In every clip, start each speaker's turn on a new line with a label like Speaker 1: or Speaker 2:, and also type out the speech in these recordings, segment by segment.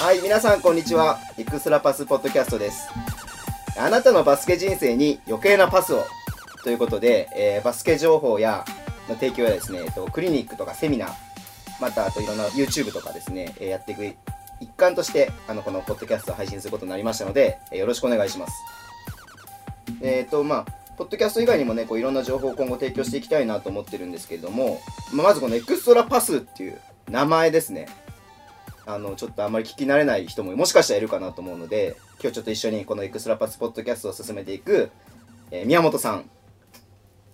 Speaker 1: はい、皆さんこんにちは。エクストラパスポッドキャストです。あなたのバスケ人生に余計なパスをということで、えーバスケ情報やの提供やですね、えっと、クリニックとかセミナー、またあといろんな YouTube とかですね、えーやっていく一環として、あの、このポッドキャストを配信することになりましたので、えーよろしくお願いします。えっ、と、まあ、ポッドキャスト以外にもね、こういろんな情報を今後提供していきたいなと思ってるんですけれども、まあまずこのエクストラパスっていう名前ですね。あの、ちょっとあんまり聞き慣れない人ももしかしたらいるかなと思うので、今日ちょっと一緒にこのエクストラパスポッドキャストを進めていく、えー宮本さん。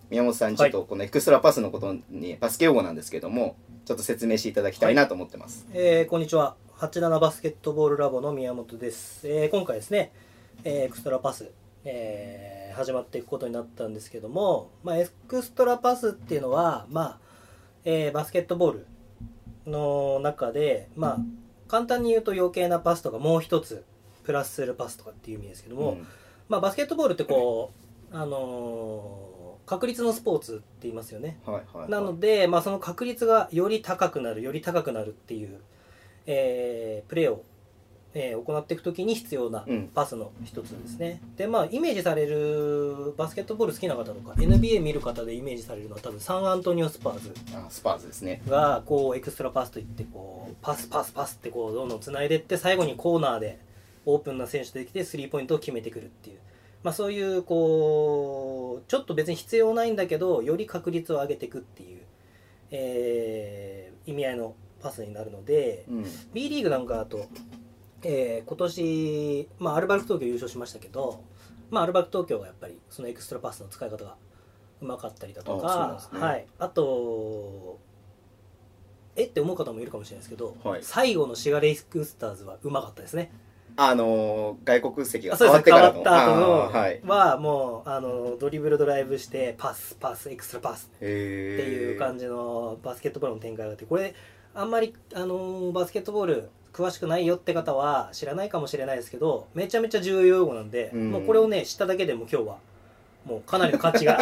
Speaker 1: 宮本さんにちょっとこのエクストラパスのことに、バスケ用語なんですけども、ちょっと説明していただきたいなと思ってます。
Speaker 2: えーこんにちは87バスケットボールラボの宮本です、えー今回ですね、えーエクストラパス、えー始まっていくことになったんですけども、まあ、エクストラパスっていうのは、まあえーバスケットボールの中で、まあ、簡単に言うと余計なパスとかもう一つプラスするパスとかっていう意味ですけども、
Speaker 1: うん
Speaker 2: まあ、バスケットボールってこう、あのー確率のスポーツって言いますよね
Speaker 1: はいはい、はい。
Speaker 2: なので、まあ、その確率がより高くなるより高くなるっていう、えープレーを、えー行っていくときに必要な
Speaker 1: うん
Speaker 2: パスの一つですね、でまあイメージされるバスケットボール好きな方とか NBA 見る方でイメージされるのは多分サンアントニオ・スパーズ
Speaker 1: あスパーズですね。
Speaker 2: がこうエクストラパスといってこうパスパスパスってこうどんどんつないでって最後にコーナーでオープンな選手できてスリーポイントを決めてくるっていう、まあ、そういうこうちょっと別に必要ないんだけどより確率を上げていくっていう、えー意味合いのパスになるので
Speaker 1: うん。
Speaker 2: B リーグなんかだと、えー今年、まあ、アルバルク東京優勝しましたけど、まあ、アルバルク東京がやっぱりそのエクストラパスの使い方がうまかったりだと
Speaker 1: あそうなん
Speaker 2: か
Speaker 1: ですね
Speaker 2: はい、あとえって思う方もいるかもしれないですけど、
Speaker 1: はい
Speaker 2: 最後のシガレイクスターズはうまかったですね。
Speaker 1: あのー外国籍が
Speaker 2: あそ
Speaker 1: 変
Speaker 2: うで
Speaker 1: わ
Speaker 2: す
Speaker 1: ってからの
Speaker 2: 変わった後の
Speaker 1: あーはい、
Speaker 2: はもうあのドリブルドライブしてパスパスエクストラパス
Speaker 1: へ
Speaker 2: っていう感
Speaker 1: じ
Speaker 2: じのバスケットボールの展開があってこれあんまり、あのーバスケットボール詳しくないよって方は知らないかもしれないですけどめちゃめちゃ重要用語なんで、
Speaker 1: うん
Speaker 2: もうこれをね知っただけでも今日はもうかなりの価値が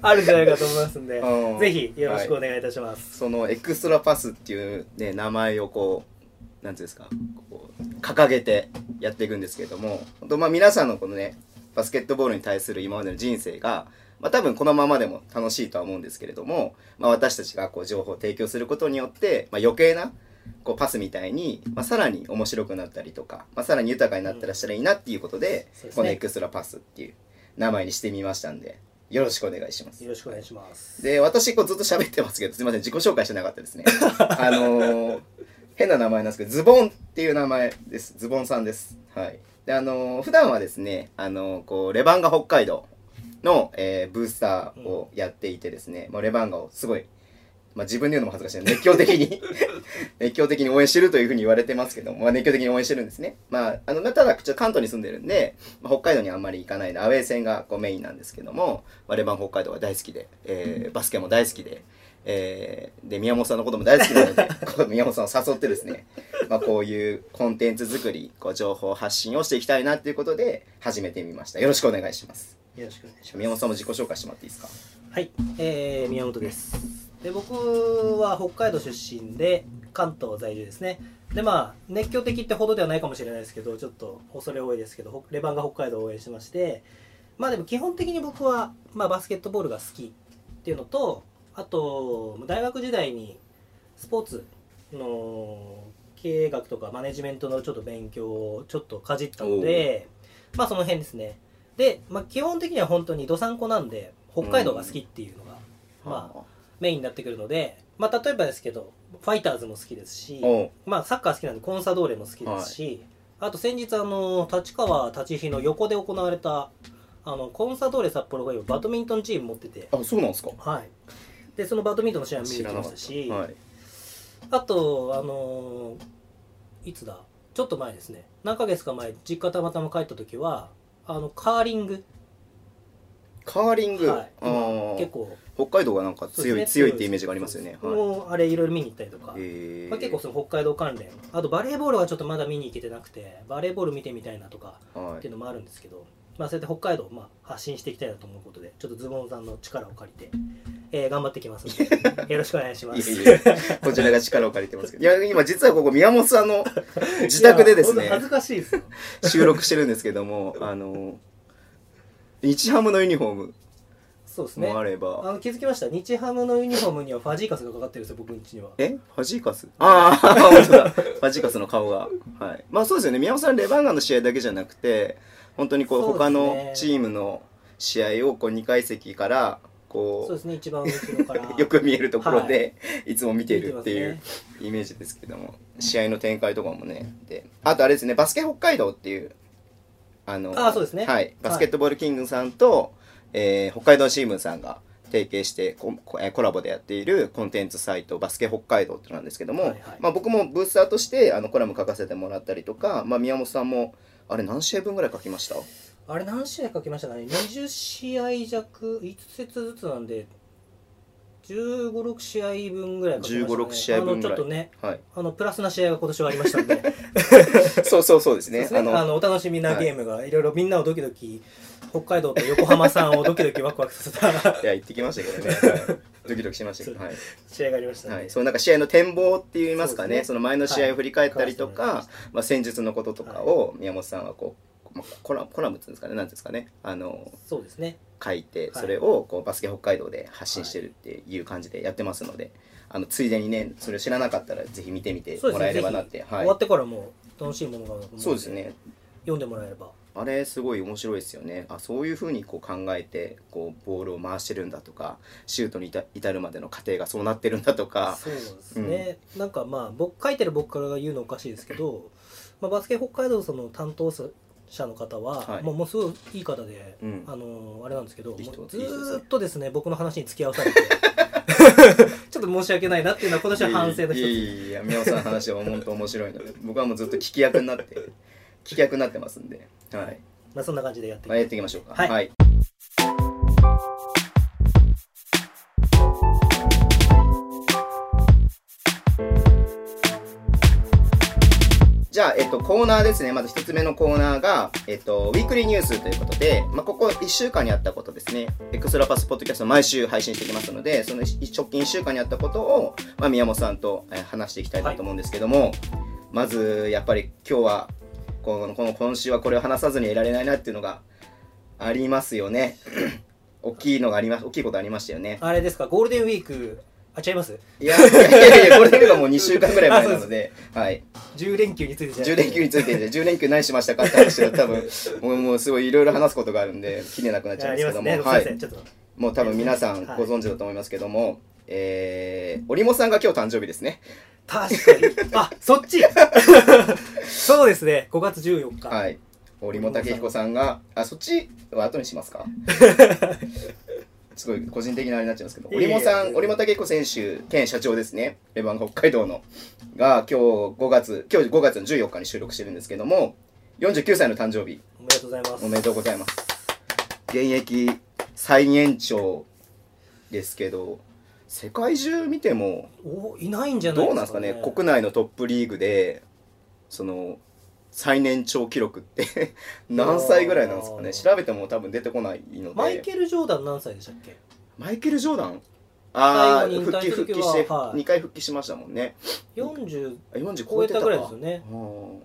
Speaker 2: あるんじゃないかと思いますんで、
Speaker 1: うん
Speaker 2: ぜひよろしくお願いいたします。
Speaker 1: そのエクストラパスっていう、ね、名前をこうなんていうんですかこう掲げてやっていくんですけれども本当まあ皆さんのこのねバスケットボールに対する今までの人生が、まあ、多分このままでも楽しいとは思うんですけれども、まあ、私たちがこう情報を提供することによって、まあ、余計なこうパスみたいに、まあ、さらに面白くなったりとか、まあ、さらに豊かになったらしたらいいなっていうことで,、
Speaker 2: そうですね
Speaker 1: このエクストラパスっていう名前にしてみましたんでよろしくお願いします。
Speaker 2: よろしくお願いします。
Speaker 1: で、私、こうずっと喋ってますけど、すいません、自己紹介してなかったですね。あのー変な名前なんですけど、ズボンっていう名前です。ズボンさんです。はい。で、あのー普段はですね、あのーこう、レバンガ北海道の、えーブースターをやっていてですね、まあレバンガをすごい、まあ、自分で言うのも恥ずかしいので熱狂的に 熱狂的に応援してるというふうに言われてますけど、まあ、熱狂的に応援してるんですね。まあ、あの、ただ、ちょっと関東に住んでるんで、まあ、北海道にあんまり行かないので、アウェー戦がこうメインなんですけども、まあ、レバン北海道が大好きで、えーバスケも大好きで、えーで、宮本さんのことも大好きなので、 こう宮本さんを誘ってですね、まあ、こういうコンテンツ作り、こう、情報発信をしていきたいなっていうことで、始めてみました。よろしくお願いします。
Speaker 2: よろしくお願いします。
Speaker 1: 宮本さんも自己紹介してもらっていいですか
Speaker 2: はい、えー、宮本ですで僕は北海道出身で関東在住ですねでまあ熱狂的ってほどではないかもしれないですけどちょっと恐れ多いですけどほレバンが北海道を応援してましてまあでも基本的に僕は、まあ、バスケットボールが好きっていうのとあと大学時代にスポーツの経営学とかマネジメントのちょっと勉強をちょっとかじったのでまあその辺ですねで、まあ、基本的には本当にどさんこなんで北海道が好きっていうのが、まあ
Speaker 1: あ、
Speaker 2: メインになってくるので、まあ、例えばですけどファイターズも好きですし、
Speaker 1: おう
Speaker 2: まあ、サッカー好きなんでコンサドーレも好きですし、あと先日あの立川立飛の横で行われたあのコンサドーレ札幌が今バドミントンチーム持ってて、
Speaker 1: あ、そうなんですか
Speaker 2: はい、でそのバドミントンの試合見に行きましたし
Speaker 1: はい。
Speaker 2: あとあのーいつだちょっと前ですね何ヶ月か前実家たまたま帰った時はあのカーリング、
Speaker 1: カーリング、
Speaker 2: はい、
Speaker 1: あー
Speaker 2: 今結構
Speaker 1: 北海道がなんか強い、
Speaker 2: そうですね
Speaker 1: 強いってイメージがありますよね。
Speaker 2: そうです
Speaker 1: はい。
Speaker 2: もうあれいろいろ見に行ったりとか、
Speaker 1: え
Speaker 2: まあ、結構その北海道関連あとバレーボールはちょっとまだ見に行けてなくてバレーボール見てみたいなとか
Speaker 1: は
Speaker 2: って
Speaker 1: い、
Speaker 2: いうのもあるんですけど、まあ、そうやって北海道をまあ発信していきたいなと思うことでちょっとズボンさんの力を借りてえー頑張ってきますの で、よろしくお願いしま
Speaker 1: い
Speaker 2: す。
Speaker 1: えいえ、こちらが力を借りてますけど。いや、今実はここ宮本さんの自宅でです
Speaker 2: い
Speaker 1: ね
Speaker 2: や、本当恥ずかしいですよ。
Speaker 1: 収録してるんですけど も、あの、日ハムのユニフォーム
Speaker 2: そうですね
Speaker 1: もあ。れば、
Speaker 2: あの気づきました。日ハムのユニフォームにはファジーカスがかかってるんですよ、僕ん家には。
Speaker 1: えファジーカス ああ、本当だ。ファジーカスの顔が。はい。まあそうですよね。宮本さん、レバンガの試合だけじゃなくて、本当にこう、
Speaker 2: そうです
Speaker 1: 他
Speaker 2: ね
Speaker 1: のチームの試合を、こう、2階席から、
Speaker 2: そう
Speaker 1: こ
Speaker 2: ですね、一番後ろから。
Speaker 1: う、 よく見えるところで、い、つも見てるってい
Speaker 2: 見
Speaker 1: う
Speaker 2: て
Speaker 1: イメージですけども、試合の展開とかもね。で、あとあれですね、バスケ北海道っていう、あの、
Speaker 2: あーそうですね
Speaker 1: はい。バスケットボールキングさんと、えー北海道新聞さんが、提携してココえーコラボでやっているコンテンツサイトバスケ北海道ってのなんですけども、
Speaker 2: はいはい
Speaker 1: まあ、僕もブースターとしてあのコラム書かせてもらったりとか、まあ、宮本さんもあれ何試合分ぐらい書きました
Speaker 2: あれ何試合かけましたかね ?20 試合弱、5節ずつなんで、15、6試合分ぐらいかけました、ね。
Speaker 1: 15 16試合分ぐらい
Speaker 2: あの、ちょっとね、
Speaker 1: はい
Speaker 2: あの、プラスな試合が今年はありましたんで。
Speaker 1: そうそうそうです
Speaker 2: そうで
Speaker 1: ね
Speaker 2: すね、あ
Speaker 1: あの
Speaker 2: のお楽しみなゲームが、い、ろいろみんなをドキドキ北海道と横浜さんをドキドキワクワクさせた
Speaker 1: いや行ってきましたけどね、はいドキドキしましたけどはい、
Speaker 2: 試合がありましたね、
Speaker 1: はい、そのなんか試合の展望って言いますか
Speaker 2: そう
Speaker 1: ね
Speaker 2: で
Speaker 1: そ
Speaker 2: すね
Speaker 1: の前の試合を振り返ったりとか、
Speaker 2: はい
Speaker 1: まあ、戦術のこととかを宮本さんはこう、まあ、コラコラムっていうんですかねなんていうんですかねあの
Speaker 2: そうですね
Speaker 1: 書いて、
Speaker 2: はい
Speaker 1: それをこうバスケ北海道で発信してるっていう感じでやってますので、あのついでにねそれを知らなかったらぜひ見てみて
Speaker 2: そう
Speaker 1: も
Speaker 2: で
Speaker 1: ら
Speaker 2: すね
Speaker 1: えればなって、
Speaker 2: ぜひ
Speaker 1: は
Speaker 2: 終わっ
Speaker 1: い
Speaker 2: てからも楽しいものがあると思うの
Speaker 1: そうですね
Speaker 2: 読んでもらえれば
Speaker 1: あれすごい面白いですよねあそういうふうにこう考えてこうボールを回してるんだとかシュートに至至るまでの過程がそうなってるんだとか
Speaker 2: そうですね、なんかまあ僕書いてる僕から言うのおかしいですけど、まあ、バスケ北海道その担当者の方は、
Speaker 1: はい
Speaker 2: もうもうすごいいい方で、
Speaker 1: うん
Speaker 2: あのーあれなんですけど
Speaker 1: いい人
Speaker 2: もう
Speaker 1: いい人で
Speaker 2: ず
Speaker 1: すね
Speaker 2: ーっとですね僕の話に付き合わされて ちょっと申し訳ないなっていうのは今年は反省の一つ
Speaker 1: いやいやいやいや宮本さんの話は本当面白いので僕はもうずっと聞き役になって聞き役になってますんではい
Speaker 2: まあ、そんな感じでやっていき
Speaker 1: まあやっていきましょうか
Speaker 2: はい
Speaker 1: はいじゃあ、えっと、コーナーですね。まず一つ目のコーナーが、えっと、ウィークリーニュースということで、まあ、ここ1週間にあったことですね。エクストラパスポッドキャスト毎週配信していきますので、その一直近1週間にあったことを、まあ、宮本さんとえー話していきたいなと思うんですけども、まず、やっぱり今日は、この、この今週はこれを話さずにいられないなっていうのがありますよ ね。大きいのがあります、大きいことありましたよね。
Speaker 2: あれですか、ゴールデンウィーク、あ、違います
Speaker 1: いや、いやいや、これがもう2週間ぐらい前なので、はい。
Speaker 2: ?10 連休についてじゃ
Speaker 1: 10連休についてで10連休何しましたかって話は多 分もうもうすごいいろいろ話すことがあるんで切れなくなっちゃうん
Speaker 2: あ
Speaker 1: で
Speaker 2: り
Speaker 1: す
Speaker 2: ま
Speaker 1: けど
Speaker 2: すね。
Speaker 1: も、
Speaker 2: ご
Speaker 1: は
Speaker 2: めんなさい、
Speaker 1: い、
Speaker 2: ちょっと。
Speaker 1: もう多分皆さん
Speaker 2: はい
Speaker 1: ご存知だと思いますけども、えー、織茂さんが今日誕生日ですね
Speaker 2: 確かに。あ、そっち そうですね、5月14日。
Speaker 1: はい織茂武彦さんがあそっちは後にします かすごい個人的なあれになっちゃうんですけど
Speaker 2: いえ
Speaker 1: 織
Speaker 2: いえ
Speaker 1: 茂さん織茂武彦選手兼社長ですねレバンガ北海道のが今日5月今日5月の14日に収録してるんですけども49歳の誕生日
Speaker 2: おめでとうございます。
Speaker 1: おめでとうございます。現役最年長ですけど、世界中見ても、
Speaker 2: おいないんじゃない
Speaker 1: どうなんですかね、国内のトップリーグで、その、最年長記録って 何歳ぐらいなんですか
Speaker 2: あ
Speaker 1: ね
Speaker 2: ー
Speaker 1: 調べても多分出てこないので
Speaker 2: マイケル・ジョーダン何歳でしたっけ
Speaker 1: マイケル・ジョーダンああ
Speaker 2: 最後に引
Speaker 1: 復
Speaker 2: 退
Speaker 1: 帰
Speaker 2: する
Speaker 1: 復
Speaker 2: 時は
Speaker 1: 帰して、
Speaker 2: はい
Speaker 1: 2回復帰しましたもんね
Speaker 2: ?40
Speaker 1: あ40
Speaker 2: 超
Speaker 1: 超
Speaker 2: え
Speaker 1: えて
Speaker 2: た
Speaker 1: た
Speaker 2: ぐ
Speaker 1: から
Speaker 2: いですよね。
Speaker 1: うん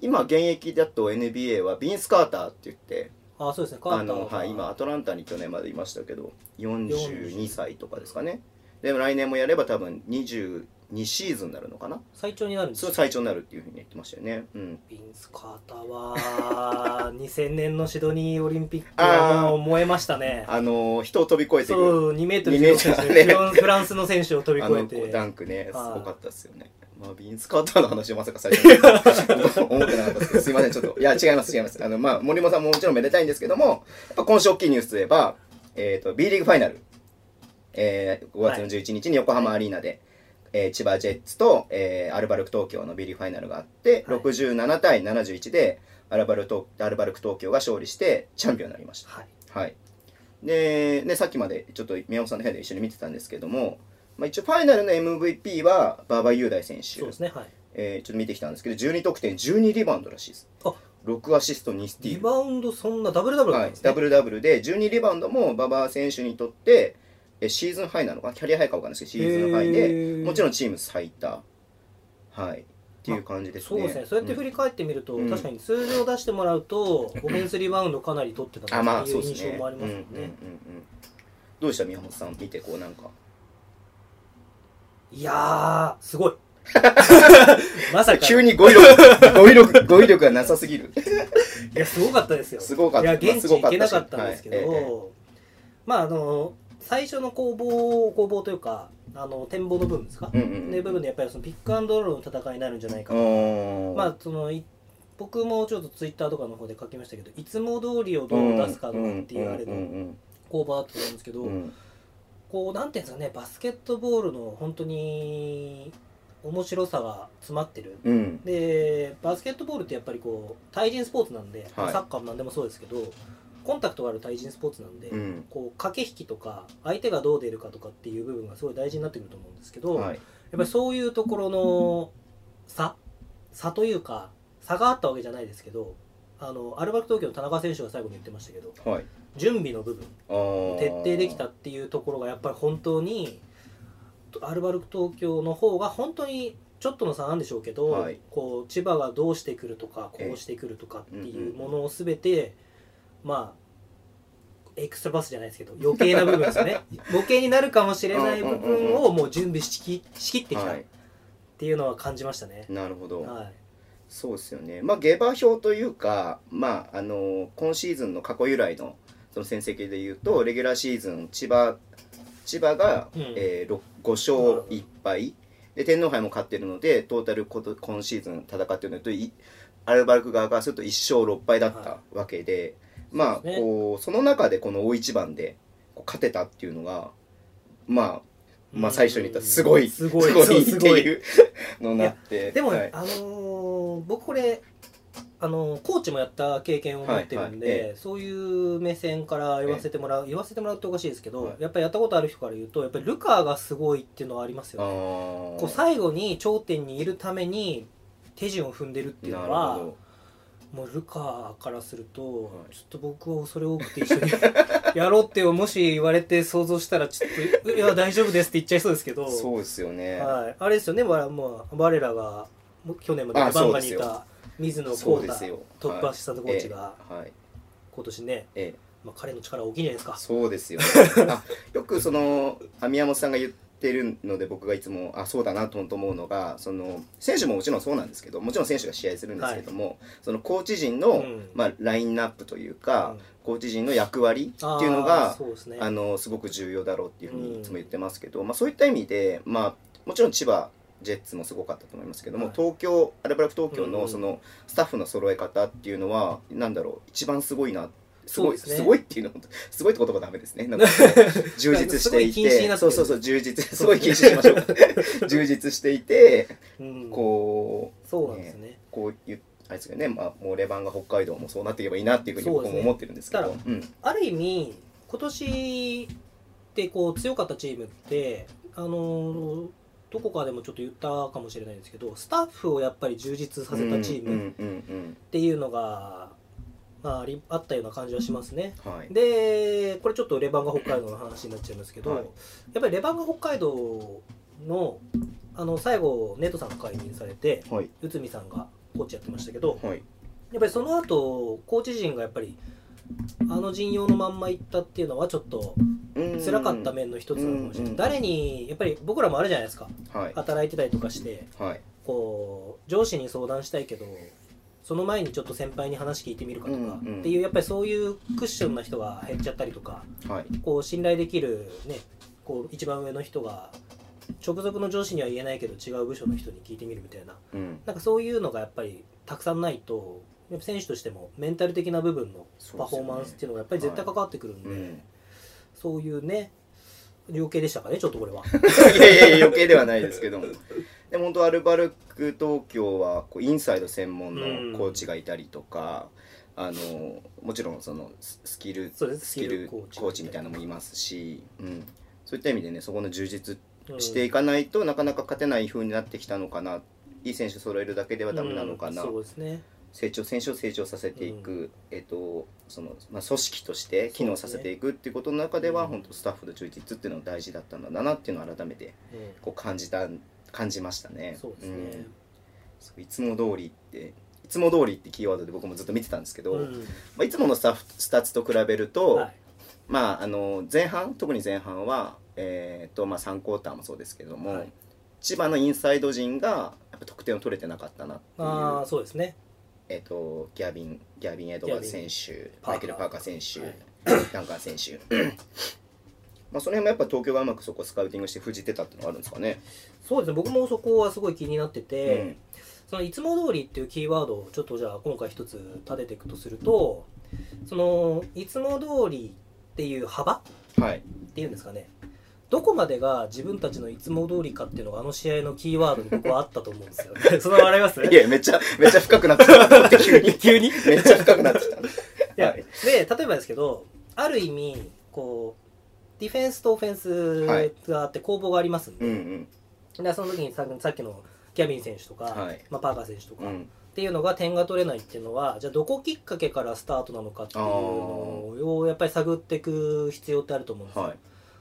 Speaker 1: 今現役だと NBA はビンス・カーターって言って
Speaker 2: あ、そうですね、カ
Speaker 1: あ
Speaker 2: ーター
Speaker 1: の、
Speaker 2: が
Speaker 1: はい、今アトランタに去年までいましたけど42歳とかですかねでも来年もやれば多分22シーズンになるのかな
Speaker 2: 最長になるんです
Speaker 1: そ
Speaker 2: よ
Speaker 1: れ。最長になるっていうふうに言ってましたよね、うん、
Speaker 2: ビンス・カーターは、2000年のシドニーオリンピック
Speaker 1: あ
Speaker 2: は
Speaker 1: ー
Speaker 2: もう燃えましたね。
Speaker 1: あの人を飛び越えていく
Speaker 2: そう、2メートル
Speaker 1: 2メートル
Speaker 2: 選
Speaker 1: ね
Speaker 2: 手、フランフランスの選手を飛び
Speaker 1: あ
Speaker 2: 越え
Speaker 1: のこう
Speaker 2: て。
Speaker 1: ダンクねす
Speaker 2: はい
Speaker 1: ごかったですよねまあ、ビンスカーターの話をまさか最初に思ってなかったですけどすいませんちょっといや違います違いますあの、まあ、森本さんももちろんめでたいんですけどもやっぱ今週大きいニュースといえば、えー、と B リーグファイナル、えー5月の11日に横浜アリーナで、えー千葉ジェッツと、えーアルバルク東京のビリーファイナルがあって、
Speaker 2: はい
Speaker 1: 67対71でアルバルトアルバルク東京が勝利してチャンピオンになりました
Speaker 2: はい
Speaker 1: はい、で、ね、さっきまでちょっと宮本さんの部屋で一緒に見てたんですけども、まあ、一応ファイナルの MVP は馬場雄大選手
Speaker 2: そうで、すね、はい。
Speaker 1: えーちょっと見てきたんですけど12得点12リバウンドらしいです
Speaker 2: あ
Speaker 1: 6アシスト2スティ
Speaker 2: リ
Speaker 1: ール
Speaker 2: バウンドそんなダブルダブルな
Speaker 1: は
Speaker 2: ん
Speaker 1: い
Speaker 2: ですね。
Speaker 1: ダブルダブルで12リバウンドも馬場選手にとってえシーズンハイなのかなキャリアハイかわかんないですけどシーズンハイで
Speaker 2: へー
Speaker 1: もちろんチーム最多はいっていう感じですね。
Speaker 2: そうですね、そうやって振
Speaker 1: り、
Speaker 2: り返ってみると、
Speaker 1: うん
Speaker 2: 確かに通常出してもらうと、オフェンスリバウンドかなり取って
Speaker 1: あ
Speaker 2: た
Speaker 1: ま
Speaker 2: なっ
Speaker 1: あ
Speaker 2: てい
Speaker 1: そう
Speaker 2: う
Speaker 1: で
Speaker 2: 印
Speaker 1: すね。
Speaker 2: 象もありますよ
Speaker 1: うんうんうんうん
Speaker 2: ね。
Speaker 1: どうでした宮本さん見てこうなんか
Speaker 2: いやー、す ごい。まさか、
Speaker 1: 急
Speaker 2: い
Speaker 1: に語彙力語彙力語彙力がなさすぎる。
Speaker 2: や、すごかったですよ。
Speaker 1: すごかった
Speaker 2: いや、現
Speaker 1: す
Speaker 2: 地
Speaker 1: ごかった
Speaker 2: 行け
Speaker 1: し
Speaker 2: なかったんですけど、
Speaker 1: はいええ
Speaker 2: まあ、あの、最初の攻防、攻防というか、あの、展望の部分ですか、
Speaker 1: うんうんうん
Speaker 2: ね部分でやっぱりそのピックアンドロールの戦いになるんじゃないかと
Speaker 1: おー
Speaker 2: まあそのい僕もちょっとツイッターとかの方で書きましたけどいつも通りをどう出すかとかっていうあれ
Speaker 1: うんう
Speaker 2: の
Speaker 1: ん
Speaker 2: 工場だったと思うんですけど、
Speaker 1: うんうん
Speaker 2: こうなんていうんですかねバスケットボールの本当に面白さが詰まってる
Speaker 1: うんうん
Speaker 2: でバスケットボールってやっぱりこう対人スポーツなんで、
Speaker 1: はい
Speaker 2: サッカーも何でもそうですけどコンタクトがある対人スポーツなんで、
Speaker 1: うん
Speaker 2: こう駆け引きとか相手がどう出るかとかっていう部分がすごい大事になってくると思うんですけど、
Speaker 1: はい
Speaker 2: やっぱりそういうところの差差というか差があったわけじゃないですけどあのアルバルク東京の田中選手が最後に言ってましたけど
Speaker 1: はい
Speaker 2: 準備の部分
Speaker 1: あー
Speaker 2: 徹底できたっていうところがやっぱり本当にアルバルク東京の方が本当にちょっとの差なんでしょうけど、
Speaker 1: はい
Speaker 2: こう千葉がどうしてくるとかこうしてくるとかっていうものを全て、まあエクストラパスじゃないですけど余計な部分ですよね 余計になるかもしれない部
Speaker 1: うんうんうん
Speaker 2: 分
Speaker 1: うん
Speaker 2: をもう準備しきしきってきた
Speaker 1: は
Speaker 2: っ
Speaker 1: い
Speaker 2: ていうのは感じましたね。
Speaker 1: なるほど、
Speaker 2: はい
Speaker 1: そうですよね、まあ、下馬評というか、まあ、あの今シーズンの過去由来のその戦績でいうとレギュラーシーズン千葉千葉が、
Speaker 2: うん
Speaker 1: えーろ5勝1敗で天皇杯も勝ってるのでトータルこと今シーズン戦ってるのといアルバルク側からすると1勝6敗だった
Speaker 2: は
Speaker 1: わけで、まあ
Speaker 2: そうですね
Speaker 1: こうその中でこの大一番でこう勝てたっていうのがまあまあ最初に言ったすごい
Speaker 2: うんすごい
Speaker 1: すご
Speaker 2: そう
Speaker 1: い
Speaker 2: す
Speaker 1: っ
Speaker 2: ご
Speaker 1: て
Speaker 2: い
Speaker 1: いう のになって
Speaker 2: でも、
Speaker 1: はい
Speaker 2: あのー僕これ、あのーコーチもやった経験を持ってるんで、
Speaker 1: はいはい
Speaker 2: そういう目線から言わせてもらう、言わせてもらうっておかしいですけど、
Speaker 1: はい
Speaker 2: やっぱりやったことある人から言うとやっぱりルカーがすごいっていうのはありますよね。
Speaker 1: あー
Speaker 2: こう最後に頂点にいるために手順を踏んでるっていう
Speaker 1: な
Speaker 2: の
Speaker 1: る
Speaker 2: は
Speaker 1: ほど
Speaker 2: もうルカーからすると、
Speaker 1: い
Speaker 2: ちょっと僕は恐れ多くて一緒に やろうってもし言われて想像したらちょっと「いや大丈夫です」って言っちゃいそうですけど
Speaker 1: そうですよね。
Speaker 2: はい、あれですよね、わまあ、我らがもう去年まで
Speaker 1: あ
Speaker 2: バンガに
Speaker 1: そうで
Speaker 2: い
Speaker 1: す
Speaker 2: た水野
Speaker 1: そ
Speaker 2: 浩
Speaker 1: うで
Speaker 2: 太
Speaker 1: すよ。
Speaker 2: トップアシ
Speaker 1: ス
Speaker 2: スタントコーチが
Speaker 1: はい。
Speaker 2: 今年ね、
Speaker 1: ええ、
Speaker 2: まあ、彼の力は大きいんじゃないですか。
Speaker 1: そうですよ、 ね。あ、よくそのあ宮本さんが言ってるので僕がいつもあそうだなと思うのが、その選手ももちろんそうなんですけど、もちろん選手が試合するんですけども、そのコーチ陣の、
Speaker 2: うん
Speaker 1: まあラインナップというか、
Speaker 2: うん
Speaker 1: コーチ陣の役割っていうのが
Speaker 2: あーそうですね
Speaker 1: あのすごく重要だろうっていうふうにいつも言ってますけど、まあ、そういった意味で、まあ、もちろん千葉ジェッツもすごかったと思いますけども、
Speaker 2: はい
Speaker 1: 東京アルバルク東京
Speaker 2: うんう
Speaker 1: の
Speaker 2: ん
Speaker 1: そのスタッフの揃え方っていうのは、なんだろう一番すごいなすごいす,、
Speaker 2: そうですね
Speaker 1: ごいっていうのは すごいって言葉ダメですね なんか充実してい
Speaker 2: すごい禁止に
Speaker 1: て
Speaker 2: なって
Speaker 1: そ
Speaker 2: る
Speaker 1: うそうそう充実 すごい禁止しましょ う充実していて
Speaker 2: うん、
Speaker 1: こう
Speaker 2: そうなんですね。
Speaker 1: こういうあれですけどね、まあ、もうレバンが北海道もそうなっていけばいいなっていうふうに僕
Speaker 2: そうで
Speaker 1: も
Speaker 2: すね
Speaker 1: 思ってるんですけど
Speaker 2: だかある意味、今年ってこう強かったチームって、あのーどこかでもちょっと言ったかもしれないですけど、スタッフをやっぱり充実させたチー
Speaker 1: うん
Speaker 2: ム
Speaker 1: うんうん
Speaker 2: っていうのが、まあ、ありあったような感じはしますね。
Speaker 1: うんはい
Speaker 2: でこれちょっとレバンガ北海道の話になっちゃいますけど、
Speaker 1: はい
Speaker 2: やっぱりレバンガ北海道のあの最後ネトさんが解任されて
Speaker 1: はい
Speaker 2: 内海さんがコーチやってましたけど
Speaker 1: はい
Speaker 2: やっぱりその後コーチ陣がやっぱりあの陣容のまんま行ったっていうのはちょっと辛かった面の一つなのかもしれ
Speaker 1: うんう
Speaker 2: ない
Speaker 1: ん
Speaker 2: 誰にやっぱり僕らもあるじゃないですか
Speaker 1: はい
Speaker 2: 働いてたりとかして
Speaker 1: はい
Speaker 2: こう上司に相談したいけどその前にちょっと先輩に話聞いてみるかとか、
Speaker 1: うんうん
Speaker 2: っていうやっぱりそういうクッションな人が減っちゃったりとか
Speaker 1: はい
Speaker 2: こう信頼できるねこう一番上の人が直属の上司には言えないけど違う部署の人に聞いてみるみたいな
Speaker 1: うん
Speaker 2: なんかそういうのがやっぱりたくさんないとやっぱ選手としてもメンタル的な部分のパフォーマンスっていうのがやっぱり絶対関わってくるんでそう,、
Speaker 1: うん
Speaker 2: いうね量刑でしたかねちょっとこ れは
Speaker 1: いやいやいや余計ではないですけどもでも本当アルバルク東京はこうインサイド専門のコーチがいたりとか、あのもちろんそのススキル
Speaker 2: そうです
Speaker 1: スキルコーチみたいなのもいますし、うん、そういった意味でねそこの充実していかないとなかなか勝てない風になってきたのかな、いい選手揃えるだけではダメなのかな、
Speaker 2: うんそうですね
Speaker 1: 成長選手を成長させていく、えっとそのまあ、組織として機能させていくっていうことの中では
Speaker 2: うん
Speaker 1: 本当スタッフの充実っていうのが大事だったんだなっていうのを改めてこう感じた感じましたね。
Speaker 2: そうです
Speaker 1: ん
Speaker 2: ね。
Speaker 1: そういつも通りっていつも通りってキーワードで僕もずっと見てたんですけど、
Speaker 2: うん
Speaker 1: まあ、いつものスタッフスタッツと比べると、
Speaker 2: はい
Speaker 1: まあ、あの前半特に前半は、えーとまあ、3クォーターもそうですけども、
Speaker 2: はい
Speaker 1: 千葉のインサイド陣がやっぱ得点を取れてなかったなっていう、
Speaker 2: ああ、そうですね。
Speaker 1: えー、とギャビンギャビン・エドワーズ選手
Speaker 2: パーカー
Speaker 1: マイケル・パーカー選手、
Speaker 2: はい
Speaker 1: ダンカー選手まあその辺もやっぱ東京がうまくそこをスカウティングして封じてたっていうのがあるんですかね。
Speaker 2: そうですね。僕もそこはすごい気になってて、
Speaker 1: うん
Speaker 2: そのいつも通りっていうキーワードをちょっとじゃあ今回一つ立てていくとすると、そのいつも通りっていう幅
Speaker 1: はい、
Speaker 2: っていうんですかねどこまでが自分たちのいつも通りかっていうのがあの試合のキーワードに僕はあったと思う んですよねその笑います
Speaker 1: いやめっちゃめっちゃ深くなってきた 急に
Speaker 2: 急にい
Speaker 1: めっちゃ深くなってきた。
Speaker 2: や、
Speaker 1: はい
Speaker 2: で例えばですけどある意味こうディフェンスとオフェンスがあって攻防がありますんで,
Speaker 1: う
Speaker 2: で、
Speaker 1: ん
Speaker 2: その時にささっきのギャビン選手とか、
Speaker 1: はい
Speaker 2: まあ、パーカー選手と
Speaker 1: う
Speaker 2: か、
Speaker 1: んう
Speaker 2: っ
Speaker 1: ん
Speaker 2: ていうのが点が取れないっていうのはじゃあどこきっかけからスタートなのかっていうのをやっぱり探っていく必要ってあると思うんですよ。
Speaker 1: はい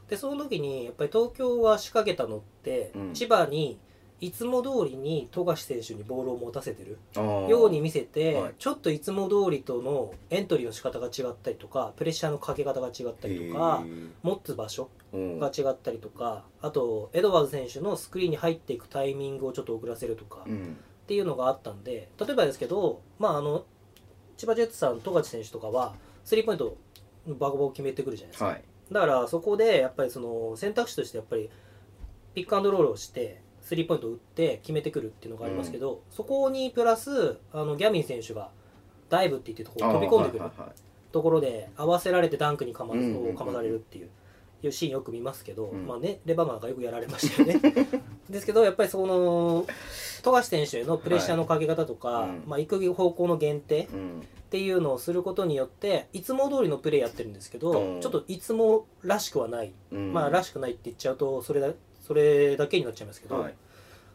Speaker 2: でその時にやっぱり東京は仕掛けたのって、
Speaker 1: うん
Speaker 2: 千葉にいつも通りに富樫選手にボールを持たせてる
Speaker 1: あー
Speaker 2: ように見せて、
Speaker 1: はい
Speaker 2: ちょっといつも通りとのエントリーの仕方が違ったりとかプレッシャーのかけ方が違ったりとか
Speaker 1: へー
Speaker 2: 持つ場所
Speaker 1: うん
Speaker 2: が違ったりとかあとエドワーズ選手のスクリーンに入っていくタイミングをちょっと遅らせるとか
Speaker 1: う
Speaker 2: っ
Speaker 1: ん
Speaker 2: ていうのがあったんで例えばですけど、まあ、あの千葉ジェッツさん富樫選手とかはスリーポイントバコバコ決めてくるじゃないですか。
Speaker 1: はい
Speaker 2: だからそこでやっぱりその選択肢としてやっぱりピックアンドロールをしてスリーポイントを打って決めてくるっていうのがありますけど、そこにプラスあのギャミン選手がダイブって言ってとこ飛び込んでく
Speaker 1: あ
Speaker 2: る
Speaker 1: ーはいはい
Speaker 2: ところで合わせられてダンクにかま,、
Speaker 1: うんうんうん
Speaker 2: かまされるっていう。いうシーンよく見ますけど、
Speaker 1: うん
Speaker 2: まあね、レバガンがよくやられましたよね ですけどやっぱりその富樫選手へのプレッシャーのかけ方とか、
Speaker 1: はいうん
Speaker 2: まあ、行く方向の限定
Speaker 1: はいうん
Speaker 2: っていうのをすることによっていつも通りのプレーやってるんですけど、
Speaker 1: うん
Speaker 2: ちょっといつもらしくはない、
Speaker 1: うん
Speaker 2: まあらしくないって言っちゃうとそれだそれだけになっちゃいますけど、
Speaker 1: はい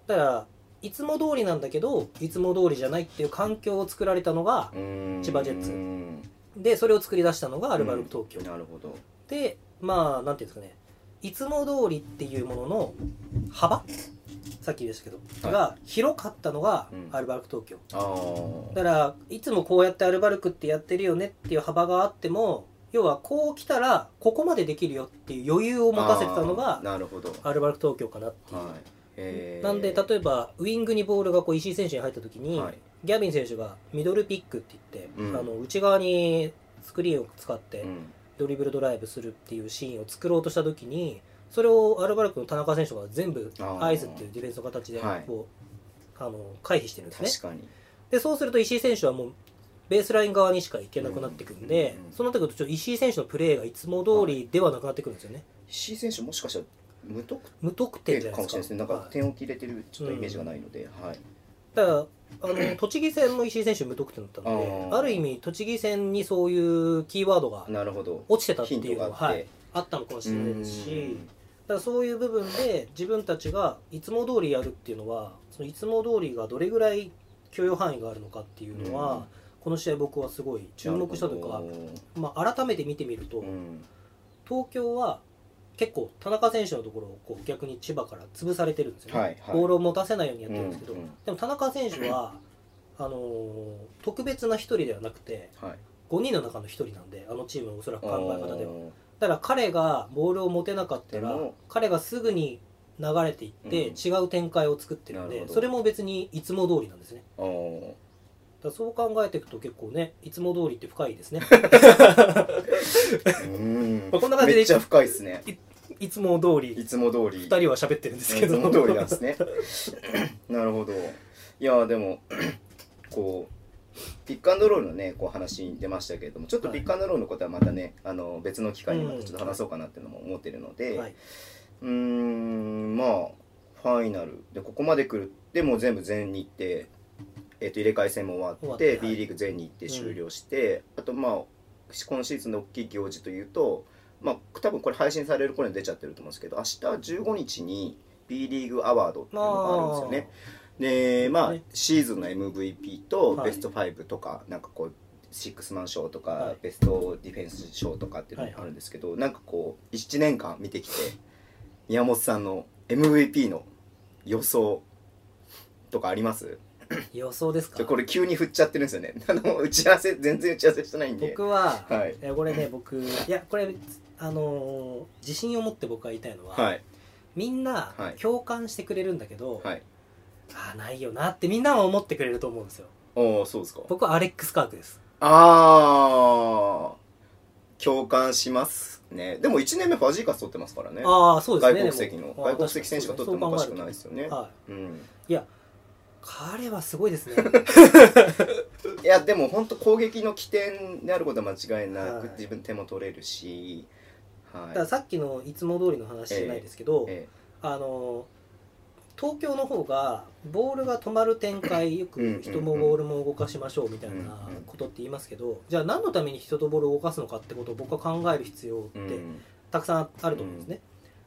Speaker 2: だからいつも通りなんだけどいつも通りじゃないっていう環境を作られたのが、千葉ジェッツ
Speaker 1: うん
Speaker 2: でそれを作り出したのがアルバルク東京、
Speaker 1: なるほど
Speaker 2: でまあなんていうんですかねいつも通りっていうものの幅さっきでしたけど、
Speaker 1: はい
Speaker 2: が広かったのが
Speaker 1: うん
Speaker 2: アルバルク東京、
Speaker 1: あー
Speaker 2: だからいつもこうやってアルバルクってやってるよねっていう幅があっても要はこう来たらここまでできるよっていう余裕を持たせてたの
Speaker 1: あー
Speaker 2: が
Speaker 1: なるほど
Speaker 2: アルバルク東京かなっていう、
Speaker 1: はいえー
Speaker 2: なんで例えばウイングにボールがこう石井選手に入った時に、
Speaker 1: はい
Speaker 2: ギャビン選手がミドルピックって言って、
Speaker 1: うん
Speaker 2: あの内側にスクリーンを使って
Speaker 1: うん
Speaker 2: ドリブルドライブするっていうシーンを作ろうとした時にそれをアルバルクの田中選手が全部
Speaker 1: あー
Speaker 2: 合図っていうディフェンスの形でこう、
Speaker 1: はい
Speaker 2: あの回避してるんですね
Speaker 1: 確。かに
Speaker 2: でそうすると石井選手はもうベースライン側にしか行けなくなってくるんで、
Speaker 1: うんうんうん
Speaker 2: そうなってくるとちょっと石井選手のプレーがいつも通りではなくなってくるんですよね、
Speaker 1: 石井選手もしかしたら無得
Speaker 2: 無得点
Speaker 1: 点
Speaker 2: じゃな
Speaker 1: か
Speaker 2: い
Speaker 1: もしれないで
Speaker 2: ですか
Speaker 1: すねなんか
Speaker 2: はい
Speaker 1: 点を切れてるちょっとイメージがないのではい
Speaker 2: だからあの栃木戦も石井選手無得点だったので
Speaker 1: あ
Speaker 2: あ
Speaker 1: ー
Speaker 2: る意味栃木戦にそういうキーワードが
Speaker 1: なるほど
Speaker 2: 落ちてたって
Speaker 1: ヒン
Speaker 2: い
Speaker 1: ト
Speaker 2: うの
Speaker 1: が
Speaker 2: が
Speaker 1: あっ
Speaker 2: はい
Speaker 1: て
Speaker 2: あったのかもしれないですし
Speaker 1: うん
Speaker 2: だからそういう部分で自分たちがいつも通りやるっていうのはそのいつも通りがどれぐらい許容範囲があるのかっていうのは、
Speaker 1: うん
Speaker 2: この試合僕はすごい注目したというか
Speaker 1: なるほ
Speaker 2: まあ、改めて見てみると、
Speaker 1: どうん
Speaker 2: 東京は結構田中選手のところをこう逆に千葉から潰されてるんですよね、
Speaker 1: はいはい
Speaker 2: ボールを持たせないようにやってるんですけど、
Speaker 1: うんうん
Speaker 2: でも田中選手は、あのー特別な1人ではなくて
Speaker 1: はい
Speaker 2: 5人の中の1人なんであのチームのおそらく考え方では
Speaker 1: は
Speaker 2: だから彼がボールを持てなかった
Speaker 1: で
Speaker 2: ら
Speaker 1: も
Speaker 2: 彼がすぐに流れていって
Speaker 1: うん
Speaker 2: 違う展開を作ってるん
Speaker 1: な
Speaker 2: で、
Speaker 1: るほど
Speaker 2: それも別にいつも通りなんですね
Speaker 1: あー
Speaker 2: だからそう考えていくと結構ねいつも通りって深いですね
Speaker 1: うん
Speaker 2: まあこんな感じで
Speaker 1: めっちゃ深いですね
Speaker 2: いつも通
Speaker 1: い
Speaker 2: り
Speaker 1: つも通り
Speaker 2: 2人は喋ってるんですけど
Speaker 1: その通りなんですね なるほどいやでもこうピックアンドロールのねこう話に出ましたけれどもちょっと
Speaker 2: はい
Speaker 1: ピックアンドロールのことはまたね、あの別の機会にま
Speaker 2: う
Speaker 1: た
Speaker 2: ん
Speaker 1: ちょっと話そうかなっていうのも思ってるので、
Speaker 2: はいう
Speaker 1: ーんまあファイナルでここまで来るでもう全部全日程、えー、と入れ替え戦も終わって
Speaker 2: 終わってはい
Speaker 1: B リーグ全日程終了して、あとまあ今シーズンの大きい行事というとまあ多分これ配信される頃に出ちゃってると思うんですけど明日15日に B リーグアワードっていうのがあるんですよね。でまあ
Speaker 2: ね
Speaker 1: シーズンの MVP と
Speaker 2: はい
Speaker 1: ベスト5とか、なんかこうシックスマン賞とか、
Speaker 2: はい
Speaker 1: ベストディフェンス賞とかっていうのがあるんですけど、なんかこう1年間見てきて宮本さんの MVP の予想とかあります
Speaker 2: 予想です
Speaker 1: じ
Speaker 2: か
Speaker 1: ゃこれ急に振っちゃってるんですよね あの打ち合わせ全然打ち合わせしてないんで
Speaker 2: 僕は、
Speaker 1: はい
Speaker 2: えこれね僕いやこれあのー自信を持って僕が言いたいのは、
Speaker 1: はい
Speaker 2: みんな
Speaker 1: はい
Speaker 2: 共感してくれるんだけど、
Speaker 1: はい
Speaker 2: ああないよなってみんなは思ってくれると思うんですよ
Speaker 1: おおそうですか
Speaker 2: 僕はアレックス・カークです
Speaker 1: あー共感しますねでも1年目ファジーカス取ってますからね
Speaker 2: ああそうです
Speaker 1: 外
Speaker 2: ね
Speaker 1: 国籍の
Speaker 2: でも
Speaker 1: 外国籍選手が取ってもおかしくないですすよね
Speaker 2: は
Speaker 1: うん
Speaker 2: い、彼はすごいですね
Speaker 1: いやでも本当攻撃の起点であることは間違いな
Speaker 2: はい
Speaker 1: く自分手も取れるし
Speaker 2: だ
Speaker 1: はい
Speaker 2: からさっきのいつも通りの話じゃないですけど、
Speaker 1: え
Speaker 2: あの東京の方がボールが止まる展開よ
Speaker 1: うんうんう
Speaker 2: く
Speaker 1: ん
Speaker 2: 人もボールも動かしましょうみたいな
Speaker 1: うんうん
Speaker 2: ことって言いますけどじゃあ何のために人とボールを動かすのかってことを僕は考える必要
Speaker 1: えう
Speaker 2: って
Speaker 1: ん
Speaker 2: たくさんあると思うんですね。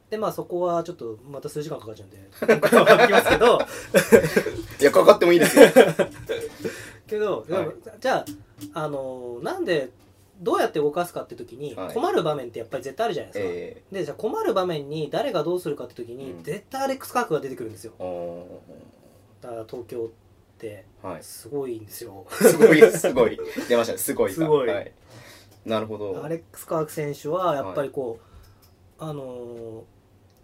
Speaker 2: でまあそこはちょっとまた数時間かかっちゃうんで今回は省きますけど
Speaker 1: いやかかってもいい ですよ
Speaker 2: けど、でも
Speaker 1: はい
Speaker 2: じゃああのなんでどうやって動かすかって時に
Speaker 1: はい
Speaker 2: 困る場面ってやっぱり絶対あるじゃないですか。
Speaker 1: え
Speaker 2: でじゃあ困る場面に誰がどうするかって時に、
Speaker 1: うん
Speaker 2: 絶対アレックス・カークが出てくるんですよ
Speaker 1: えお
Speaker 2: だから東京って
Speaker 1: ーはい
Speaker 2: すごいんですよ。
Speaker 1: すご いすごい出ましたねすごいが
Speaker 2: すごい
Speaker 1: はいなるほど
Speaker 2: アレックス・カーク選手はやっぱりこう、あのー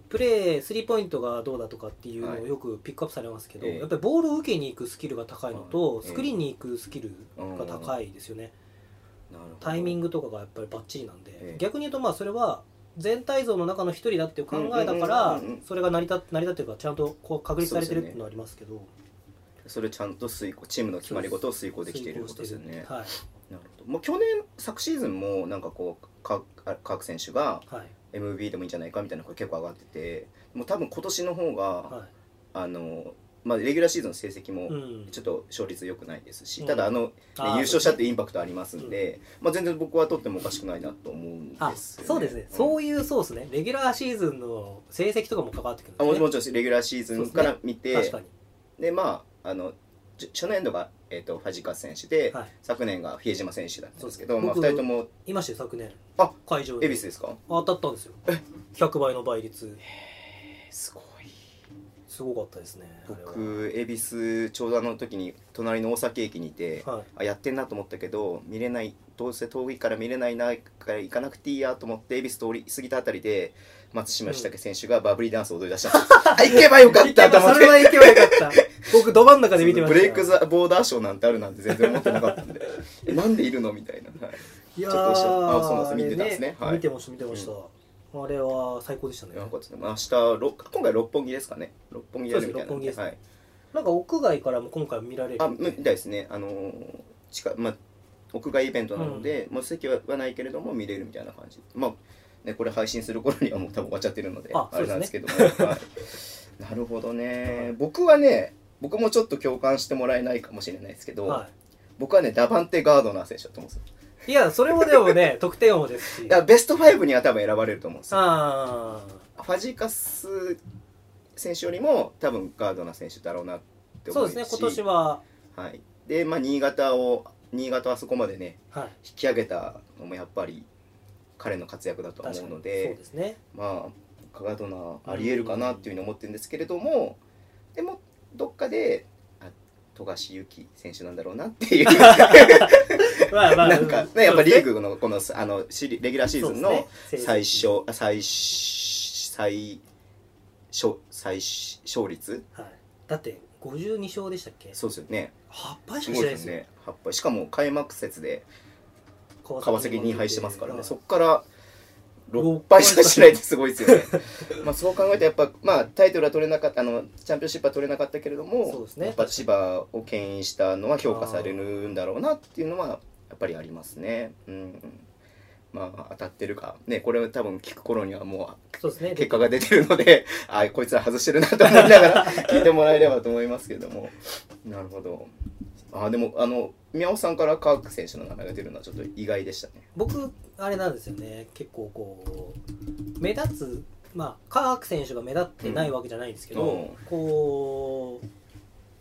Speaker 2: プレースリーポイントがどうだとかっていうの
Speaker 1: は
Speaker 2: を
Speaker 1: い
Speaker 2: よくピックアップされますけど、
Speaker 1: ええ
Speaker 2: やっぱりボールを受けに行くスキルが高いのと、
Speaker 1: はい
Speaker 2: スクリーンに行くスキルが高いですよね、タイミン
Speaker 1: グ
Speaker 2: グとかがやっぱりバッチリなんで、
Speaker 1: ええ
Speaker 2: 逆に言うとまあそれは全体像の中の一人だっていう考えだから、
Speaker 1: うんうんうんうんうん
Speaker 2: それが成り立成り立ってるからちゃんとこう確立されてるっていうのはありますけど
Speaker 1: それちゃんと遂行チームの決まり事を遂行できていることですよ
Speaker 2: 遂
Speaker 1: ね
Speaker 2: 行してるはい
Speaker 1: なるほどもう去年昨シーズンもなんかこうか各選手が
Speaker 2: はい
Speaker 1: MV でもいいんじゃないかみたいな声結構上がっててもう多分今年の方が、
Speaker 2: は
Speaker 1: あのまあレギュラーシーズンの成績
Speaker 2: い、う
Speaker 1: も
Speaker 2: ん
Speaker 1: ちょっと勝率良くないですし、
Speaker 2: うん
Speaker 1: ただあのね、
Speaker 2: あー
Speaker 1: 優勝したってインパクトありますんで、まあ、全然僕は取ってもおかしくないなと思うんですよ、
Speaker 2: あ
Speaker 1: ね、
Speaker 2: そうですね、
Speaker 1: ん
Speaker 2: そういうそうですねレギュラーシーズンの成績とかも関わってくるん
Speaker 1: あもちろん
Speaker 2: ね
Speaker 1: もちろんレギュラーシーズンから見て
Speaker 2: 確かに
Speaker 1: でまああのじ初年度が、えー、とファジカス選手で、
Speaker 2: はい昨
Speaker 1: 昨年が比江島選手だったんですけ
Speaker 2: そ
Speaker 1: ど、
Speaker 2: うで
Speaker 1: ますあ、2人とも
Speaker 2: いましたよ昨年
Speaker 1: あ
Speaker 2: 会場
Speaker 1: 恵
Speaker 2: で
Speaker 1: 比寿ですか
Speaker 2: 当たったんですよ100倍の倍率
Speaker 1: すごい
Speaker 2: すごかったですねあれは
Speaker 1: 僕恵比寿ちょうどあの時に隣の大崎駅にいて、
Speaker 2: はい
Speaker 1: あやってんなと思ったけど見れないどうせ遠いから見れないなから行かなくていいやと思って恵比寿通り過ぎたあたりで松島下家選手がバブリーダンスを踊り出したんです よ、あ行けばよかったと思っ
Speaker 2: それは
Speaker 1: て
Speaker 2: 行けばよかった僕ど真ん中で見てまし
Speaker 1: ブ
Speaker 2: た
Speaker 1: レイク・ザ・ボーダー賞なんてあるなんて全然思ってなかったんで えなんでいるのみたいな、はい
Speaker 2: いやー
Speaker 1: ちょっと一緒あそうなんです見てたんですね
Speaker 2: あれ
Speaker 1: はい
Speaker 2: 見てました見てました、あれは最高でしたね
Speaker 1: なんかですね明日ろ今回六本木ですかね六本木やるみたいな
Speaker 2: そうです六本木です
Speaker 1: はい、
Speaker 2: なんか屋外からも今回見られる
Speaker 1: あみたいですねあのー近まあ屋外イベントなので、もう席はないけれども見れるみたいな感じまあねこれ配信する頃にはもう多分終わっちゃってるので
Speaker 2: あ
Speaker 1: あ
Speaker 2: そう
Speaker 1: れ
Speaker 2: で
Speaker 1: なんですすけども、はいなるほどね、僕はね僕もちょっと共感してもらえないかもしれないですけど、
Speaker 2: は
Speaker 1: 僕はねダバンテ・ガードナー選手だと思うんですよ
Speaker 2: い、いやそれもでも ね得点王ですし
Speaker 1: いやベスト5には多分選ばれると思うんですよ
Speaker 2: ああ
Speaker 1: ファジーカス選手よりも多分ガードナー選手だろうなって
Speaker 2: そ
Speaker 1: 思
Speaker 2: う
Speaker 1: う
Speaker 2: で
Speaker 1: し
Speaker 2: すね今年は
Speaker 1: はい、で、まあ、新潟を新潟をあそこまでね
Speaker 2: はい
Speaker 1: 引き上げたのもやっぱり彼の活躍だと思
Speaker 2: 確か
Speaker 1: う
Speaker 2: に
Speaker 1: の
Speaker 2: そう
Speaker 1: で
Speaker 2: ですね
Speaker 1: まあガードナーありえるかなっていうふうに思ってるんですけれどもでもどっかであ富樫勇樹選手なんだろうなっていう
Speaker 2: まあま あ
Speaker 1: なんか、ね、やっぱリー
Speaker 2: グ
Speaker 1: グのこのあのシリレギュラーシーズンの最小最最小最勝率
Speaker 2: はい、だって52勝でしたっけ
Speaker 1: そうですよね
Speaker 2: 8敗し
Speaker 1: すごい
Speaker 2: かしてない
Speaker 1: で
Speaker 2: ですす
Speaker 1: よ
Speaker 2: よ
Speaker 1: ね八敗しかも開幕節で川
Speaker 2: 川
Speaker 1: 崎に2敗してますからね、そ
Speaker 2: っ
Speaker 1: こから
Speaker 2: 六
Speaker 1: 6敗
Speaker 2: 敗
Speaker 1: しかしないってすごいですよね。 まあそう考えてやっぱ、まあ、タイトルは取れなかったあのチャンピオンシップは取れなかったけれど
Speaker 2: そう
Speaker 1: も、
Speaker 2: ですね
Speaker 1: やっぱ千葉を牽引したのは評価されるんだろうなっていうのはやっぱりありますね。うんまあ、当たってるか、ね、これは多分聞く頃にはも
Speaker 2: そうですね
Speaker 1: う結果が出てるの であこいつは外してるなと思いながら聞いてもらえればと思いますけどもなるほどあでもあの宮尾さんからカーク選手の名前が出るのはちょっと意外でしたね。
Speaker 2: 僕あれなんですよね結構こう目立つまあカーク選手が目立ってないわけじゃないんですけど、
Speaker 1: うん
Speaker 2: こう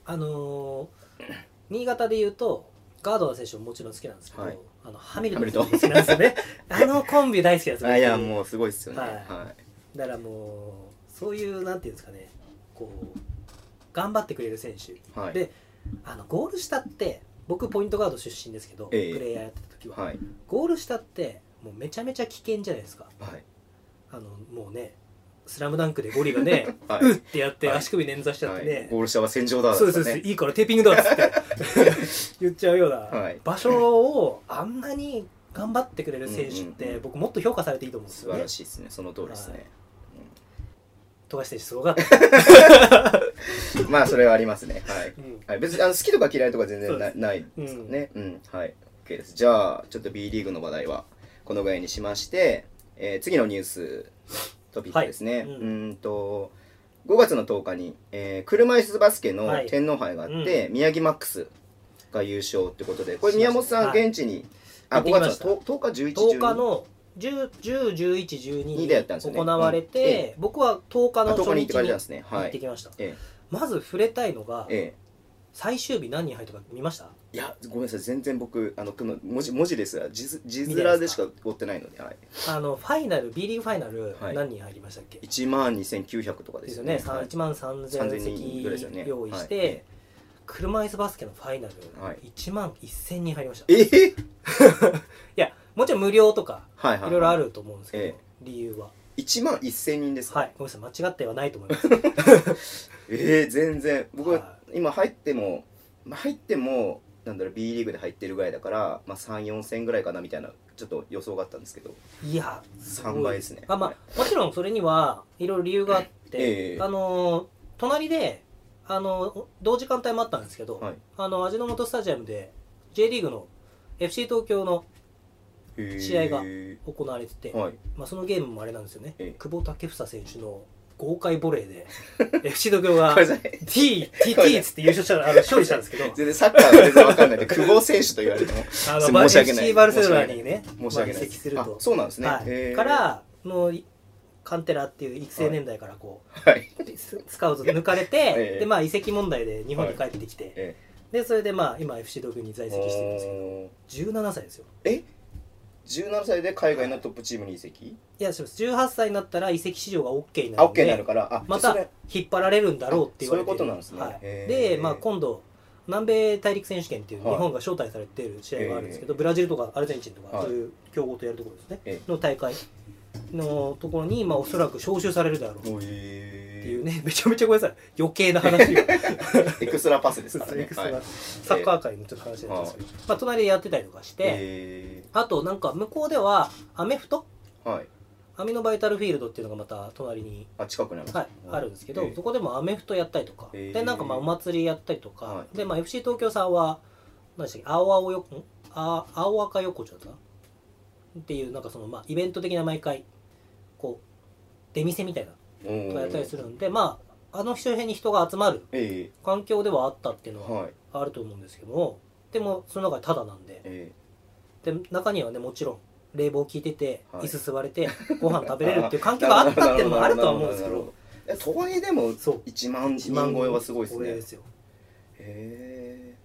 Speaker 2: あのー新潟で言うとガードナー選手ももちろん好きなんですけど、
Speaker 1: はい
Speaker 2: あのハミルトン選手も好きなんですよ ねあのコンビ大好きなんですよ
Speaker 1: あいや
Speaker 2: 僕
Speaker 1: もうすごいですよね、
Speaker 2: は
Speaker 1: はいい
Speaker 2: だからもうそういうなんていうんですかねこう頑張ってくれる選手
Speaker 1: はい
Speaker 2: であのゴール下って僕ポイントガード出身ですけど、
Speaker 1: ええ
Speaker 2: プレイヤーやってた時は、
Speaker 1: はい
Speaker 2: ゴール下ってもうめちゃめちゃ危険じゃないですか
Speaker 1: はい
Speaker 2: あのもうね「スラムダンクでゴリがね
Speaker 1: は
Speaker 2: うっってやって
Speaker 1: はい
Speaker 2: 足首捻挫しちゃってね、
Speaker 1: はい、ゴール下は戦場だ
Speaker 2: そうですそう
Speaker 1: だ
Speaker 2: で
Speaker 1: ね
Speaker 2: すいいからテーピングだっつって 言っちゃうような、
Speaker 1: はい
Speaker 2: 場所をあんなに頑張ってくれる選手っ
Speaker 1: うんうん
Speaker 2: て
Speaker 1: うん
Speaker 2: 僕もっと評価されていいと思うんです
Speaker 1: 素
Speaker 2: よ
Speaker 1: 晴
Speaker 2: ね
Speaker 1: らしいですねその通りですね、
Speaker 2: 富樫選手すごかった、
Speaker 1: まあそれはありますねはい、
Speaker 2: うん
Speaker 1: はい、別にあの好きとか嫌いとか全然な
Speaker 2: そう
Speaker 1: ない
Speaker 2: うん
Speaker 1: ですねうん、はい OK ですじゃあちょっと B リーグの話題はこのぐらいにしまして、えー次のニューストピックですね、
Speaker 2: はいう
Speaker 1: うんんと5月の10日に、えー車椅子バスケの
Speaker 2: はい
Speaker 1: 天皇杯があって、
Speaker 2: う
Speaker 1: 宮城マックスが優勝ってことでこ
Speaker 2: し
Speaker 1: れ宮
Speaker 2: ました
Speaker 1: 本さん
Speaker 2: はい
Speaker 1: 現地に、
Speaker 2: 行
Speaker 1: あ
Speaker 2: って
Speaker 1: 5
Speaker 2: きま
Speaker 1: 月
Speaker 2: した
Speaker 1: の 10, 10日
Speaker 2: 10
Speaker 1: 11
Speaker 2: 日の10、10 11、
Speaker 1: にでやったんです
Speaker 2: 12
Speaker 1: よ
Speaker 2: に
Speaker 1: ね
Speaker 2: 行われて、
Speaker 1: うんえ
Speaker 2: 僕は10日
Speaker 1: あ
Speaker 2: の
Speaker 1: 10
Speaker 2: 初
Speaker 1: 日に行っ
Speaker 2: 日
Speaker 1: てかれ
Speaker 2: に
Speaker 1: たん
Speaker 2: 行
Speaker 1: ですねは
Speaker 2: って
Speaker 1: い
Speaker 2: きました。
Speaker 1: え
Speaker 2: まず触れたいのが
Speaker 1: え、え
Speaker 2: 最終日何人入ったか見ました
Speaker 1: えいやごめんなさい全然僕あのこの文字文字ですら字ず字
Speaker 2: 見てない
Speaker 1: 面
Speaker 2: で
Speaker 1: ですし
Speaker 2: か
Speaker 1: か追ってないので、はい、
Speaker 2: あの、ファイナル、B リーグファイナル
Speaker 1: はい
Speaker 2: 何人入りましたっけ、
Speaker 1: 1万2900とかで
Speaker 2: ですす
Speaker 1: よ
Speaker 2: よ
Speaker 1: ね
Speaker 2: ね、さん
Speaker 1: はい
Speaker 2: 1万3000
Speaker 1: 3000人ぐらいですよ
Speaker 2: 席
Speaker 1: ね
Speaker 2: 用意して、
Speaker 1: はい
Speaker 2: 車椅子バスケのファイナル、
Speaker 1: はい
Speaker 2: 1万1000人入りましたい
Speaker 1: ええ
Speaker 2: やもちろん無料とか
Speaker 1: はいはい、
Speaker 2: いろいろあると思うんですけど、
Speaker 1: ええ
Speaker 2: 理由は
Speaker 1: 1万1000人ですか、
Speaker 2: はいごめんなさい間違ってはないと思います
Speaker 1: ええ全然僕、
Speaker 2: は
Speaker 1: 今入ってもまあ入ってもなんだろう B リーグで入ってるぐらいだから、まあ、34000ぐらいかなみたいなちょっと予想があったんですけど
Speaker 2: いやごい
Speaker 1: 3倍ですね
Speaker 2: あまあ、もちろんそれにはいろいろ理由があって、
Speaker 1: ええ
Speaker 2: あのー隣であのー同時間帯もあったんですけど、
Speaker 1: はい
Speaker 2: あの味の素スタジアムで J リーグの FC 東京の
Speaker 1: へえ
Speaker 2: 試合が行われてて、
Speaker 1: はい
Speaker 2: まあ、そのゲームもあれなんですよね、
Speaker 1: ええ
Speaker 2: 久保建英選手の豪快ボレー で FC 東京が
Speaker 1: これじゃない
Speaker 2: T、TT っつって優勝したあの勝利したんですけど、
Speaker 1: 全然サッカーは全然わかん ないんで久保選手と言われても
Speaker 2: あ
Speaker 1: す
Speaker 2: の
Speaker 1: い
Speaker 2: バ
Speaker 1: ません申し訳ない
Speaker 2: FC バルセロナにね、
Speaker 1: 申し訳ない
Speaker 2: まあ移籍すると
Speaker 1: あ。そうなんですね、
Speaker 2: はい
Speaker 1: へえ
Speaker 2: から、もう、カンテラっていう育成年代からこう、
Speaker 1: はい
Speaker 2: ススカウト抜かれ て、
Speaker 1: ええ
Speaker 2: で、まあ、移籍問題で日本に帰ってきて、
Speaker 1: え
Speaker 2: で、それでまあ、今 FC 東京に在籍してるんです
Speaker 1: おー
Speaker 2: けど、17歳ですよ。
Speaker 1: 17歳で海外のトップチームに移籍、
Speaker 2: いや、そうです。18歳になったら移籍市場が OK にな
Speaker 1: あ
Speaker 2: るの
Speaker 1: OK になる
Speaker 2: で、
Speaker 1: からあ
Speaker 2: ま
Speaker 1: じゃあ
Speaker 2: た
Speaker 1: それ
Speaker 2: 引っ張られるんだろうって言われてる
Speaker 1: あそういうことなんですね
Speaker 2: はい
Speaker 1: へえ
Speaker 2: で、まあ、今度、南米大陸選手権っていう日本が招待されてる試合があるんですけど、ブラジルとかアルゼンチンとか、
Speaker 1: はい
Speaker 2: そういう強豪とやるところですね。
Speaker 1: え
Speaker 2: の大会のところに、まあ、おそらく招集されるだろうって
Speaker 1: えお
Speaker 2: い
Speaker 1: いう
Speaker 2: ね、 めちゃめちゃごめんなさい、余計な話を、
Speaker 1: エクストラパスです
Speaker 2: そう
Speaker 1: からね。
Speaker 2: ですねエクストラ
Speaker 1: はい
Speaker 2: サッカー界のちょっと話なんですけど、まあ、隣でやってたりとかして、
Speaker 1: え
Speaker 2: あと、なんか向こうでは、アメフト、
Speaker 1: ーはい。
Speaker 2: アミノバイタルフィールドっていうのがまた隣に、
Speaker 1: あ近くにあるんです
Speaker 2: は
Speaker 1: ね
Speaker 2: い、あるんですけど、
Speaker 1: えー
Speaker 2: そこでもアメフトやったりとか、
Speaker 1: えー
Speaker 2: で、なんかまあお祭りやったりとか、
Speaker 1: はい
Speaker 2: で、まあ、FC 東京さんは、何でしたっけ、青青よんあ青赤横丁だったかなっていう、なんかその、まあ、イベント的な毎回、こう、出店みたいな。
Speaker 1: うん
Speaker 2: とかやったりするんで、まあ、あの周辺に人が集まる
Speaker 1: え
Speaker 2: 環境ではあったっていう
Speaker 1: え
Speaker 2: のは
Speaker 1: はい。
Speaker 2: あると思うんですけども、でも、その中でタダなんで、
Speaker 1: え
Speaker 2: で中にはね、もちろん、冷房効いてて、
Speaker 1: はい
Speaker 2: 椅子座れて、ご飯食
Speaker 1: え
Speaker 2: べれるっていう環境があったっていうのもあるとは思うんです け
Speaker 1: なるほ
Speaker 2: ど、
Speaker 1: なるほどえとはいえでも
Speaker 2: そう、
Speaker 1: 1万
Speaker 2: 1
Speaker 1: 人
Speaker 2: 万
Speaker 1: 超えはすごいです
Speaker 2: 超え
Speaker 1: ね
Speaker 2: で。すよ。
Speaker 1: へえ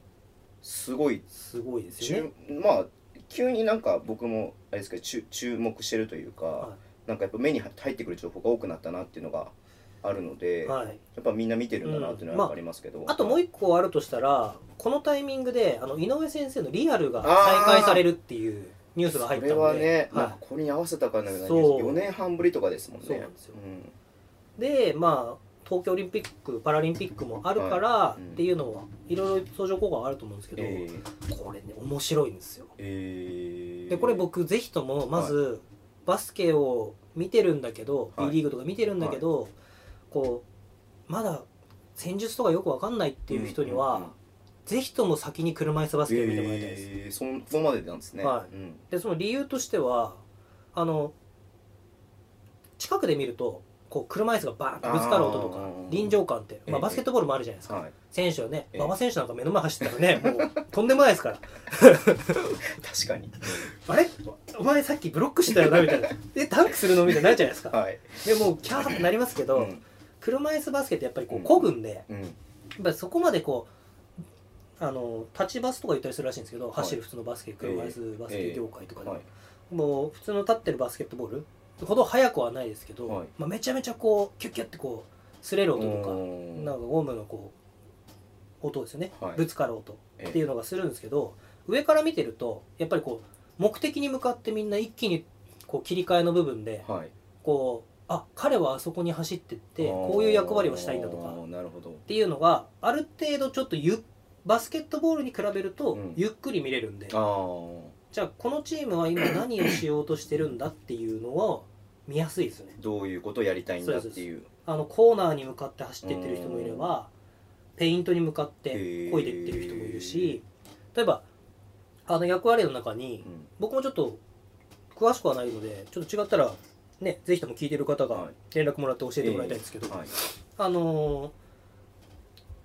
Speaker 1: すごい。
Speaker 2: すごいですよね。
Speaker 1: 注まあ急になんか僕もあれですけど注注目してるというか、
Speaker 2: は
Speaker 1: なんかやっぱ目に入ってくる情報が多くなったなっていうのがあるので、
Speaker 2: はい、
Speaker 1: やっぱみんな見てるんだなっていうのはやっぱありますけど。
Speaker 2: あともう
Speaker 1: 一
Speaker 2: 一個あるとしたら、このタイミングであの井上先生のリアルが
Speaker 1: あー
Speaker 2: 再開されるっていうニュースが入ったんで、
Speaker 1: これはね、
Speaker 2: はい
Speaker 1: なんかここに合わせたかな
Speaker 2: そう
Speaker 1: 4年半ぶりとかですもんね。
Speaker 2: そうなんですよ
Speaker 1: ん
Speaker 2: でまあ東京オリンピック・パラリンピックもあるから
Speaker 1: はいうん
Speaker 2: っていうのは、いろいろ相乗効果はあると思うんですけど、
Speaker 1: え
Speaker 2: これね面白いんですよ
Speaker 1: えええ
Speaker 2: でこれ僕ぜひともまず、バスケを見てるんだけど、
Speaker 1: はい
Speaker 2: B リーグとか見てるんだけど、こうまだ戦術とかよくわかんないっていう人には、
Speaker 1: うんうんうん
Speaker 2: ぜひとも先に車椅子バスケを見てもらいたいです、
Speaker 1: ええそんそこまでなんですね。
Speaker 2: はい
Speaker 1: うん
Speaker 2: でその理由としてはあの近くで見るとこう車椅子がバーンってぶつかる音とか
Speaker 1: あー
Speaker 2: 臨場感って、まあ、
Speaker 1: ええ
Speaker 2: バスケットボールもあるじゃないですか、
Speaker 1: はい、
Speaker 2: 選手はね
Speaker 1: ええ
Speaker 2: 馬場選手なんか目の前走ってたらねもうとんでもないですから
Speaker 1: 確かに。
Speaker 2: あれお前さっきブロックしてたよなみたいなえタンクするのみたいになるじゃないですか
Speaker 1: はい。
Speaker 2: でもうキャーってなりますけど、
Speaker 1: うん
Speaker 2: 車椅子バスケってやっぱりこ
Speaker 1: う
Speaker 2: うんこぐんで
Speaker 1: うん
Speaker 2: っぱりそこまでこうあの立ちバスとか言ったりするらしいんですけど、走る普通のバスケ車椅子バスケ業界とかでも、
Speaker 1: はい
Speaker 2: もう普通の立ってるバスケットボールほど速くはないですけど、
Speaker 1: はい
Speaker 2: まあ、めちゃめちゃこうキュッキュッてこう擦れる音とか、
Speaker 1: うん
Speaker 2: なんかゴムのこう音ですよね、
Speaker 1: はい
Speaker 2: ぶつかる音
Speaker 1: ええ
Speaker 2: っていうのがするんですけど、上から見てるとやっぱりこう目的に向かってみんな一気にこう切り替えの部分で
Speaker 1: はい
Speaker 2: こうあ彼はあそこに走ってってこういう役割をしたいんだと
Speaker 1: あ
Speaker 2: か
Speaker 1: ーなるほど
Speaker 2: っていうのがある程度ちょっとゆバスケットボールに比べると
Speaker 1: うん
Speaker 2: ゆっくり見れるんで、
Speaker 1: あ
Speaker 2: じゃあこのチームは今 何をしようとしてるんだっていうのは見やすいですね
Speaker 1: あどういうことをやりたいんだっていう
Speaker 2: あのコーナーに向かって走ってってる人もいればペイントに向かって漕いでってる人もいるし例えばあの役割の中に
Speaker 1: うん
Speaker 2: 僕もちょっと詳しくはないのでちょっと違ったらねぜひとも聞いてる方が
Speaker 1: はい
Speaker 2: 連絡もらって教えてもらいたいんですけど、
Speaker 1: はい
Speaker 2: あのー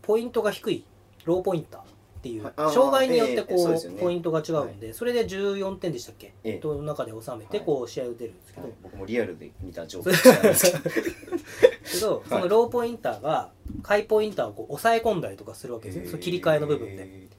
Speaker 2: ポイントが低いローポインターっていう
Speaker 1: はいあー
Speaker 2: 障害によって
Speaker 1: ええええ
Speaker 2: こ
Speaker 1: そう
Speaker 2: う,、
Speaker 1: ですよね
Speaker 2: ポイントが違うんで、それで14点でしたっけ、
Speaker 1: ええ
Speaker 2: との中で収めてこう試合を出るんですけど、
Speaker 1: はい僕もリアルで見た情報なん ですけど
Speaker 2: けど
Speaker 1: い
Speaker 2: そのローポインターが下位ポインターをこう抑え込んだりとかするわけですよ、その切り替えの部分で。
Speaker 1: え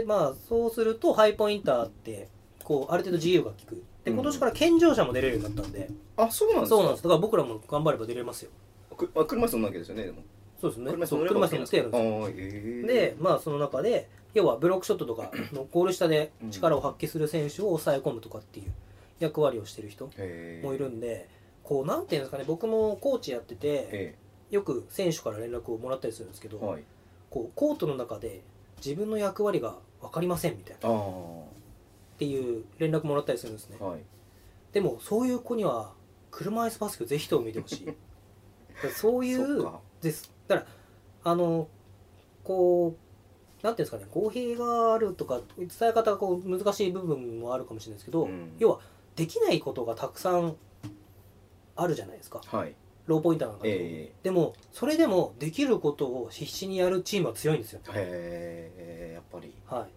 Speaker 2: でまあそうするとハイポインターってこうある程度自由が利く。で
Speaker 1: うん
Speaker 2: 今年から健常者も出れるようになったんで、
Speaker 1: ーあそうなんですか
Speaker 2: そうなんですだから僕らも頑張れば出れますよ
Speaker 1: くあ車椅子乗んなわけですよねでも
Speaker 2: そうですね
Speaker 1: 車椅子
Speaker 2: そう
Speaker 1: 乗れば
Speaker 2: 車
Speaker 1: わ
Speaker 2: 椅子
Speaker 1: け
Speaker 2: に
Speaker 1: な
Speaker 2: 乗
Speaker 1: ん
Speaker 2: っ
Speaker 1: すか
Speaker 2: てやるんですよ
Speaker 1: あーえー
Speaker 2: でまあその中で要はブロックショットとかのゴール下で力を発揮する選手を抑え込むとかっていう役割をしてる人
Speaker 1: へー
Speaker 2: もいるんでこうなんていうんですかね僕もコーチやってて
Speaker 1: え
Speaker 2: よく選手から連絡をもらったりするんですけ
Speaker 1: え
Speaker 2: ど
Speaker 1: はい
Speaker 2: こうコートの中で自分の役割が分かりませんみたいなっ
Speaker 1: ああ
Speaker 2: ていう連絡もらったりするんですね
Speaker 1: はい
Speaker 2: でもそういう子には車椅子バスケをぜひとも見てほし いだからそうい
Speaker 1: そうっか
Speaker 2: ですだからあのこうなんていうんですかね公平があるとか伝え方がこう難しい部分もあるかもしれないですけど、
Speaker 1: うん
Speaker 2: 要はできないことがたくさんあるじゃないですか
Speaker 1: はい
Speaker 2: ローポインターなんかでも、
Speaker 1: え
Speaker 2: でもそれでもできることを必死にやるチームは強いんですよ
Speaker 1: えへえやっぱり
Speaker 2: はい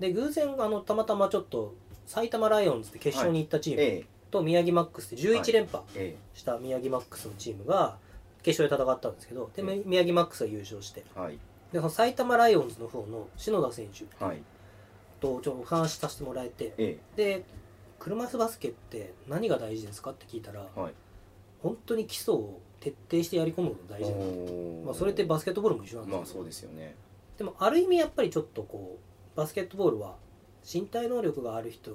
Speaker 2: で偶然あのたまたまちょっと埼玉ライオンズって決勝に行ったチーム
Speaker 1: え
Speaker 2: と宮城マックスって
Speaker 1: はい
Speaker 2: 11連覇
Speaker 1: ええ
Speaker 2: した宮城マックスのチームが決勝で戦ったんですけどで
Speaker 1: ええ
Speaker 2: 宮城マックスが優勝して
Speaker 1: えはい
Speaker 2: でその埼玉ライオンズの方の篠田選手
Speaker 1: はい
Speaker 2: とちょっとお話しさせてもらえて
Speaker 1: え
Speaker 2: で車椅子バスケって何が大事ですかって聞いたら
Speaker 1: えはい
Speaker 2: 本当に基礎を徹底してやり込むのが大事だと、
Speaker 1: おー
Speaker 2: まあ、それってバスケットボールも一緒なんですけど
Speaker 1: まあそうですよね
Speaker 2: でもある意味やっぱりちょっとこうバスケットボールは身体能力がある人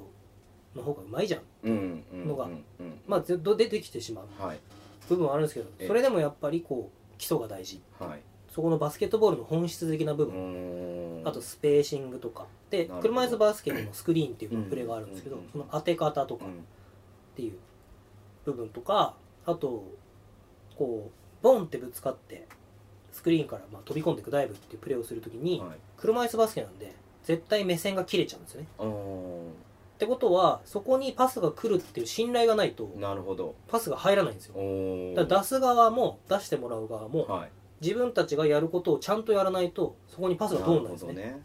Speaker 2: の方がうまいじゃん
Speaker 1: うんうん
Speaker 2: のが
Speaker 1: うんうん
Speaker 2: まあずっと出てきてしまう
Speaker 1: はい
Speaker 2: 部分はあるんですけど
Speaker 1: ええ
Speaker 2: それでもやっぱりこう基礎が大事
Speaker 1: はい
Speaker 2: そこのバスケットボールの本質的な部分
Speaker 1: うん
Speaker 2: あとスペーシングとか
Speaker 1: な
Speaker 2: で
Speaker 1: るほど
Speaker 2: 車椅子バスケにもスクリーンっていうプレーがあるんですけど、
Speaker 1: うん
Speaker 2: その当て方と
Speaker 1: う
Speaker 2: かっ
Speaker 1: ん
Speaker 2: ていう部分とかあとこうボンってぶつかってスクリーンからまあ飛び込んでいくダイブっていうプレーをするときに
Speaker 1: はい
Speaker 2: 車椅子バスケなんで絶対目線が切れちゃうんですよね。
Speaker 1: あー
Speaker 2: ってことはそこにパスが来るっていう信頼がないと
Speaker 1: なるほど
Speaker 2: パスが入らないんですよ。
Speaker 1: お
Speaker 2: だから出す側も出してもらう側も
Speaker 1: はい
Speaker 2: 自分たちがやることをちゃんとやらないとそこにパスが通らないんですね
Speaker 1: なる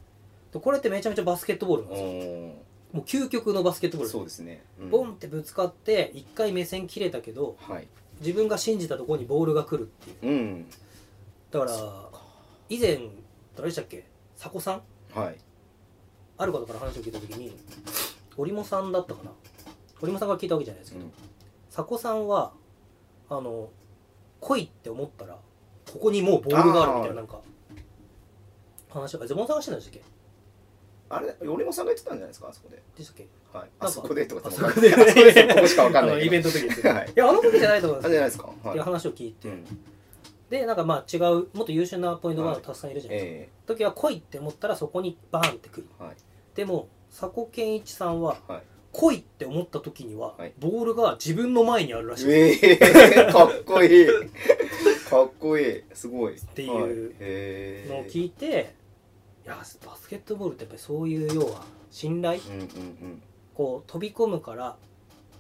Speaker 2: でこれってめちゃめちゃバスケットボールなん
Speaker 1: ほ
Speaker 2: です
Speaker 1: ど
Speaker 2: よ
Speaker 1: ね
Speaker 2: もう究極のバスケット
Speaker 1: お
Speaker 2: ボ
Speaker 1: ー
Speaker 2: ール
Speaker 1: そうですねうん
Speaker 2: ボンってぶつかって一回目線切れたけど
Speaker 1: はい
Speaker 2: 自分が信じたところにボールが来るっていう
Speaker 1: うん
Speaker 2: だから以前誰でしたっけ佐古さん
Speaker 1: はい
Speaker 2: ある方から話を聞いた時に織茂さんだったかな織茂さんが聞いたわけじゃないですけど、
Speaker 1: うん
Speaker 2: 佐古さんはあの来いって思ったらここにもうボールがあるみたいななんか話がゼモンさんがしてたんでしたっけ
Speaker 1: あれ俺もさんが言ってたんじゃないですかあそこで
Speaker 2: でしたっけ
Speaker 1: はい
Speaker 2: なんか
Speaker 1: あそこでとか
Speaker 2: あ
Speaker 1: って
Speaker 2: そこで
Speaker 1: あそこでここしかわかんない
Speaker 2: あの
Speaker 1: けど
Speaker 2: イベントの時です よ、
Speaker 1: はい
Speaker 2: いやあの時じゃないと思うん
Speaker 1: あ
Speaker 2: で
Speaker 1: れ
Speaker 2: す
Speaker 1: じ
Speaker 2: よ
Speaker 1: ゃないですかはい
Speaker 2: っていう話を聞いて、
Speaker 1: うん
Speaker 2: でなんかまあ違うもっと優秀なポイントガードたくさんいるじゃないですか、
Speaker 1: え
Speaker 2: 時は来いって思ったらそこにバーンってくる
Speaker 1: えはい
Speaker 2: でも佐古健一さんは
Speaker 1: はい
Speaker 2: 来いって思った時には、
Speaker 1: はい
Speaker 2: ボールが自分の前にあるらしいんですよ
Speaker 1: ええ かっこいいかっこいいすごいって
Speaker 2: いうのを
Speaker 1: へえ
Speaker 2: 聞いて、いやバスケットボールってやっぱりそういう要は信頼
Speaker 1: うんうんうん
Speaker 2: こう飛び込むから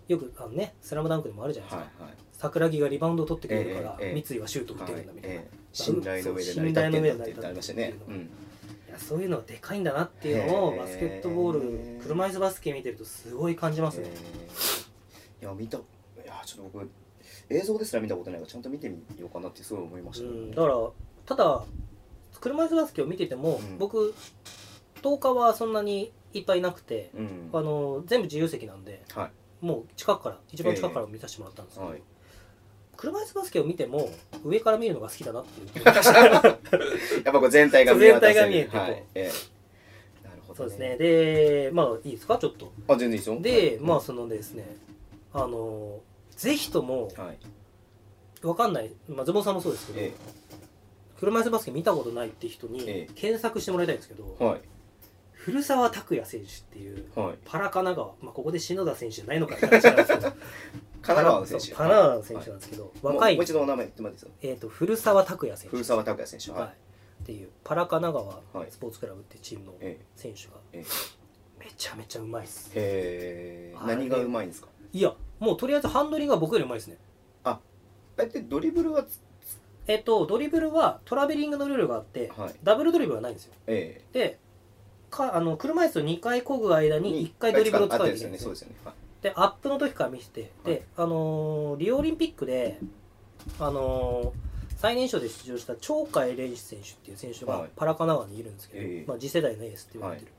Speaker 2: よくあのね「スラムダンクでもあるじゃないで
Speaker 1: は
Speaker 2: す
Speaker 1: い
Speaker 2: か、
Speaker 1: はい
Speaker 2: 桜木がリバウンドを取ってくれるから、
Speaker 1: ええええ
Speaker 2: 三井はシュート打ってるんだみたいな、
Speaker 1: はいええ信頼の上で成り立ってんだって言ってありましたねうん
Speaker 2: いやそういうのはでかいんだなっていうのを、
Speaker 1: へえ
Speaker 2: バスケットボール車椅子バスケ見てるとすごい感じますね、
Speaker 1: えーいや見たいやちょっと僕映像ですら見たことないからちゃんと見てみようかなってすごい思いまし
Speaker 2: う
Speaker 1: たね、
Speaker 2: ん、だからただ車椅子バスケを見てても、
Speaker 1: うん
Speaker 2: 僕10日はそんなにいっぱいいなくて、
Speaker 1: うん
Speaker 2: あの全部自由席なんで
Speaker 1: は
Speaker 2: もう近くから一番近くから見させてもらったんですけど、
Speaker 1: はい
Speaker 2: 車椅子バスケを見ても上から見るのが好きだなっていう
Speaker 1: い、やっぱこう全体が
Speaker 2: そう
Speaker 1: 見渡せる
Speaker 2: 全体が見えてこう
Speaker 1: はいええなるほ
Speaker 2: そ
Speaker 1: ど、
Speaker 2: うですねでまあいいですかちょっと
Speaker 1: あ全然いいですよ
Speaker 2: で、まあ
Speaker 1: あ
Speaker 2: そのですねあのぜひとも
Speaker 1: はい
Speaker 2: わかんない、まあ、ズボンさんもそうですけど、
Speaker 1: え
Speaker 2: 車椅子バスケ見たことないって人に
Speaker 1: ええ
Speaker 2: 検索してもらいたいんですけど、
Speaker 1: えはい
Speaker 2: 古澤拓也選手っていう
Speaker 1: はい
Speaker 2: パラ神奈川、まあ、ここで篠田選手じゃないのかって話なんですけど
Speaker 1: 神奈川の選手
Speaker 2: パラ神奈川の選手なんですけど、若
Speaker 1: もう
Speaker 2: い
Speaker 1: もう、一度お名前言ってもらっていいですか
Speaker 2: えー、と古澤拓也選手
Speaker 1: 古澤拓也選手
Speaker 2: はい
Speaker 1: はい、
Speaker 2: っていうパラ神奈
Speaker 1: は
Speaker 2: 川
Speaker 1: い
Speaker 2: スポーツクラブっていうチームの
Speaker 1: え
Speaker 2: 選手が
Speaker 1: ええ
Speaker 2: めちゃめちゃうまいです
Speaker 1: えへえ
Speaker 2: あれ
Speaker 1: 何がうまいんですか
Speaker 2: いやもうとりあえずハンドリングは僕よりうまいですね
Speaker 1: だってドリブルはつ
Speaker 2: えっ、とドリブルはトラベリングのルールがあって
Speaker 1: はい
Speaker 2: ダブルドリブルはないんですよ
Speaker 1: え
Speaker 2: でかあの車椅子を2回こぐ間
Speaker 1: え
Speaker 2: に1回ドリブルを使う
Speaker 1: あった
Speaker 2: んで
Speaker 1: ですす
Speaker 2: よ
Speaker 1: よ
Speaker 2: ね
Speaker 1: ねそうですよねはい
Speaker 2: でアップの時から見せてで、
Speaker 1: はい
Speaker 2: あのーリオオリンピックで、あのー最年少で出場した鳥海蓮司選手っていう選手
Speaker 1: は
Speaker 2: が
Speaker 1: い
Speaker 2: パラ神奈川にいるんですけど、
Speaker 1: ええ
Speaker 2: まあ、次世代のエースって言われてる、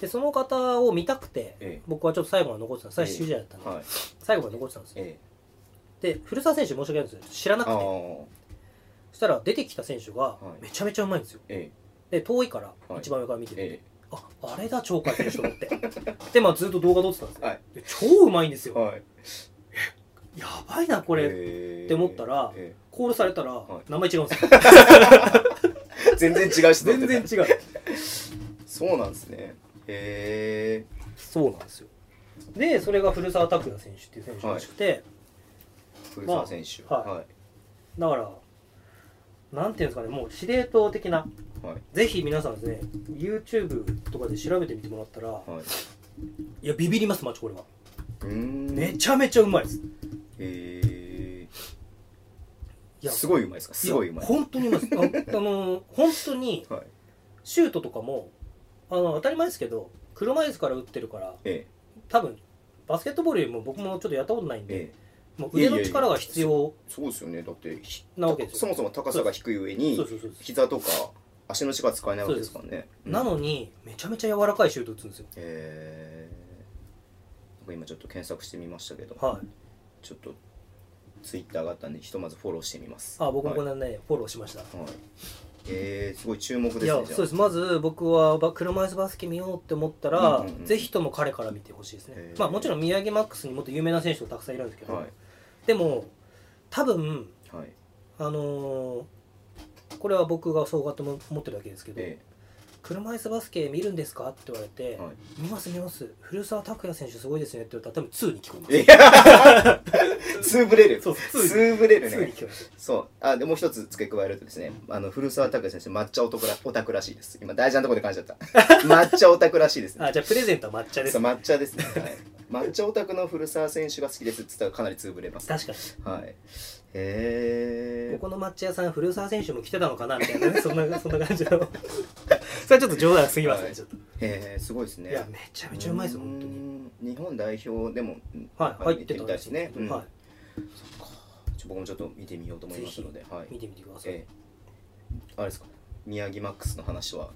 Speaker 2: でその方を見たくて、
Speaker 1: え
Speaker 2: 僕はちょっと最後まで残ってたんです最終試合だったん
Speaker 1: え
Speaker 2: で、
Speaker 1: はい
Speaker 2: 最後まで残ってたんですよ
Speaker 1: ええ
Speaker 2: で古澤選手申し訳ないんですよ知らな
Speaker 1: あ
Speaker 2: くて
Speaker 1: あ
Speaker 2: そしたら出てきた選手が
Speaker 1: はい
Speaker 2: めちゃめちゃうまいんですよ
Speaker 1: え
Speaker 2: で遠いから
Speaker 1: はい
Speaker 2: 一番上から見て
Speaker 1: え
Speaker 2: て、
Speaker 1: え
Speaker 2: ああれだ鳥海選手と思って でまあずっと動画撮ってたんですよ、
Speaker 1: はい
Speaker 2: で超うまいんです
Speaker 1: え
Speaker 2: よ
Speaker 1: はい
Speaker 2: やばいなこれ、
Speaker 1: れ
Speaker 2: って思ったらコールされたら、
Speaker 1: はい
Speaker 2: 名前違うんですよ
Speaker 1: 全然違う人
Speaker 2: 全然
Speaker 1: う
Speaker 2: 違う
Speaker 1: そうなんですねへ
Speaker 2: そうなんですよでそれが古澤拓也選手っていう選手らしくて、
Speaker 1: え古澤選手
Speaker 2: まあ
Speaker 1: はい
Speaker 2: だからなんていうんですかねもう司令塔的な
Speaker 1: はい
Speaker 2: ぜひ皆さんですね YouTube とかで調べてみてもらったら
Speaker 1: はい、
Speaker 2: いやビビりますマジこれは
Speaker 1: うーん
Speaker 2: めちゃめちゃうまいです
Speaker 1: え
Speaker 2: い
Speaker 1: ー、
Speaker 2: や
Speaker 1: すごいうまいですかすごいうまい
Speaker 2: や本当にうまいですああのー本当に
Speaker 1: はい
Speaker 2: シュートとかもあの当たり前ですけど車椅子から打ってるから
Speaker 1: え
Speaker 2: 多分バスケットボールよりも僕もちょっとやったことないん
Speaker 1: え
Speaker 2: で、
Speaker 1: ええ
Speaker 2: もう腕の力が必要
Speaker 1: そうですよねだってひ
Speaker 2: なわけです
Speaker 1: そ
Speaker 2: よ。
Speaker 1: もそも高さが低い上
Speaker 2: そ
Speaker 1: に
Speaker 2: うそうそうそう
Speaker 1: 膝とか足の力使えないわけですからねうん
Speaker 2: なのにめちゃめちゃ柔らかいシュート打つんですよ。
Speaker 1: えー、なんか今ちょっと検索してみましたけど
Speaker 2: はい。
Speaker 1: ちょっとツイッターがあったんでひとまずフォローしてみます
Speaker 2: あ僕もこ
Speaker 1: はい
Speaker 2: れね、フォローしました。
Speaker 1: はい、えー、すごい注目ですね
Speaker 2: い
Speaker 1: じゃ
Speaker 2: や
Speaker 1: あ
Speaker 2: そうですまず僕はば車椅子バスケ見ようって思ったら、
Speaker 1: うんうんうん
Speaker 2: ぜひとも彼から見てほしいですね
Speaker 1: へ。ー
Speaker 2: まあもちろん宮城マックスにもっと有名な選手がたくさんいるんですけど、
Speaker 1: は
Speaker 2: でも多分
Speaker 1: いはい
Speaker 2: あのーこれは僕がそうかとも思ってるだけですけど、
Speaker 1: え
Speaker 2: 車椅子バスケ見るんですかって言われて、
Speaker 1: ーはい
Speaker 2: 見ます見ます古澤拓也選手すごいですねって言ったら多分2に聞こえます
Speaker 1: え ツーブレる
Speaker 2: そう
Speaker 1: ツ
Speaker 2: そうツー
Speaker 1: ーブレ
Speaker 2: ツ
Speaker 1: る
Speaker 2: ーに
Speaker 1: ね
Speaker 2: 聞こえます
Speaker 1: そうあでもう一つ付け加えるとですねあの古澤拓也先生抹茶オタクらオタクらしいです今大事なところで感じちゃった 抹茶オタクらしいですね
Speaker 2: あじゃあプレゼントは抹茶です
Speaker 1: そう抹茶ですね、はい、抹茶オタクの古澤選手が好きですって言ったらかなりツーブレます
Speaker 2: 確か
Speaker 1: はいへ
Speaker 2: に
Speaker 1: え
Speaker 2: ここの抹茶屋さん古澤選手も来てたのかなみたいな ねそんなそんな感じの それはちょっと冗談すぎますね、
Speaker 1: はい
Speaker 2: ちょっと
Speaker 1: へえすごいですね
Speaker 2: いやめちゃめちゃうまいですよ本当に
Speaker 1: に日本代表でも
Speaker 2: はい入ってたん
Speaker 1: みたい
Speaker 2: で
Speaker 1: ですすね、うん
Speaker 2: はい
Speaker 1: ちょ僕もちょっと見てみようと思いますのではい
Speaker 2: 見てみてください、
Speaker 1: ええあれですか宮城マックスの話は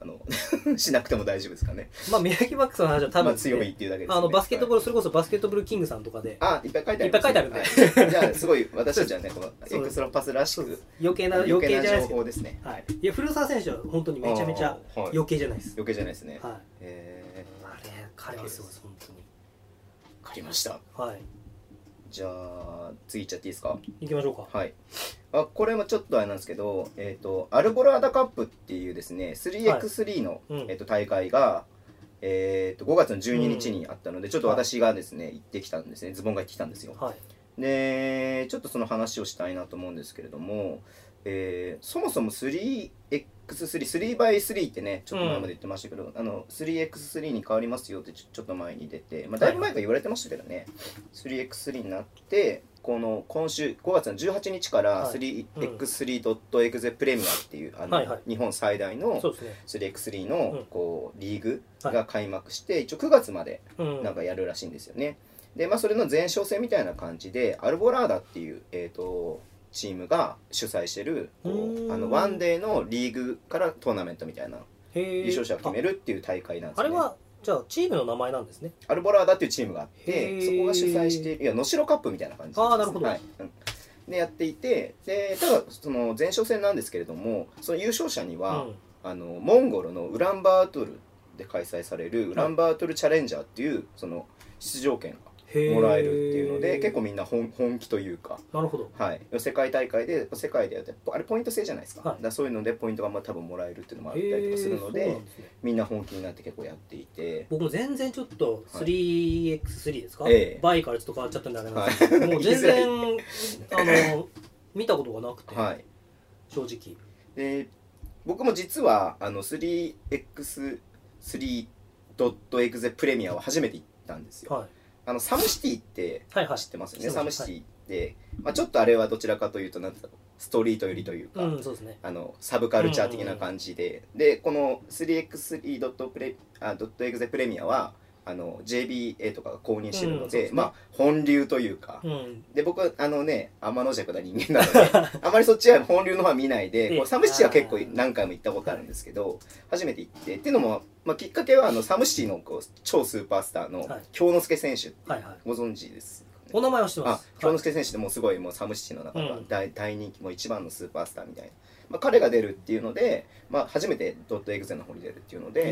Speaker 1: あの しなくても大丈夫ですかね
Speaker 2: まあ宮城バックスの話は多
Speaker 1: ま
Speaker 2: 分、
Speaker 1: あ、強いっていうだけです、ね、
Speaker 2: あのバスケットボー
Speaker 1: ー
Speaker 2: ル、それこそバスケットボールキングさんとかで
Speaker 1: あいっぱい書いてあ
Speaker 2: いっぱい書いてあるんで
Speaker 1: んで、はいじゃあすご い私たちはねこの
Speaker 2: そう
Speaker 1: エクストラパスらしく
Speaker 2: 余計な
Speaker 1: 余
Speaker 2: 余計じ
Speaker 1: 計
Speaker 2: ゃない
Speaker 1: な情
Speaker 2: ですけど
Speaker 1: 報ですね
Speaker 2: はい、いや古澤選手は本当にめちゃめちゃ
Speaker 1: あーはい
Speaker 2: 余計じゃないです、
Speaker 1: 余計じゃないですね、
Speaker 2: はい
Speaker 1: えー
Speaker 2: あれ彼はすごいです本当に
Speaker 1: わかりました
Speaker 2: はい
Speaker 1: じゃあ次いっちゃっていいですか
Speaker 2: 行きましょうか
Speaker 1: はいあこれもちょっとあれなんですけど、えー、とアルボラーダカップっていうですね 3x3 の、
Speaker 2: うん
Speaker 1: えー、と大会が、えー、と5月の12日にあったので、ちょっと私がですね行ってきたんですねズボンが行ってきたんですよ
Speaker 2: はい
Speaker 1: でちょっとその話をしたいなと思うんですけれども、えーそもそも 3x33x3 ってねちょっと前まで言ってましたけど、あの 3x3 に変わりますよってちょちょっと前に出て、まあ、だいぶ前から言われてましたけどね 3x3 になってこの今週5月の18日か
Speaker 2: は
Speaker 1: ら
Speaker 2: い
Speaker 1: 3x3.exe プレミアっていうあの、
Speaker 2: はいはい
Speaker 1: 日本最大の
Speaker 2: そうですね
Speaker 1: 3x3
Speaker 2: うん
Speaker 1: のこうリーグが開幕して、一応9月まで
Speaker 2: うん
Speaker 1: なんかやるらしいんですよね。で、まあ、それの前哨戦みたいな感じで、アルボラーダっていう、えー、とチームが主催してるこ
Speaker 2: う
Speaker 1: うんあのワンデーのリーグからトーナメントみたいな
Speaker 2: 優
Speaker 1: 優勝者を決めるっていう大会なんです
Speaker 2: あ
Speaker 1: ね
Speaker 2: れはじゃあチームの名前なんですね
Speaker 1: アルボラーダっていうチームがあっ
Speaker 2: へ
Speaker 1: て
Speaker 2: ー
Speaker 1: そこが主催していや能代カップみたいな感じです
Speaker 2: あーなるほど
Speaker 1: はいうんでやっていてでただその前哨戦なんですけれどもその優勝者には、
Speaker 2: うん
Speaker 1: あのモンゴルのウランバートルで開催されるウランバートルチャレンジャーっていうその出場権
Speaker 2: へ
Speaker 1: が
Speaker 2: ー
Speaker 1: もらえるっていうので結構みんな本本気というか、
Speaker 2: なるほど
Speaker 1: はい、世界大会で世界でやってあれポイント制じゃないですか,、
Speaker 2: はい
Speaker 1: だからそういうのでポイントがまあ多分もらえるっていうのもあった
Speaker 2: へ
Speaker 1: りと
Speaker 2: ー
Speaker 1: かするので,、
Speaker 2: そうなんすね
Speaker 1: みんな本気になって結構やっていて。
Speaker 2: 僕も全然ちょっと 3x3 ですか、
Speaker 1: ええ
Speaker 2: 倍からちょっと変わっちゃったんだけど、
Speaker 1: はい
Speaker 2: もう全然あの見たことがなく て、
Speaker 1: はい
Speaker 2: 正直
Speaker 1: で僕も実はあの 3x3.exe プレミアは初めて行ったんですよ、
Speaker 2: はい
Speaker 1: あのサムシティって
Speaker 2: はいはい
Speaker 1: 知ってますよね、
Speaker 2: 知って
Speaker 1: サ
Speaker 2: ま
Speaker 1: ム
Speaker 2: す
Speaker 1: シティって、まあ、ちょっとあれはどちらかというとなんだろうストリート寄りというか、
Speaker 2: うんそうですね
Speaker 1: あのサブカルチャー的な感じで、でこの 3x3.exe プレミアはあの JBA とかが公認してるので,、
Speaker 2: うんそうですね
Speaker 1: まあ本流というか、
Speaker 2: うん
Speaker 1: で僕はあのね天の弱な人間なの であまりそっちは本流の方は見ない
Speaker 2: え
Speaker 1: で
Speaker 2: え
Speaker 1: こうサムシティは結構何回も行ったことあるんですけど初めて行ってっていうのも、まあ、きっかけはあのサムシティのこう超スーパースターの
Speaker 2: はい
Speaker 1: 京之助選手
Speaker 2: はいはい
Speaker 1: ご存知ですか
Speaker 2: お
Speaker 1: ね
Speaker 2: 名前は知ってま
Speaker 1: あ
Speaker 2: す
Speaker 1: 京之
Speaker 2: はい
Speaker 1: 助選手ってもうすごいもうサムシティの中では
Speaker 2: うん
Speaker 1: 大,、大人気もう一番のスーパースターみたいな、まあ、彼が出るっていうので、まあ、初めてドットエグゼの方に出るっていうの
Speaker 2: へ
Speaker 1: で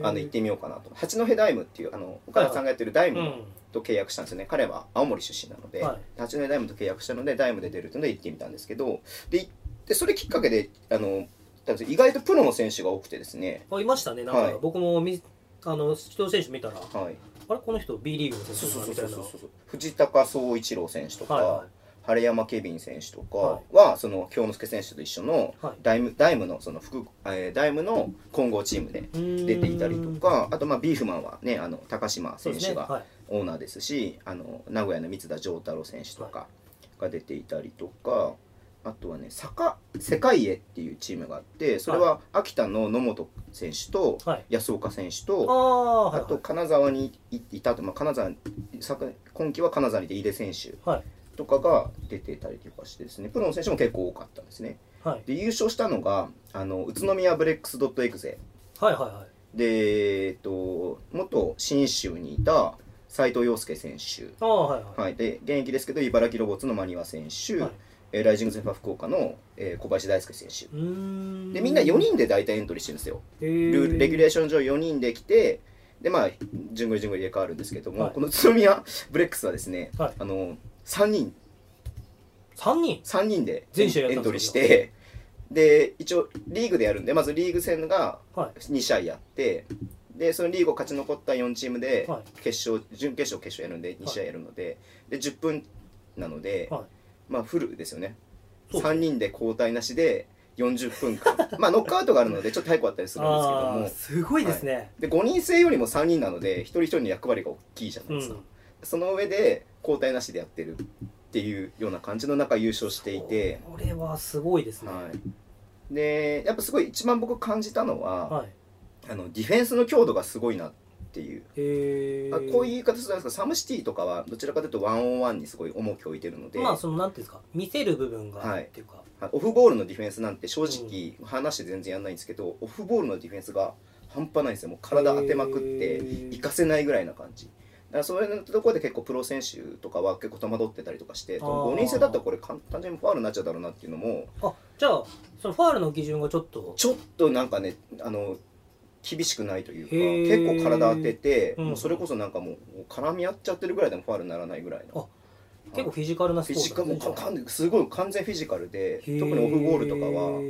Speaker 2: ー
Speaker 1: あの行ってみようかなと八戸ダイムっていうあの岡田さんがやってるダイムのと契約したんですよね彼は青森出身なので、
Speaker 2: はい
Speaker 1: 八戸ダイムと契約したのでダイムで出るというので行ってみたんですけどで行ってそれきっかけであの意外とプロの選手が多くてですね
Speaker 2: うんあいましたねなんか、
Speaker 1: はい
Speaker 2: 僕もみあの人選手見たら
Speaker 1: はい
Speaker 2: あれこの人 B リーグの
Speaker 1: そうそ
Speaker 2: 選手
Speaker 1: う
Speaker 2: だな
Speaker 1: そう
Speaker 2: み
Speaker 1: そうそ
Speaker 2: たいな
Speaker 1: う藤高総一郎選手とか、
Speaker 2: はいはい
Speaker 1: 晴山ケビン選手と
Speaker 2: は
Speaker 1: かはその京之助選手と一緒の
Speaker 2: はい
Speaker 1: ダイムダイムのその副えーダイムの混合チームで
Speaker 2: うーん
Speaker 1: 出ていたりとかあとまあビーフマンはねあの高島
Speaker 2: そう
Speaker 1: 選
Speaker 2: です
Speaker 1: 手
Speaker 2: ね
Speaker 1: が
Speaker 2: はい
Speaker 1: オーナーですしあの名古屋の三田丈太郎選手とかが出ていたりとかあとはね坂世界へっていうチームがあってそれは秋田の野本選手と
Speaker 2: はい
Speaker 1: 安岡選手
Speaker 2: あ
Speaker 1: と
Speaker 2: あはい
Speaker 1: あと金沢にいたと、まあ、金沢昨今季は金沢にいて井出選手
Speaker 2: はい
Speaker 1: とかが出てたりとかしてですねプロの選手も結構多かったんですね
Speaker 2: はい
Speaker 1: で優勝したのがあの宇都宮ブレックス .exe
Speaker 2: はいはいはい
Speaker 1: で、えっと、元信州にいた斎藤洋介選手
Speaker 2: ああはいはい
Speaker 1: はい、で現役ですけど茨城ロボッツの真庭選手、
Speaker 2: はい
Speaker 1: えーライジングゼファー福岡の、えー小林大輔選手
Speaker 2: うーん
Speaker 1: でみんな4人で大体エントリーしてるんですよ
Speaker 2: へ
Speaker 1: ル
Speaker 2: ー
Speaker 1: ールレギュレーション上4人で来てでまあ順繰り順繰り入れ替わるんですけども、
Speaker 2: はい
Speaker 1: この宇都宮ブレックスはですね、
Speaker 2: はい
Speaker 1: あの3人
Speaker 2: 3人
Speaker 1: 3人でエ
Speaker 2: 全
Speaker 1: ン
Speaker 2: 試合やった
Speaker 1: エ
Speaker 2: ん
Speaker 1: ン
Speaker 2: ですか
Speaker 1: トリーしてで一応リーグでやるんでまずリーグ戦が
Speaker 2: は
Speaker 1: 2試合やってでそのリーグを勝ち残った4チームで
Speaker 2: は
Speaker 1: 決勝、準決勝決勝やるんで2試合やるので,、で10分なので、
Speaker 2: はい
Speaker 1: まあフルですよね
Speaker 2: そう
Speaker 1: 3人で交代なしで40分間 まあノックアウトがあるのでちょっと早く終わったりするんですけど
Speaker 2: ああー
Speaker 1: も
Speaker 2: すごいですね、
Speaker 1: で5人制よりも3人なので一人一人の役割が大きいじゃないで
Speaker 2: う
Speaker 1: すか、
Speaker 2: ん
Speaker 1: その上で交代なしでやってるっていうような感じの中優勝していて、
Speaker 2: これはすごいですね
Speaker 1: はい、でやっぱすごい一番僕感じたのは、
Speaker 2: はい
Speaker 1: あのディフェンスの強度がすごいなっていう、
Speaker 2: へ
Speaker 1: あこういう
Speaker 2: う
Speaker 1: 言い方するんですかサムシティとかはどちらかというとワンオンワンにすごい重きを置いてるので、
Speaker 2: まあそのなんていうんですか見せる部分が、
Speaker 1: はい
Speaker 2: っていうか
Speaker 1: オフボールのディフェンスなんて正直話して全然やんないんですけど、オフボールのディフェンスが半端ないんですよもう体当てまくって
Speaker 2: へー
Speaker 1: 行かせないぐらいな感じだからそういうところで結構プロ選手とかは結構戸惑ってたりとかして
Speaker 2: あー
Speaker 1: 5人制だったらこれ簡単にファウルになっちゃうだろうなっていうのも
Speaker 2: あじゃあそのファールの基準がちょっと
Speaker 1: ちょっとなんかねあの厳しくないとい
Speaker 2: へー
Speaker 1: うか結構体当てて、
Speaker 2: うん
Speaker 1: もうそれこそなんかもう絡み合っちゃってるぐらいでもファウルにならないぐらいの
Speaker 2: 結構フィジカルな
Speaker 1: フ
Speaker 2: ス
Speaker 1: ィ
Speaker 2: ポー
Speaker 1: ジ
Speaker 2: ツ
Speaker 1: カ
Speaker 2: なん
Speaker 1: ルも
Speaker 2: で
Speaker 1: う
Speaker 2: すね
Speaker 1: かかんすごい完全フィジカルで特
Speaker 2: へー
Speaker 1: にオフボールとかは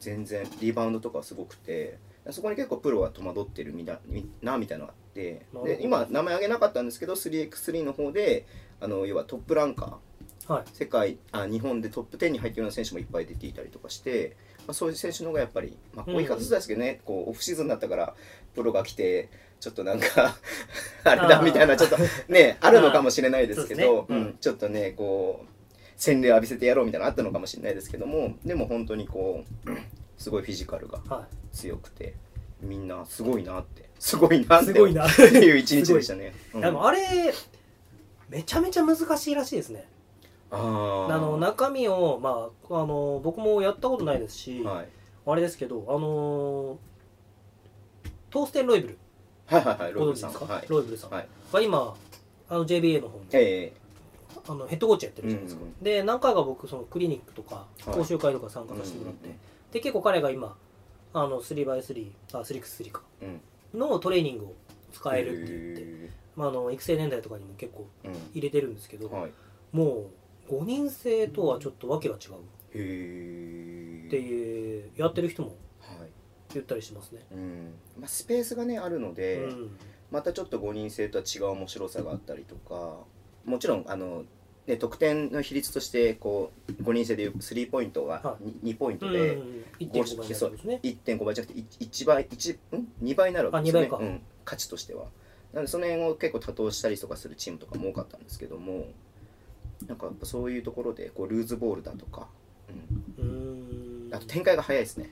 Speaker 1: 全然リバウンドとかはすごくてそこに結構プロは戸惑ってるみたいなみたいなのがあって
Speaker 2: なるほど
Speaker 1: で今名前挙げなかったんですけど 3x3 の方であの要はトップランカー、
Speaker 2: はい
Speaker 1: 世界あ日本でトップ10に入ってるような選手もいっぱい出ていたりとかして、まあ、そういう選手の方がやっぱり、まあ、こういう言い方するんですけどね、こうオフシーズンになったからプロが来てちょっとなん かあれだみたいなちょっとねあるのかもしれないですけ
Speaker 2: そう
Speaker 1: ど
Speaker 2: ですねうん
Speaker 1: うんちょっとねこう洗礼を浴びせてやろうみたいなのあったのかもしれないですけどもでも本当にこう すごいフィジカルが
Speaker 2: は
Speaker 1: 強くてみんなすごいなってすごいなっ
Speaker 2: い
Speaker 1: て
Speaker 2: すごいな
Speaker 1: って いう一日でしたね。うん
Speaker 2: でもあれめちゃめちゃ難しいらしいですね
Speaker 1: あ
Speaker 2: あ
Speaker 1: ー
Speaker 2: の中身を、まあ、あの僕もやったことないですし、
Speaker 1: はい、
Speaker 2: あれですけど、あのートーステン・ロイブル
Speaker 1: はいはいはい
Speaker 2: ご
Speaker 1: ロ
Speaker 2: 存
Speaker 1: ブ
Speaker 2: 知
Speaker 1: さ
Speaker 2: で
Speaker 1: ん
Speaker 2: すか、
Speaker 1: はい
Speaker 2: ロイブルさん
Speaker 1: はい
Speaker 2: が今あの JBA の方に
Speaker 1: え
Speaker 2: あのヘッドコーチやってるじゃないですか、
Speaker 1: うんうん
Speaker 2: で何回か僕そのクリニックとか
Speaker 1: はい
Speaker 2: 講習会とか参
Speaker 1: え
Speaker 2: 加させてもらって、
Speaker 1: うん
Speaker 2: で結構彼が今あの 3x3 あ 3x3 か
Speaker 1: うんうん
Speaker 2: のトレーニングを使えるって言って、
Speaker 1: へ
Speaker 2: まあ、あの育成年代とかにも結構
Speaker 1: え
Speaker 2: 入れてるんですけど、
Speaker 1: うんはい
Speaker 2: もう5人制とはちょっとわけが違う
Speaker 1: へえ
Speaker 2: っていうやってる人も
Speaker 1: はい
Speaker 2: 言ったりしますね、
Speaker 1: うんまあ、スペースがねあるので、
Speaker 2: うん
Speaker 1: またちょっと5人制とは違う面白さがあったりとかもちろんあの、ね、得点の比率としてこう5人制でいう3ポイントが
Speaker 2: は
Speaker 1: 2,、二ポイント
Speaker 2: う
Speaker 1: で
Speaker 2: ん、1.5倍になるんですね
Speaker 1: 1.5倍じゃなくてい1倍1ん2倍になるわけです
Speaker 2: あ
Speaker 1: ね
Speaker 2: 二倍か
Speaker 1: うん、価値としてはなのでその辺を結構多投したりとかするチームとかも多かったんですけどもなんかやっぱそういうところでこうルーズボールだとか、
Speaker 2: うー
Speaker 1: うんん、あと展開が早いですね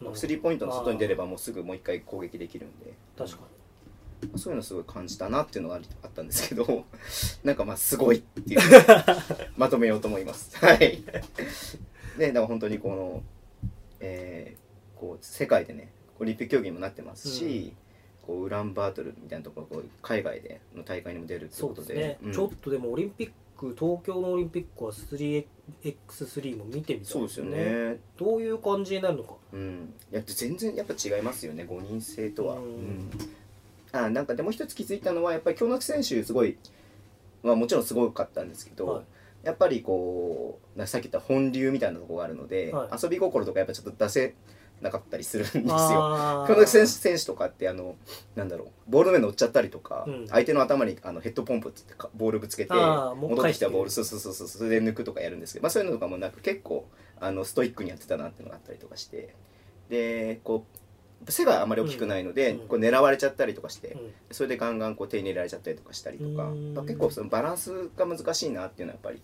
Speaker 2: なるほど
Speaker 1: スリーポイントの外に出ればもうすぐもう一回攻撃できるんで
Speaker 2: 確か
Speaker 1: そういうのすごい感じたなっていうのがありあったんですけど なんかまあすごいっていうまとめようと思い ますはいねだから本当にこのえーこう世界でねオリンピック競技にもなってますし、こうウランバートルみたいなところこう海外での大会にも出るって
Speaker 2: そ
Speaker 1: こ
Speaker 2: うで
Speaker 1: と
Speaker 2: す
Speaker 1: で
Speaker 2: ね、
Speaker 1: うん
Speaker 2: ちょっとでもオリンピック東京のオリンピックは 3x3 も見てみた
Speaker 1: そ
Speaker 2: いう
Speaker 1: で
Speaker 2: で
Speaker 1: すすよ
Speaker 2: よね
Speaker 1: ね
Speaker 2: どういう感じになるのか
Speaker 1: うんいや全然やっぱ違いますよね5人制とは、
Speaker 2: うん
Speaker 1: うんあなんかでもう一つ気づいたのはやっぱり京楽選手すごい、まあ、もちろんすごかったんですけど、
Speaker 2: はい
Speaker 1: やっぱりこうなさっき言った本流みたいなところがあるので、
Speaker 2: はい
Speaker 1: 遊び心とかやっぱちょっと出せなかったりするんですよ。
Speaker 2: あー
Speaker 1: 京楽選手選手とかってあのなんだろうボールの上に乗っちゃったりとか、
Speaker 2: うん
Speaker 1: 相手の頭にあのヘッドポンプって言ってかボールぶつけて
Speaker 2: あーもう
Speaker 1: 戻ってきたボー
Speaker 2: 返
Speaker 1: ル
Speaker 2: し
Speaker 1: そうそうそうそうそれで抜くとかやるんですけど、まあ、そういうのとかもなく結構あのストイックにやってたなっていうのがあったりとかしてでこう背があまり大きくないので、
Speaker 2: うんうん
Speaker 1: こう狙われちゃったりとかして、
Speaker 2: うん
Speaker 1: それでガンガンこう手に入れられちゃったりとかしたりとか
Speaker 2: うん
Speaker 1: まあ結構そのバランスが難しいなっていうのはやっぱり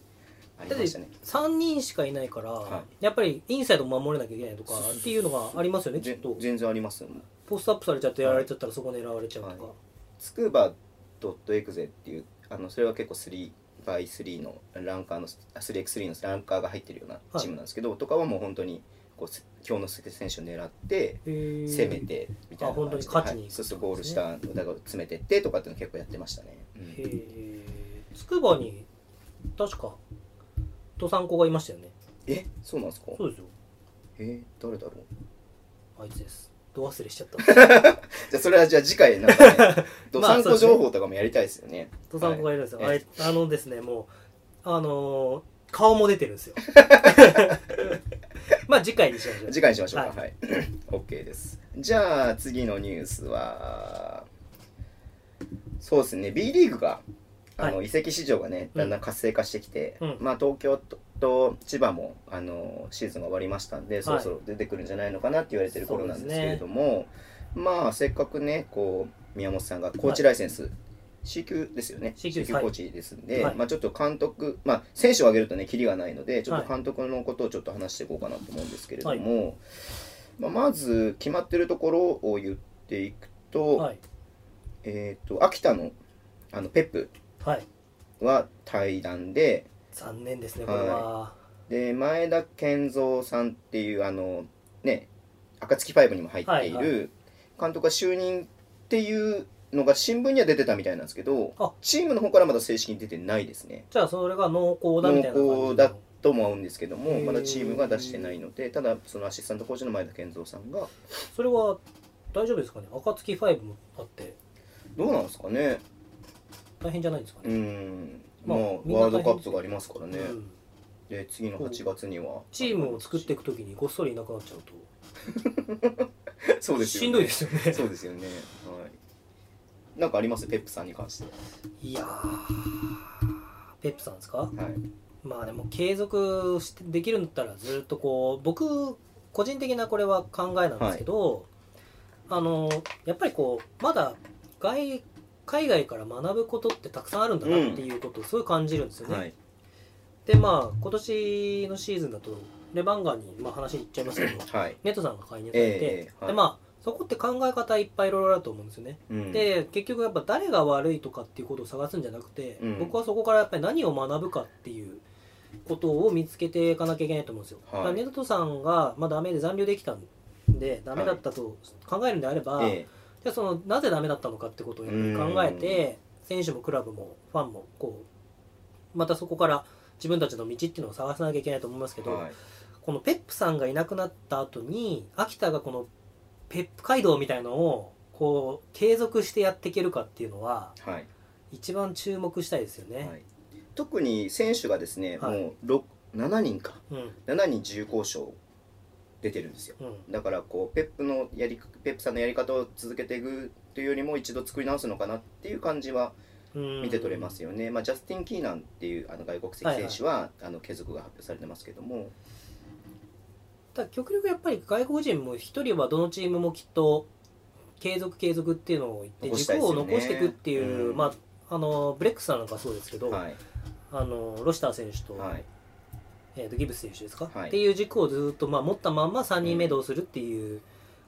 Speaker 1: ありましたね。
Speaker 2: 3人しかいないから、
Speaker 1: は
Speaker 2: やっぱりインサイドも守れなきゃいけないとか
Speaker 1: そうそうそう
Speaker 2: っていうのがありますよねき
Speaker 1: ぜ
Speaker 2: っと
Speaker 1: 全然ありますよ
Speaker 2: ポストアップされちゃってやられちゃったらそこ狙われちゃうとか、
Speaker 1: はスクーバドットエグゼっていうあのそれは結構 3x3 のランカーのあ 3x3 のランカーが入ってるようなチームなんですけど、とかはもう本当にこうす京之介選手を狙って
Speaker 2: へー
Speaker 1: 攻めてみたいな感じで、
Speaker 2: あ本当に勝ちに
Speaker 1: はい
Speaker 2: 行く
Speaker 1: そうそうゴールしただから詰めてってとかっていうの結構やってましたね、うん
Speaker 2: へーつくばに確か土産子がいましたよね
Speaker 1: えそうなんですか
Speaker 2: そうですよ
Speaker 1: え誰だろう
Speaker 2: あいつですど忘れしちゃった
Speaker 1: じゃあそれはじゃあ次回なんか ねど
Speaker 2: まあ
Speaker 1: さんこ情報とかもやりたいですよね
Speaker 2: 土産子がいるんですよ、
Speaker 1: はい
Speaker 2: あいあのですねもうあのー顔も出てるん ですよまあ次回にしましょう
Speaker 1: 次回にしましょうか
Speaker 2: はい
Speaker 1: はい OK ですじゃあ次のニュースはそうですね B リーグがあの、
Speaker 2: は
Speaker 1: 移籍市場がねだんだん活性化してきて、
Speaker 2: うん
Speaker 1: まあ、東京とと千葉もあのシーズンが終わりましたんでそろそろ出てくるんじゃないのかなって言われてる頃なんですけれども、まあせっかくねこう宮本さんがコーチライセンス、C 級ですよね
Speaker 2: C 級
Speaker 1: C 級コーチですんで、
Speaker 2: はい
Speaker 1: まあ、ちょっと監督、まあ、選手を挙げるとね、キリがないので、ちょっと監督のことをちょっと話していこうかなと思うんですけれども、まあ、まず決まってるところを言っていくと、
Speaker 2: はい
Speaker 1: えー、と秋田のあのペップ
Speaker 2: はい
Speaker 1: は対談で、
Speaker 2: 残念ですねこれは、
Speaker 1: で前田健三さんっていう、あのね、暁ファイブにも入ってい
Speaker 2: はいは
Speaker 1: る、監督が就任っていうのが新聞には出てたみたいなんですけど
Speaker 2: あ、
Speaker 1: チームの方からまだ正式に出てないですね。
Speaker 2: じゃあそれが濃厚だみたいな感じ
Speaker 1: 濃厚だとも思うんですけど
Speaker 2: へ
Speaker 1: も
Speaker 2: ー
Speaker 1: まだチームが出してないのでただそのアシスタントコーチの前田健三さんが
Speaker 2: それは大丈夫ですかね暁ファイブもあって
Speaker 1: どうなんですかね
Speaker 2: 大変じゃないですか
Speaker 1: う
Speaker 2: ね、
Speaker 1: んま
Speaker 2: まあ
Speaker 1: あ
Speaker 2: みんな
Speaker 1: ワールドカップがありますからね
Speaker 2: うん
Speaker 1: で次の8月には
Speaker 2: チームを作っていくときにごっそりいなくなっちゃうと
Speaker 1: そうですよね
Speaker 2: しんどいですよ ね
Speaker 1: そうですよねはいなんかありますペップさんに関して
Speaker 2: いやーペップさんですか
Speaker 1: はい
Speaker 2: まあでも継続してできるんだったらずっとこう僕個人的なこれは考えなんですけど、あのやっぱりこうまだ外海外から学ぶことってたくさんあるんだなっていうことをすごい感じるんですよね、
Speaker 1: はい
Speaker 2: でまあ今年のシーズンだとレバンガに、まあ、話いっちゃいますけど
Speaker 1: はい
Speaker 2: ネットさんが介入され
Speaker 1: え、
Speaker 2: て
Speaker 1: えはい
Speaker 2: でまあそこって考え方いっぱいいろいろあると思うんですよね、
Speaker 1: うん
Speaker 2: で結局やっぱ誰が悪いとかっていうことを探すんじゃなくて、
Speaker 1: うん
Speaker 2: 僕はそこからやっぱり何を学ぶかっていうことを見つけていかなきゃいけないと思うんですよ。
Speaker 1: はい
Speaker 2: だから根本さんが、まあ、ダメで残留できたんでダメだったと考えるんであれば、
Speaker 1: え
Speaker 2: じゃあそのなぜダメだったのかってことをやっぱり考えて選手もクラブもファンもこうまたそこから自分たちの道っていうのを探さなきゃいけないと思いますけ
Speaker 1: え
Speaker 2: ど、
Speaker 1: はい
Speaker 2: このペップさんがいなくなった後に秋田がこのペップ街道みたいのをこう継続してやっていけるかっていうのは
Speaker 1: はい
Speaker 2: 一番注目したいですよね。
Speaker 1: はい特に選手がですね、
Speaker 2: はい
Speaker 1: もう六7人か
Speaker 2: うん
Speaker 1: 7人自由交渉出てるんですよ
Speaker 2: うん
Speaker 1: だからこうペップのやりペップさんのやり方を続けていくというよりも一度作り直すのかなっていう感じは
Speaker 2: うん
Speaker 1: 見て取れますよね、まあ、ジャスティン・キーナンっていうあの外国籍選手は、あの継続が発表されてますけども、
Speaker 2: ただ極力やっぱり外国人も一人はどのチームもきっと継続継続っていうのを言って
Speaker 1: 残したい
Speaker 2: 軸
Speaker 1: です
Speaker 2: を
Speaker 1: よね
Speaker 2: 残していくっていう、
Speaker 1: うん
Speaker 2: まああのブレックスさんなんかそうですけど、
Speaker 1: はい
Speaker 2: あのロシター選手と,、
Speaker 1: はい
Speaker 2: えーとギブス選手ですか、
Speaker 1: はい
Speaker 2: っていう軸をずっと、まあ、持ったまんま3人目どうするっていう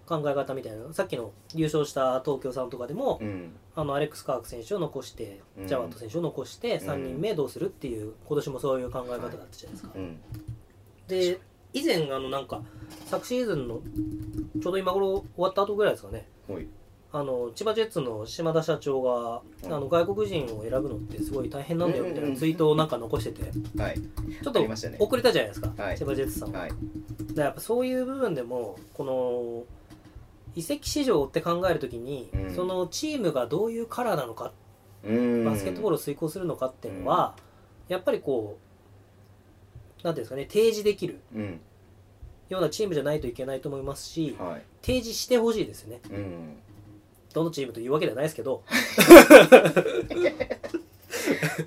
Speaker 2: 考え方みたいな、さっきの優勝した東京さんとかでも、
Speaker 1: うん
Speaker 2: あのアレックス・カーク選手を残して、
Speaker 1: うん
Speaker 2: ジャワット選手を残して3人目どうするっていう、今年もそういう考え方だったじゃないですか。
Speaker 1: うん
Speaker 2: で以前あのなんか昨シーズンのちょうど今頃終わった後ぐらいですかね
Speaker 1: はい
Speaker 2: あの千葉ジェッツの島田社長が、
Speaker 1: うん
Speaker 2: あの外国人を選ぶのってすごい大変なんだよみ
Speaker 1: うん
Speaker 2: たい
Speaker 1: うんうん
Speaker 2: なツイートをなんか残しててち
Speaker 1: はい
Speaker 2: ょっ
Speaker 1: あ
Speaker 2: と
Speaker 1: りましたね
Speaker 2: 遅れたじゃないですか、
Speaker 1: はい
Speaker 2: 千葉ジェッツさんは、
Speaker 1: はい
Speaker 2: だからやっぱそういう部分でもこの移籍市場って考えるときに、
Speaker 1: うん
Speaker 2: そのチームがどういうカラーなのか
Speaker 1: うん
Speaker 2: バスケットボールを遂行するのかっていうのは、やっぱりこうなんていうんですかね提示できる
Speaker 1: うん
Speaker 2: ようなチームじゃないといけないと思いますし、
Speaker 1: はい
Speaker 2: 提示してほしいですよね。
Speaker 1: うん
Speaker 2: どのチームというわけではないですけど、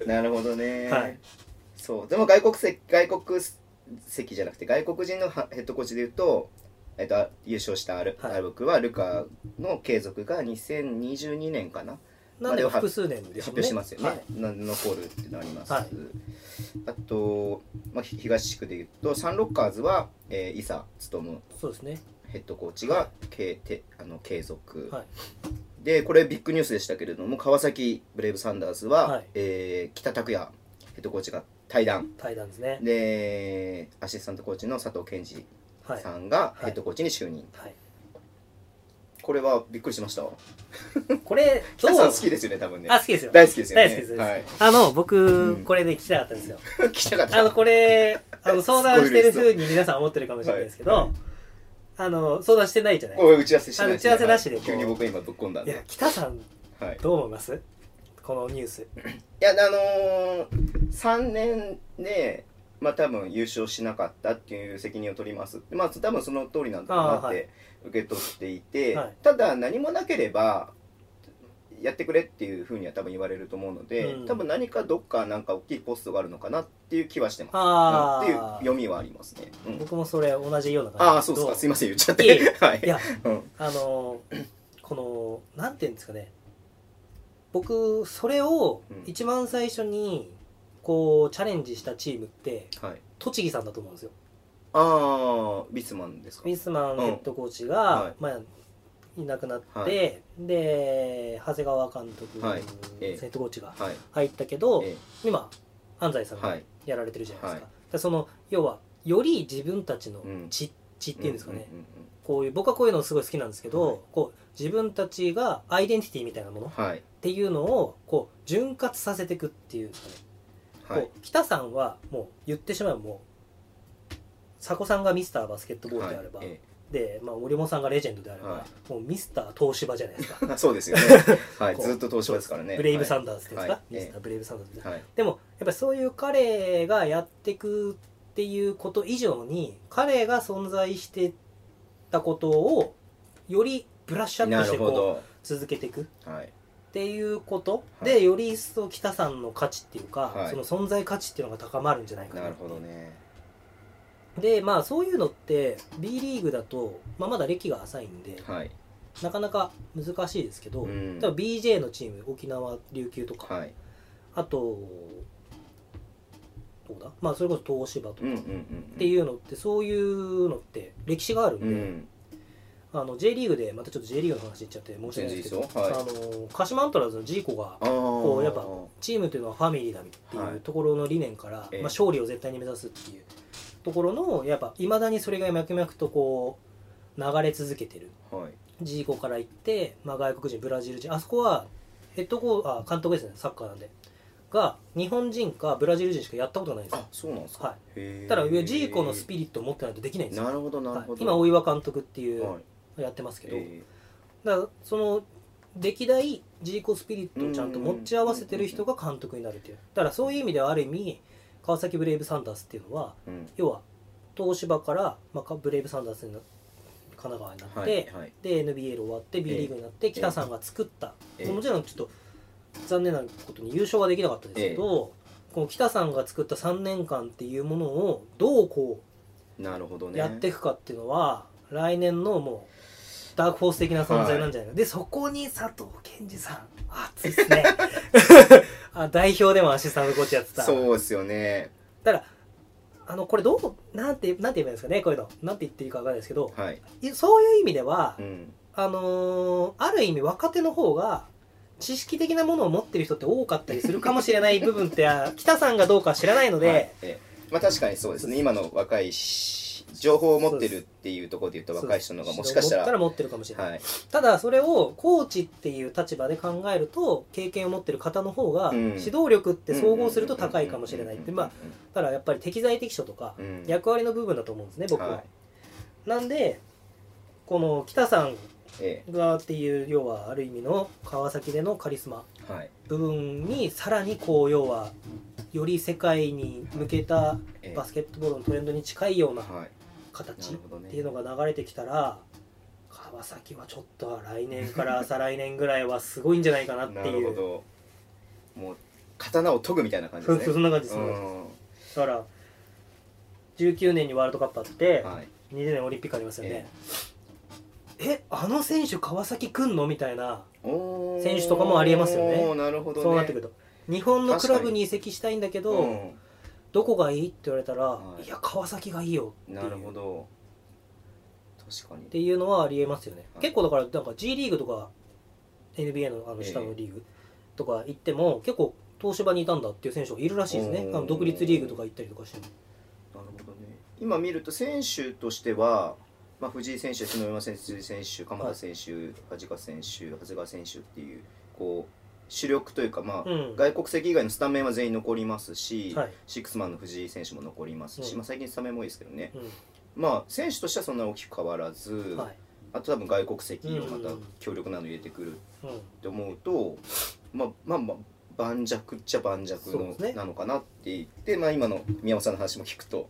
Speaker 1: なるほどね、
Speaker 2: はい
Speaker 1: そうでも外国籍外国籍じゃなくて外国人のはヘッドコーチでいうと、えっと、あ優勝したアル,、
Speaker 2: はい
Speaker 1: アルブクはルカの継続が2022年かな
Speaker 2: なんで複数年です
Speaker 1: 発
Speaker 2: よ
Speaker 1: 表
Speaker 2: ね。
Speaker 1: してますよね、
Speaker 2: はい
Speaker 1: な残るってなります、
Speaker 2: はい
Speaker 1: あと、まあ、ひ東地区でいうとサンロッカーズは、えー、伊佐勉
Speaker 2: そうですね。
Speaker 1: ヘッドコーチが継てあの継続、
Speaker 2: は
Speaker 1: でこれビッグニュースでしたけれども川崎ブレイブサンダースは、
Speaker 2: はい
Speaker 1: えー北拓也ヘッドコーチが退団
Speaker 2: 対談ですね。
Speaker 1: でアシスタントコーチの佐藤健二
Speaker 2: はい。
Speaker 1: さんが
Speaker 2: はい
Speaker 1: ヘッドコーチに就任、
Speaker 2: はい、
Speaker 1: これはびっくりしました
Speaker 2: これど
Speaker 1: 北
Speaker 2: う
Speaker 1: さん好きですよね多分ね
Speaker 2: あ好きですよ。
Speaker 1: 大好きですよね
Speaker 2: 大好きです。
Speaker 1: はい
Speaker 2: あの
Speaker 1: ん
Speaker 2: 僕これで聞きたかったんですよ。
Speaker 1: 聞きたかっ
Speaker 2: あ
Speaker 1: た
Speaker 2: のこれあの相談してる風に皆さん思ってるかもしれないですけど、
Speaker 1: はいはい
Speaker 2: あの相談してないじゃない。
Speaker 1: おい打ち合わせしない
Speaker 2: あ打ち合わせなしでこう
Speaker 1: 急に僕今ぶっ込んだん
Speaker 2: いや
Speaker 1: で、
Speaker 2: 北さん
Speaker 1: はい、い
Speaker 2: どう思います？このニュース。
Speaker 1: やあのー、3年でまあ多分優勝しなかったっていう責任を取りますまあ多分その通りなんだろうな
Speaker 2: あー
Speaker 1: っ
Speaker 2: は
Speaker 1: て受け取っていて、
Speaker 2: はい
Speaker 1: ただ何もなければやってくれっていうふうには多分言われると思うので、
Speaker 2: うん
Speaker 1: 多分何かどっかなんか大きいポストがあるのかなっていう気はしてます
Speaker 2: あ
Speaker 1: うんっていう
Speaker 2: あ。
Speaker 1: 読みはありますね、うん
Speaker 2: 僕もそれ同じような感じ
Speaker 1: ああそうですかすいません言っちゃって
Speaker 2: いえいえ
Speaker 1: はい
Speaker 2: いや
Speaker 1: うん
Speaker 2: あのーこのなんていうんですかね僕それを
Speaker 1: うん
Speaker 2: 一番最初にこうチャレンジしたチームって
Speaker 1: はい
Speaker 2: 栃木さんだと思うんですよ
Speaker 1: ああビスマンですか
Speaker 2: ミスマンヘッドコーチが、
Speaker 1: はい
Speaker 2: まあ、いなくなって、
Speaker 1: は
Speaker 2: で長谷川監督、
Speaker 1: はいええ
Speaker 2: ヘッドコーチが
Speaker 1: はい
Speaker 2: 入ったけど、
Speaker 1: え
Speaker 2: 今安西さん
Speaker 1: は
Speaker 2: が
Speaker 1: い
Speaker 2: やられてるじゃないですか,、
Speaker 1: は
Speaker 2: その要はより自分たちの
Speaker 1: うん
Speaker 2: 血,、血っていうんですかね、
Speaker 1: うんうんうん
Speaker 2: こういう僕はこういうのすごい好きなんですけど、
Speaker 1: はい
Speaker 2: こう自分たちがアイデンティティみたいなものっ
Speaker 1: はい
Speaker 2: ていうのをこう潤滑させていくっていうんですか
Speaker 1: は
Speaker 2: ね、
Speaker 1: い
Speaker 2: こう北さんはもう言ってしまえばもう佐古さんがミスターバスケットボールであれば、
Speaker 1: はいえ
Speaker 2: で、まあ、森本さんがレジェンドであれば、
Speaker 1: は
Speaker 2: もうミスター東芝じゃないですか
Speaker 1: え そうですよね。はい、
Speaker 2: こう
Speaker 1: ずっと東芝ですからね。
Speaker 2: ブレイブサ
Speaker 1: は
Speaker 2: ンダースっていうんですか、
Speaker 1: はい
Speaker 2: ミスターブレイブサンダース
Speaker 1: い。はい。
Speaker 2: でもやっぱりそういう彼がやってくっていうこと以上に彼が存在してたことをよりブラッシュアッ
Speaker 1: な
Speaker 2: プし
Speaker 1: る
Speaker 2: て
Speaker 1: ほ
Speaker 2: こ
Speaker 1: ど
Speaker 2: う。続けていくっ
Speaker 1: はい。
Speaker 2: ていうこと
Speaker 1: はい
Speaker 2: でより一層北さんの価値っていうか、
Speaker 1: はい
Speaker 2: その存在価値っていうのが高まるんじゃないかな
Speaker 1: なるほどね。
Speaker 2: でまあそういうのって B リーグだと、まあ、まだ歴が浅いんで
Speaker 1: はい。
Speaker 2: なかなか難しいですけど、
Speaker 1: うん
Speaker 2: 例えば BJ のチーム沖縄琉球とか、
Speaker 1: はい。
Speaker 2: あとどうだまあそれこそ東芝とか、
Speaker 1: うんうんうん。
Speaker 2: っていうのってそういうのって歴史があるん
Speaker 1: う
Speaker 2: で、
Speaker 1: ん。
Speaker 2: あの J リーグでまたちょっと J リーグの話いっちゃって申し訳ないですけど
Speaker 1: 全然いいですよ
Speaker 2: あの鹿島アントラーズのジーコが
Speaker 1: あこ
Speaker 2: こうやっぱチームというのはファミリーだってい
Speaker 1: は
Speaker 2: う
Speaker 1: い
Speaker 2: ところの理念から、
Speaker 1: ええ
Speaker 2: まあ、勝利を絶対に目指すっていうところのやっぱいまだにそれが脈々とこう流れ続けてる
Speaker 1: はい
Speaker 2: ジーコから行って、まあ、外国人ブラジル人あそこはヘッドコーあ監督ですねサッカーなんでが日本人かブラジル人しかやったことないんですよ
Speaker 1: あそうなんですか
Speaker 2: は
Speaker 1: へ
Speaker 2: い
Speaker 1: え
Speaker 2: ただ上ジーコのスピリットを持ってないとできないんですよ
Speaker 1: なるほどなる
Speaker 2: はい
Speaker 1: ほど
Speaker 2: 今大岩監督っていう
Speaker 1: はい
Speaker 2: やってますけど、
Speaker 1: え
Speaker 2: だからその歴代ジーコスピリットをちゃんと持ち合わせてる人が監督になるっていうだからそういう意味ではある意味川崎ブレイブサンダースっていうのは
Speaker 1: ーうん
Speaker 2: 要は東芝から、まあか、ブレイブサンダースにな神奈川になっ
Speaker 1: は
Speaker 2: て、
Speaker 1: いはい
Speaker 2: で NBL 終わって B リーグになって北さんが作った、
Speaker 1: ええ
Speaker 2: もちろんちょっと残念なことに優勝はできなかったですけど、この北さんが作った3年間っていうものをどうこう
Speaker 1: なるほどね
Speaker 2: やっていくかっていうのは、来年のもうダークホース的な存在なんじゃないか、でそこに佐藤健二さん熱いっ すねあ代表でもアシスタントコーチやってた
Speaker 1: そうですよね
Speaker 2: だからあのこれどうなんてなんて言えばいいんですかねこういうのなんて言っていいかわかんないですけど
Speaker 1: はい
Speaker 2: いそういう意味では、
Speaker 1: うん
Speaker 2: あのーある意味若手の方が知識的なものを持ってる人って多かったりするかもしれない部分ってあ北さんがどうかは知らないので、
Speaker 1: はいええまあ確かにそうですね今の若いし情報を持ってるっていうところで言うと若い人の方がもしかしたら
Speaker 2: 持ったら持ってるかもしれない、
Speaker 1: はい
Speaker 2: ただそれをコーチっていう立場で考えると経験を持ってる方の方が
Speaker 1: うん
Speaker 2: 指導力って総合すると高いかもしれないってまあだからやっぱり適材適所とか
Speaker 1: うん
Speaker 2: 役割の部分だと思うんですね僕は、
Speaker 1: はい
Speaker 2: なんでこの北さん
Speaker 1: え
Speaker 2: がっていう要はある意味の川崎でのカリスマ
Speaker 1: えはい
Speaker 2: 部分にさらにこう要はより世界に向けた
Speaker 1: ええ
Speaker 2: バスケットボールのトレンドに近いような
Speaker 1: はいな
Speaker 2: 形
Speaker 1: る
Speaker 2: っ
Speaker 1: ほどね
Speaker 2: ていうのが流れてきたら川崎はちょっと来年から再来年ぐらいはすごいんじゃないかなって
Speaker 1: な
Speaker 2: いう
Speaker 1: るほどもう刀を研ぐみたいな感じ
Speaker 2: そう
Speaker 1: で
Speaker 2: そう
Speaker 1: す
Speaker 2: そ
Speaker 1: ね
Speaker 2: んな感じです、
Speaker 1: うん
Speaker 2: だから19年にワールドカップあって、
Speaker 1: はい
Speaker 2: 20年オリンピックありますよねえあの選手川崎来んのみたいな
Speaker 1: おー
Speaker 2: 選手とかもありえますよね
Speaker 1: おーなるほどね
Speaker 2: そうなってくると日本のクラ
Speaker 1: 確か
Speaker 2: ブ
Speaker 1: に
Speaker 2: に移籍したいんだけど、
Speaker 1: うん
Speaker 2: どこがいいって言われたら、
Speaker 1: はい
Speaker 2: い、や川崎がいいよっていう
Speaker 1: なるほど確かに
Speaker 2: っていうのはありえますよね、
Speaker 1: はい
Speaker 2: 結構だからなんか G リーグとか NBA のあの
Speaker 1: ええ
Speaker 2: 下のリーグとか行っても、結構東芝にいたんだっていう選手がいるらしいですね
Speaker 1: おー
Speaker 2: あの独立リーグとか行ったりとかしても
Speaker 1: なるほどね今見ると選手としては、まあ、藤井選手、篠山選手、辻井選手、鎌田選手、梶川選手、長谷川選手っていうこう主力というか、まあ
Speaker 2: うん
Speaker 1: 外国籍以外のスタメンは全員残りますし、
Speaker 2: はい
Speaker 1: シックスマンの藤井選手も残りますし、
Speaker 2: うん
Speaker 1: まあ、最近スタメンも多いですけどね、
Speaker 2: う
Speaker 1: まあ、選手としてはそんなに大きく変わらず、
Speaker 2: んはい
Speaker 1: あと多分外国籍をまた
Speaker 2: うん
Speaker 1: 強力なの入れてくる
Speaker 2: うん
Speaker 1: って思うと、まあまあまあ盤石っちゃ盤石
Speaker 2: そう
Speaker 1: の、
Speaker 2: ですね
Speaker 1: なのかなって言って、まあ、今の宮本さんの話も聞くと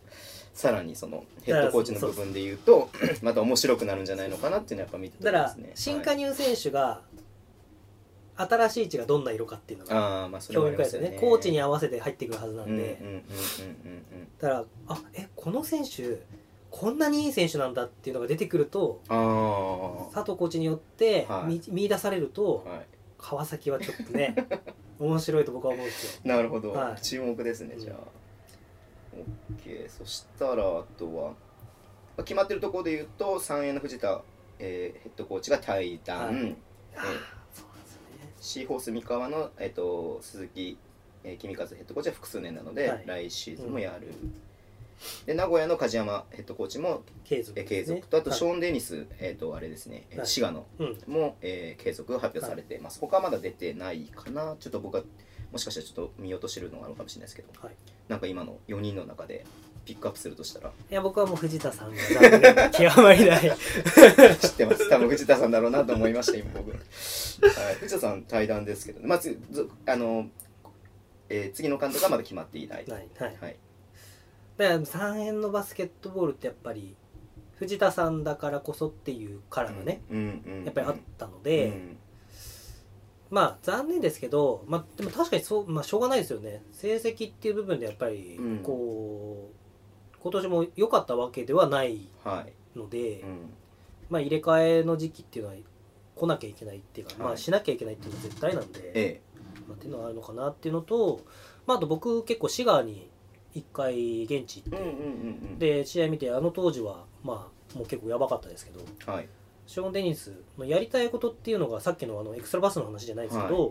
Speaker 1: さらにそのヘッドコーチの部分で言うとまた面白くなるんじゃないのかなっていうのはやっぱ見てた
Speaker 2: だ
Speaker 1: んで
Speaker 2: から
Speaker 1: すね。
Speaker 2: 新加入選手が新しい血がどんな色かっていうの
Speaker 1: はい
Speaker 2: が
Speaker 1: あーまあそれ
Speaker 2: 興
Speaker 1: はあり
Speaker 2: 味深
Speaker 1: ま
Speaker 2: いですすよ
Speaker 1: よ
Speaker 2: ね
Speaker 1: ね。
Speaker 2: コーチに
Speaker 1: あ
Speaker 2: 合わせて入ってくるはずな
Speaker 1: うん
Speaker 2: ん
Speaker 1: うんうん
Speaker 2: で、
Speaker 1: うんうん
Speaker 2: だからあえこの選手こんなにいい選手なんだっていうのが出てくると
Speaker 1: うん。あ
Speaker 2: 佐藤コーチによって
Speaker 1: はい
Speaker 2: 見,、見出されると、
Speaker 1: あ、は
Speaker 2: 川崎はちょっと ね面白いと僕は思うんですよ
Speaker 1: い、なるほど、
Speaker 2: はい
Speaker 1: 注目ですね
Speaker 2: うん
Speaker 1: じゃあ。OK そしたらあとは、まあ、決まってるところで言うと3円の藤田、えーヘッドコーチが退団。
Speaker 2: はい
Speaker 1: え
Speaker 2: ああそうなんですよね
Speaker 1: シーホース三河の、えっと鈴木、えー、君和ヘッドコーチは複数年なので、
Speaker 2: はい
Speaker 1: 来シーズンもやる、で名古屋の梶山ヘッドコーチも、
Speaker 2: 継続
Speaker 1: えー
Speaker 2: で
Speaker 1: 継
Speaker 2: すね
Speaker 1: 続とあと
Speaker 2: はい
Speaker 1: ショーン・デニス、えっとあれですね、えー
Speaker 2: はい
Speaker 1: 滋賀の
Speaker 2: うん
Speaker 1: も、えー継続が発表されてます、他はまだ出てないかなちょっと僕はもしかしたらちょっと見落としてるのがあるかもしれないですけど
Speaker 2: はい、
Speaker 1: なんか今の4人の中でピックアップするとしたら
Speaker 2: いや僕はもう藤田さんが残念で極まりない
Speaker 1: 知ってます多分藤田さんだろうなと思いました今僕、はい、藤田さん対談ですけど、まあ、つずあの、えー次の監督はまだ決まっていない
Speaker 2: ないはい
Speaker 1: はい、
Speaker 2: だから3円のバスケットボールってやっぱり藤田さんだからこそっていうカラーがね、
Speaker 1: うんうんうん、
Speaker 2: やっぱりあったので、
Speaker 1: うん
Speaker 2: まあ残念ですけど、まあ、でも確かにそう、まあ、しょうがないですよね成績っていう部分でやっぱり
Speaker 1: うん
Speaker 2: こう、今年も良かったわけではない
Speaker 1: はい、
Speaker 2: ので、
Speaker 1: うん
Speaker 2: まあ、入れ替えの時期っていうのは来なきゃいけないっていうか、ま
Speaker 1: は
Speaker 2: あ、
Speaker 1: い
Speaker 2: しなきゃいけないっていうのは絶対なんで、
Speaker 1: え
Speaker 2: まあ、っていうのはあるのかなっていうのと、まあ、あと僕結構滋賀に一回現地行
Speaker 1: え
Speaker 2: っ
Speaker 1: うんうん
Speaker 2: て、
Speaker 1: うんうん
Speaker 2: で試合見てあの当時はまあもう結構やばかったですけど
Speaker 1: はい
Speaker 2: ショーン・デニスのやりたいことっていうのがさっきのあのエクストラバスの話じゃないですけど、っ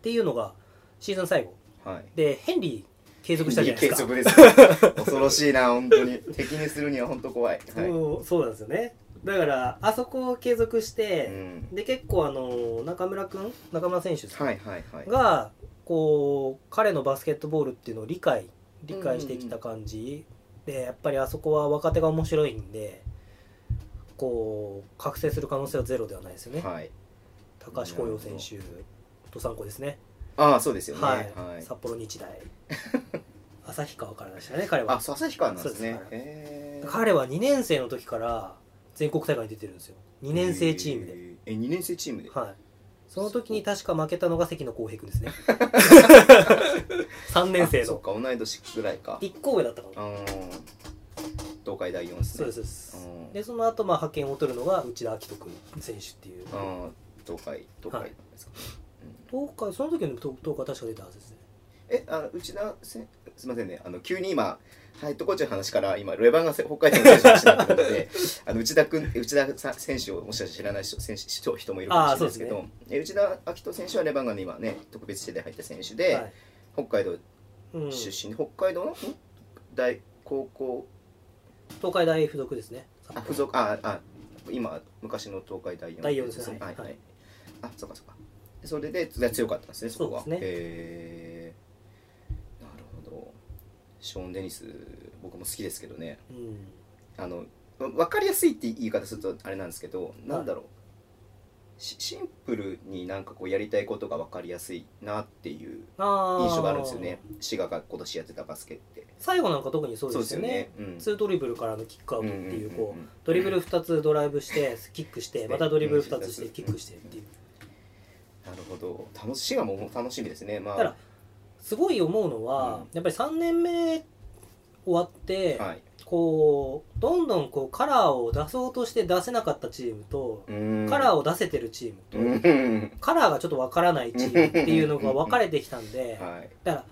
Speaker 2: ていうのがシーズン最後
Speaker 1: はい
Speaker 2: でヘンリー継続したじゃないですか
Speaker 1: 継続ですよ恐ろしいな本当に敵にするには本当怖い、はい
Speaker 2: そうそうなんですよねだからあそこを継続して、で結構あの中村くん中村選手ですか
Speaker 1: はいはいはい
Speaker 2: がこう彼のバスケットボールっていうのを理解理解してきた感じ、でやっぱりあそこは若手が面白いんでこう覚醒する可能性はゼロではないですよね、
Speaker 1: はい
Speaker 2: 高橋光陽選手と参考ですね
Speaker 1: ああそうですよね
Speaker 2: は、
Speaker 1: はいい、
Speaker 2: 札幌日 大旭川からでしたね彼
Speaker 1: あ
Speaker 2: は
Speaker 1: そう旭川なんですね
Speaker 2: そうです
Speaker 1: へー
Speaker 2: 彼は2年生の時から全国大会に出てるんですよ2年生チームで、
Speaker 1: えーえ2年生チームで
Speaker 2: はいその時に確か負けたのが関野浩平君 ですね3年生
Speaker 1: あそっ
Speaker 2: の
Speaker 1: か同い年ぐらいか
Speaker 2: 1校上だったかな
Speaker 1: あのー東海第4ですね
Speaker 2: そうですそうです
Speaker 1: うん
Speaker 2: でその後まあ派遣を取るのが内田昭人君選手っていう
Speaker 1: あー東海東海なんですか、
Speaker 2: 東海その時の東東海確か出たはずですね
Speaker 1: えあの内田せんすみませんねあの急に今ヘッドコーチの話から今レバンガせ北海道の選手の話になってるの であの内田君内田さん選手をもしかして知らない人選手人人もいるかもしれないですけ
Speaker 2: あー
Speaker 1: どえ内田明人選手はレバンガの今ね特別指定で入った選手で、
Speaker 2: はい
Speaker 1: 北海道
Speaker 2: うん、東
Speaker 1: 出身で、北海道のん大高校
Speaker 2: 海大附属ですね
Speaker 1: あ付属ああ今昔の東海第4
Speaker 2: 第四ですね
Speaker 1: はい、は
Speaker 2: はい
Speaker 1: い、あそうかそうかそれで強かったんですねそこは
Speaker 2: そうですね
Speaker 1: へえなるほどショーン・デニス僕も好きですけどね
Speaker 2: うん
Speaker 1: あの分かりやすいって言い方するとあれなんですけどなんだろう、しシンプルになんかこうやりたいことが分かりやすいなっていう
Speaker 2: あー
Speaker 1: 印象があるんですよね滋賀が今年やってたバスケって
Speaker 2: 最後なんか特にそうですよね
Speaker 1: そうですよね
Speaker 2: 2ドリブルからのキックアウ
Speaker 1: う
Speaker 2: ト
Speaker 1: ん
Speaker 2: っていうん
Speaker 1: んん
Speaker 2: こうドリブル2つドライブしてキックしてまたドリブル2つしてキックしてっていう
Speaker 1: なるほど楽し滋賀も楽しみですねまあ
Speaker 2: だからすごい思うのは
Speaker 1: うん
Speaker 2: やっぱり3年目終わって
Speaker 1: はい、
Speaker 2: こうどんどんこうカラーを出そうとして出せなかったチームとカラー
Speaker 1: を
Speaker 2: を出せてるチームと
Speaker 1: うん
Speaker 2: カラーがちょっとわからないチームっていうのが分かれてきたん で
Speaker 1: はい
Speaker 2: だから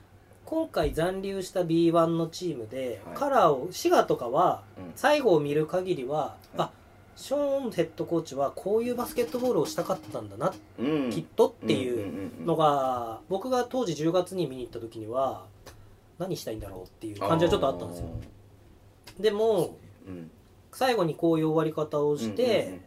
Speaker 2: 今回残留した B1 のチームで
Speaker 1: はい
Speaker 2: カラーを滋賀とかは
Speaker 1: うん
Speaker 2: 最後を見る限りは、
Speaker 1: はい
Speaker 2: あショーンヘッドコーチはこういうバスケットボールをしたかったんだな、
Speaker 1: うん
Speaker 2: きっとっていう
Speaker 1: う
Speaker 2: のが僕が当時10月に見に行った時には何したいんだろうっていう感じはちょっとあったんですよでも
Speaker 1: うん
Speaker 2: 最後にこういう終わり方をして、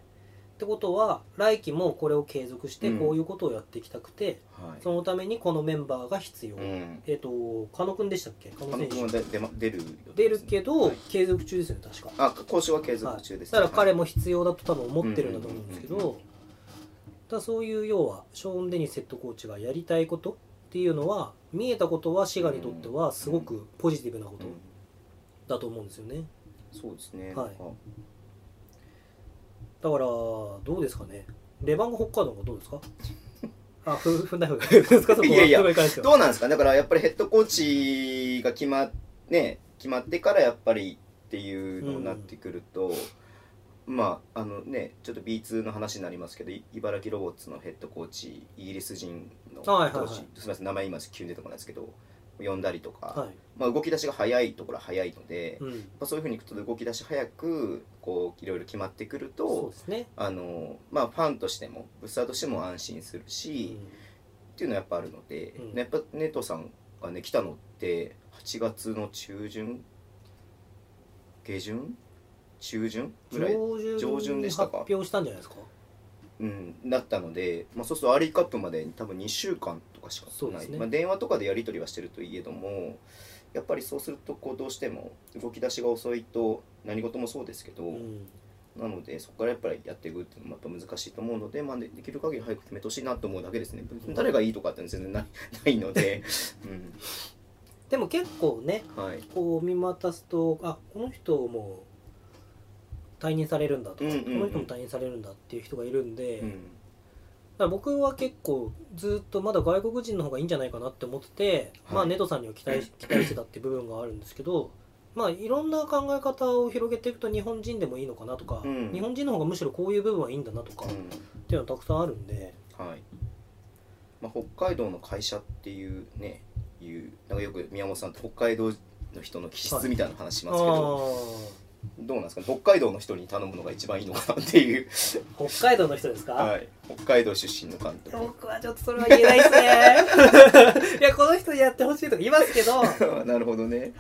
Speaker 2: ってことは来季もこれを継続して
Speaker 1: うん
Speaker 2: こういうことをやっていきたくて、
Speaker 1: うんうんはい
Speaker 2: そのためにこのメンバーが必要、
Speaker 1: うん
Speaker 2: えっ、と狩野くんでしたっけ狩
Speaker 1: あ
Speaker 2: 野
Speaker 1: の君も
Speaker 2: 選手
Speaker 1: 出出ま出る予定ですね
Speaker 2: 出るけど、
Speaker 1: はい
Speaker 2: 継続中ですよね確か
Speaker 1: あ交渉は継続中です
Speaker 2: だから彼
Speaker 1: も
Speaker 2: も必要だと多分思ってるんだと思うんですけど、
Speaker 1: うんうんうんうん
Speaker 2: だからそういう要はショーン・デニスヘッドコーチがやりたいことっていうのは見えたことは滋賀にとってはすごくポジティブなことだと思うんですよね
Speaker 1: そうですね
Speaker 2: はい
Speaker 1: あ
Speaker 2: だからどうですかねレバンガ北海道の方どう ですかあふ踏んだふんだですかそこはい
Speaker 1: やいや
Speaker 2: そこはいかないですけど
Speaker 1: どうなんですかだからやっぱりヘッドコーチが決ま,、ね、決まってからやっぱりっていうのになってくると、まああのねちょっと B2 の話になりますけどい茨城ロボッツのヘッドコーチイギリス人のヘ
Speaker 2: は
Speaker 1: ッ
Speaker 2: いはい
Speaker 1: ド
Speaker 2: は
Speaker 1: コ
Speaker 2: い
Speaker 1: ーチ、すみません名前今急に出てこないですけど呼んだりとか、
Speaker 2: はい
Speaker 1: まあ、動き出しが早いところは早いので、
Speaker 2: う
Speaker 1: やっ
Speaker 2: ん、
Speaker 1: ぱそういうふうにいくと動き出し早くこういろいろ決まってくる
Speaker 2: そう
Speaker 1: と
Speaker 2: ですね、
Speaker 1: あの、まあ、ファンとしてもブッサーとしても安心するし。っていうのはやっぱあるので、
Speaker 2: うん
Speaker 1: ねやっぱネトさんがね来たのって8月の中旬下旬中旬
Speaker 2: う
Speaker 1: ぐらい、
Speaker 2: ん、上
Speaker 1: 上
Speaker 2: 旬
Speaker 1: 旬
Speaker 2: に
Speaker 1: でし
Speaker 2: 発
Speaker 1: たか
Speaker 2: 表したんじゃないですか
Speaker 1: うん、だったので、まあ、そうすると RE カップまでに多分2週間とかしか
Speaker 2: そうで
Speaker 1: ない、
Speaker 2: すね
Speaker 1: まあ、電話とかでやり取りはしてるといえどもやっぱりそうするとこうどうしても動き出しが遅いと何事もそうですけど、
Speaker 2: うん
Speaker 1: なのでそこからやっぱりやっていくっていうのもやっぱ難しいと思うので、まあ、でできる限り早く決めてほしいなと思うだけですね誰がいいとかって全然ないないの で、
Speaker 2: でも結構ね
Speaker 1: うん、はい
Speaker 2: こう見渡すとあこの人も退任されるんだとか、
Speaker 1: うんうんうん
Speaker 2: この人も退任されるんだっていう人がいるんで、
Speaker 1: う
Speaker 2: だか
Speaker 1: ん
Speaker 2: ら僕は結構ずっとまだ外国人の方がいいんじゃないかなって思ってて、
Speaker 1: はい
Speaker 2: まあネトさんには期待 し期待してたっていう部分があるんですけどまあいろんな考え方を広げていくと日本人でもいいのかなとか、
Speaker 1: うん
Speaker 2: 日本人の方がむしろこういう部分はいいんだなとか、っていうのはたくさんあるんで
Speaker 1: はいまあ、北海道の会社っていうねいうなんかよく宮本さんって北海道の人の気質みたいな話し
Speaker 2: あ
Speaker 1: ますけど、
Speaker 2: ー
Speaker 1: どうなんですかね北海道の人に頼むのが一番いいのかなっていう、
Speaker 2: 北海道の人ですか、
Speaker 1: はい、北海道出身の監督
Speaker 2: 僕はちょっとそれは言えないですね いやこの人にやってほしいとか言いますけど、は い、
Speaker 1: なるほどね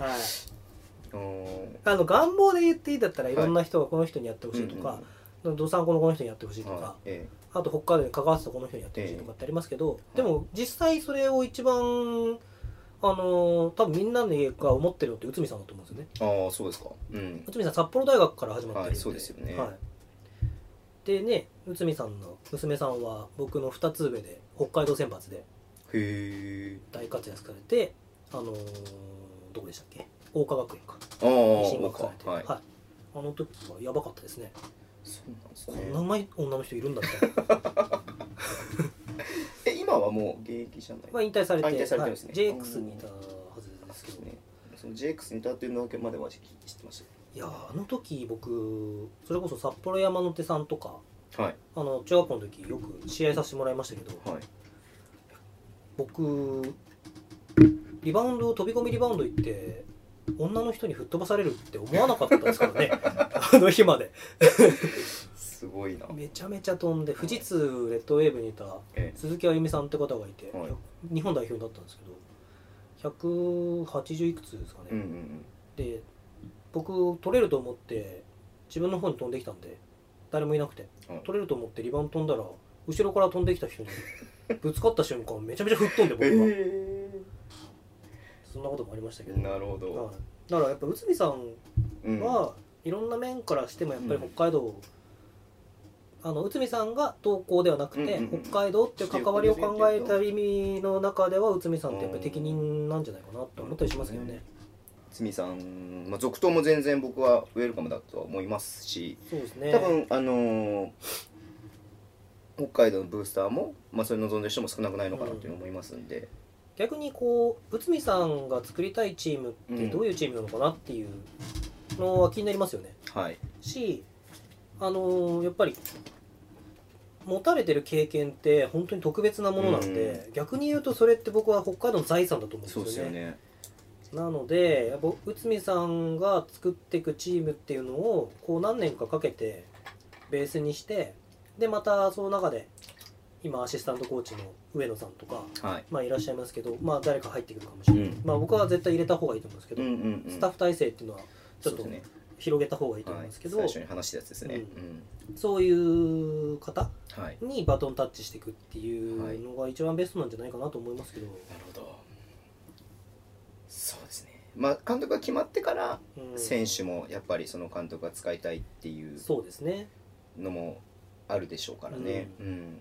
Speaker 1: うーん
Speaker 2: あの願望で言っていいんだったらいろんな人がこの人にやってほしいとか、ドサンコのこの人にやってほしいとか、
Speaker 1: はいえ
Speaker 2: あと北海道に関わってたこの人にやってほしいとかってありますけど、でも実際それを一番あのー多分みんなの家が思ってるのって内海さんだと思うんですよね
Speaker 1: えああそうですかうん
Speaker 2: 内海さん札幌大学から始まってるんで、
Speaker 1: はいそうですよね
Speaker 2: はい、でね内海さんの娘さんは僕の2つ上で北海道選抜で
Speaker 1: へえ
Speaker 2: 大活躍されてあのーどこでしたっけ桜花学園か
Speaker 1: ああ
Speaker 2: に進学されて、
Speaker 1: はい
Speaker 2: はいあの時はやばかったですね
Speaker 1: そうなんです
Speaker 2: こ
Speaker 1: ね
Speaker 2: んなうまい女の人いるんだって、
Speaker 1: え今はもう現役じゃない
Speaker 2: まあ、引退され て
Speaker 1: あ引退されてるんですね
Speaker 2: はい JX にいたはずですけど、
Speaker 1: ねその JX に立ってるのだけまでは知ってまし
Speaker 2: いやーあの時僕それこそ札幌山手さんとか
Speaker 1: たはい
Speaker 2: あの中学校の時よく試合させてもらいましたけど
Speaker 1: はい
Speaker 2: 僕リバウンド飛び込みリバウンド行って女の人に吹っ飛ばされるって思わなかったですから ねあの日まです
Speaker 1: ごいな
Speaker 2: めちゃめちゃ飛んで富士通レッドウェーブにいた
Speaker 1: え
Speaker 2: 鈴木あゆみさんって方がいて、
Speaker 1: はい
Speaker 2: 日本代表になったんですけど180いくつですかね、
Speaker 1: うんうん
Speaker 2: で僕取れると思って自分の方に飛んできたんで誰もいなくて、
Speaker 1: うん
Speaker 2: 取れると思ってリバウンド飛んだら後ろから飛んでき た人にぶつかった瞬間めちゃめちゃ吹っ飛んで僕
Speaker 1: う
Speaker 2: が、
Speaker 1: んえ
Speaker 2: そんなこともありましたけ
Speaker 1: え
Speaker 2: ど、
Speaker 1: なるほ
Speaker 2: は
Speaker 1: ど、
Speaker 2: いだからやっぱ内海さん
Speaker 1: うん、
Speaker 2: は、いろんな面からしてもやっぱり北海道、あの内海さんが投稿ではなくて、
Speaker 1: うんうんうん
Speaker 2: 北海道っていう関わりを考えた意味の中では内海さんってやっぱり適任なんじゃないかなと思ったりしますけどね、
Speaker 1: つみさん、まあ、続投も全然僕はウェルカムだとは思いますし
Speaker 2: そうですね
Speaker 1: 多分あのー北海道のブースターも、まあ、それ望んでる人も少なくないのかなというのを思いますんで、
Speaker 2: 逆にこう内海さんが作りたいチームってどういうチームなのかなっていうのは気になりますよね
Speaker 1: はい
Speaker 2: しあのーやっぱり持たれてる経験って本当に特別なものなんで、逆に言うとそれって僕は北海道の財産だと思うんです
Speaker 1: そ
Speaker 2: よ
Speaker 1: うで
Speaker 2: ね
Speaker 1: すよね
Speaker 2: なのでやっぱ内海さんが作っていくチームっていうのをこう何年かかけてベースにしてでまたその中で今アシスタントコーチの上野さんとか
Speaker 1: はい
Speaker 2: まあいらっしゃいますけど、まあ誰か入ってくるかもしれない。
Speaker 1: うん
Speaker 2: まあ僕は絶対入れた方がいいと思うんですけ
Speaker 1: う
Speaker 2: ど、
Speaker 1: んうんうん
Speaker 2: スタッフ体制っていうのはちょっ
Speaker 1: そ
Speaker 2: と
Speaker 1: うですね
Speaker 2: 広げた方がいいと思
Speaker 1: は
Speaker 2: う
Speaker 1: い
Speaker 2: んですけ
Speaker 1: 最
Speaker 2: ど、
Speaker 1: 初に話したやつですね、
Speaker 2: う
Speaker 1: うん
Speaker 2: そういう方
Speaker 1: はい
Speaker 2: にバトンタッチしていくっていうのが一番ベストなんじゃないかなと思いますけど、
Speaker 1: なるほどそうですねまあ監督が決まってから
Speaker 2: うん
Speaker 1: 選手もやっぱりその監督が使いたいっていう
Speaker 2: そうですね。
Speaker 1: のもあるでしょうからね、
Speaker 2: う
Speaker 1: うん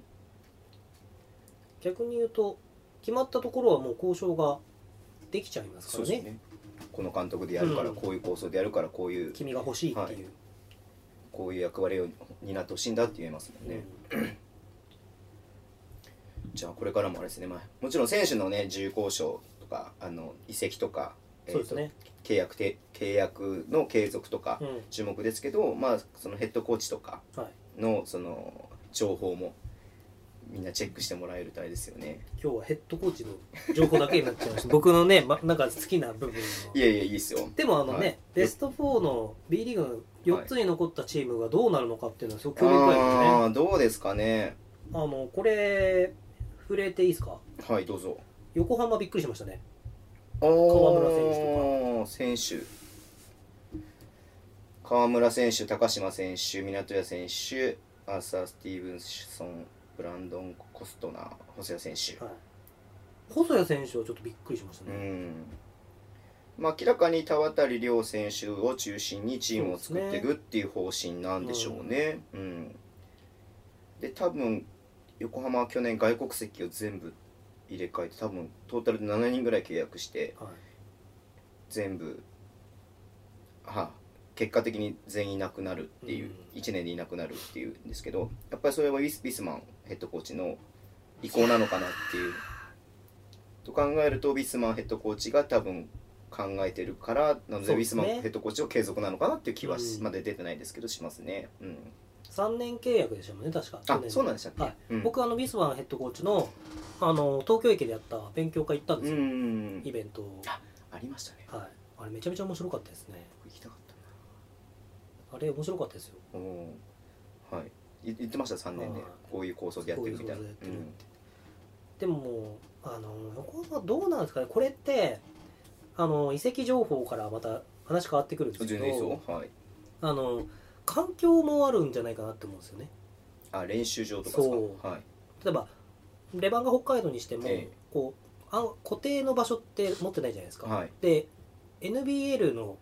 Speaker 2: 逆に言うと決まったところはもう交渉ができちゃいます
Speaker 1: そ
Speaker 2: か
Speaker 1: う
Speaker 2: ら
Speaker 1: で
Speaker 2: ね。
Speaker 1: すねこの監督でやるから
Speaker 2: うん
Speaker 1: こういう構想でやるからこういう
Speaker 2: 君が欲しいっていう。
Speaker 1: こういう役割を担ってほしいんだって言えますもんね、じゃあこれからもあれですね、まあ、もちろん選手のね自由交渉とかあの移籍とか、
Speaker 2: うん
Speaker 1: えーと
Speaker 2: そうですね。
Speaker 1: 契約て契約の継続とか
Speaker 2: うん
Speaker 1: 注目ですけど、まあ、そのヘッドコーチとか
Speaker 2: はい。
Speaker 1: のその情報もみんなチェックしてもらえるとあれですよね
Speaker 2: 今日はヘッドコーチの情報だけになっちゃいました。僕のね、ま、なんか好きな部分の
Speaker 1: いやいやいいっすよ
Speaker 2: でもあのね、
Speaker 1: はい
Speaker 2: ベスト4の B リーグの4つに残ったチームがどうなるのかっていうのはすごく興味深いですね
Speaker 1: あーどうですかね
Speaker 2: あのこれ触れていいですか
Speaker 1: はいどうぞ
Speaker 2: 横浜びっくりしましたね
Speaker 1: 河
Speaker 2: 村選手
Speaker 1: 選手川村選手高島選手港谷選手アーサー・スティーブンソンブランドン・コストナー細谷選手
Speaker 2: はい細谷選手はちょっとびっくりしました
Speaker 1: う
Speaker 2: ね、
Speaker 1: ん、まあ、明らかに田渡亮選手を中心にチームを作っていくっていう方針なんでしょうねうん、で多分横浜は去年外国籍を全部入れ替えて多分トータルで7人ぐらい契約して
Speaker 2: はい
Speaker 1: 全部は結果的に全員いなくなるっていう、
Speaker 2: うん
Speaker 1: 1年でいなくなるっていうんですけどやっぱりそれはウィスビスマンヘッドコーチの意向なのかなっていうと考えるとビスマンヘッドコーチが多分考えてるからなので
Speaker 2: そう
Speaker 1: ウィ
Speaker 2: です
Speaker 1: ス
Speaker 2: ね
Speaker 1: マンヘッドコーチを継続なのかなっていう気はし、
Speaker 2: うん
Speaker 1: まで出てないですけどしますね、うん、
Speaker 2: 3年契約でしたもんね確か去
Speaker 1: あ
Speaker 2: 年
Speaker 1: そうなんでしたっけ、
Speaker 2: はい
Speaker 1: うん、
Speaker 2: 僕あのビスマンヘッドコーチのあの東京駅でやった勉強会行ったんで
Speaker 1: う
Speaker 2: すよ、
Speaker 1: ん
Speaker 2: イベントを
Speaker 1: あありましたね
Speaker 2: はいあれめちゃめちゃ面白かったですね
Speaker 1: 行きたかった
Speaker 2: あれ面白かったですよ
Speaker 1: おーはいい言ってました3年で
Speaker 2: あー
Speaker 1: こういう構想でやってるみたいな
Speaker 2: こういう構想でやってるってでももうあの横浜どうなんですかねこれってあの遺跡情報からまた話変わってくるんで
Speaker 1: うん
Speaker 2: すけ
Speaker 1: 全然いいですよ
Speaker 2: ど
Speaker 1: はい
Speaker 2: あの環境もあるんじゃないかなって思うんですよね
Speaker 1: あ練習場とかです
Speaker 2: そ
Speaker 1: かはい
Speaker 2: 例えばレバンが北海道にしても、
Speaker 1: ええ
Speaker 2: こうあ固定の場所って持ってないじゃないですか、
Speaker 1: はい
Speaker 2: で NBL の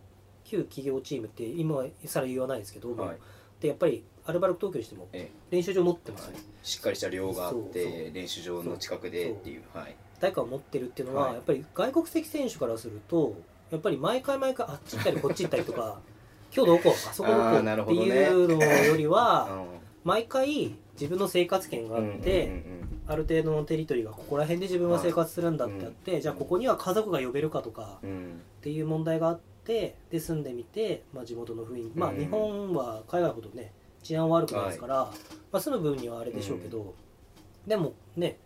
Speaker 2: 旧企業チームって今はさら言わないですけど、
Speaker 1: はい
Speaker 2: でやっぱりアルバルク東京にしても
Speaker 1: え
Speaker 2: 練習場持って
Speaker 1: え
Speaker 2: ますよね、
Speaker 1: しっかりした量があっ
Speaker 2: そう
Speaker 1: て練習場の近くでっていうはい
Speaker 2: 誰かを持ってるっていうのは、
Speaker 1: はい
Speaker 2: やっぱり外国籍選手からするとやっぱり毎回毎回あっち行ったりこっち行ったりとか 今日どこあそこどこ
Speaker 1: あーなる
Speaker 2: って
Speaker 1: ほどね
Speaker 2: いうのよりは、
Speaker 1: うん
Speaker 2: 毎回自分の生活圏があって、
Speaker 1: うんうん
Speaker 2: ある程度のテリトリーがここら辺で自分は生活するんだってあって、じゃあここには家族が呼べるかとか
Speaker 1: うんうん
Speaker 2: っていう問題があってで住んでみて、まあ、地元の雰囲気、まあ、
Speaker 1: うん
Speaker 2: 日本は海外ほどね治安は悪くないですから、まあ、住む分にはあれでしょうけど、でもね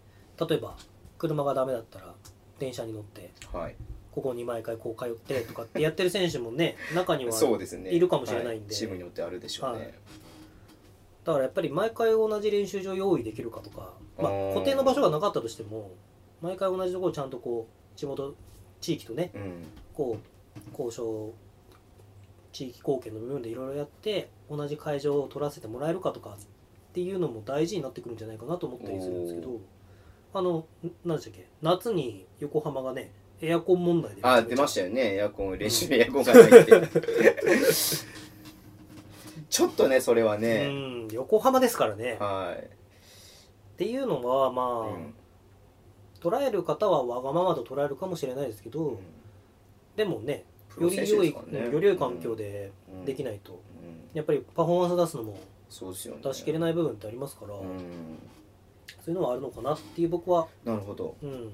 Speaker 2: 例えば車がダメだったら電車に乗って
Speaker 1: はい
Speaker 2: ここに毎回こう通ってとかってやってる選手も ね中には
Speaker 1: そうですね
Speaker 2: いるかもしれないん
Speaker 1: は
Speaker 2: で
Speaker 1: チームによってあるでしょう
Speaker 2: は
Speaker 1: ね
Speaker 2: いだからやっぱり毎回同じ練習場用意できるかとか、まあ
Speaker 1: あー、
Speaker 2: 固定の場所がなかったとしても毎回同じところをちゃんとこう地元地域とね
Speaker 1: うん
Speaker 2: こう交渉地域貢献の部分でいろいろやって同じ会場を取らせてもらえるかとかっていうのも大事になってくるんじゃないかなと思ったりするんですけどあの何でしたっけ夏に横浜がねエアコン問題で
Speaker 1: あ出ましたたよねエアコン練習エアコンがないって ちょっとねそれは
Speaker 2: う
Speaker 1: ね
Speaker 2: ん横浜ですからねっ
Speaker 1: はい
Speaker 2: ていうのはまあ、
Speaker 1: うん
Speaker 2: 捉える方はわがままと捉えるかもしれないですけど、でもね
Speaker 1: プ
Speaker 2: よ
Speaker 1: ロ選
Speaker 2: り
Speaker 1: 手
Speaker 2: 良
Speaker 1: で
Speaker 2: い、
Speaker 1: すからね
Speaker 2: より良い環境で
Speaker 1: うん
Speaker 2: できないと、
Speaker 1: うん
Speaker 2: やっぱりパフォーマンス出すのも
Speaker 1: そうですよね
Speaker 2: 出し切れない部分ってありますから、
Speaker 1: うん
Speaker 2: そういうのはあるのかなっていう僕は、
Speaker 1: なるほど
Speaker 2: うん、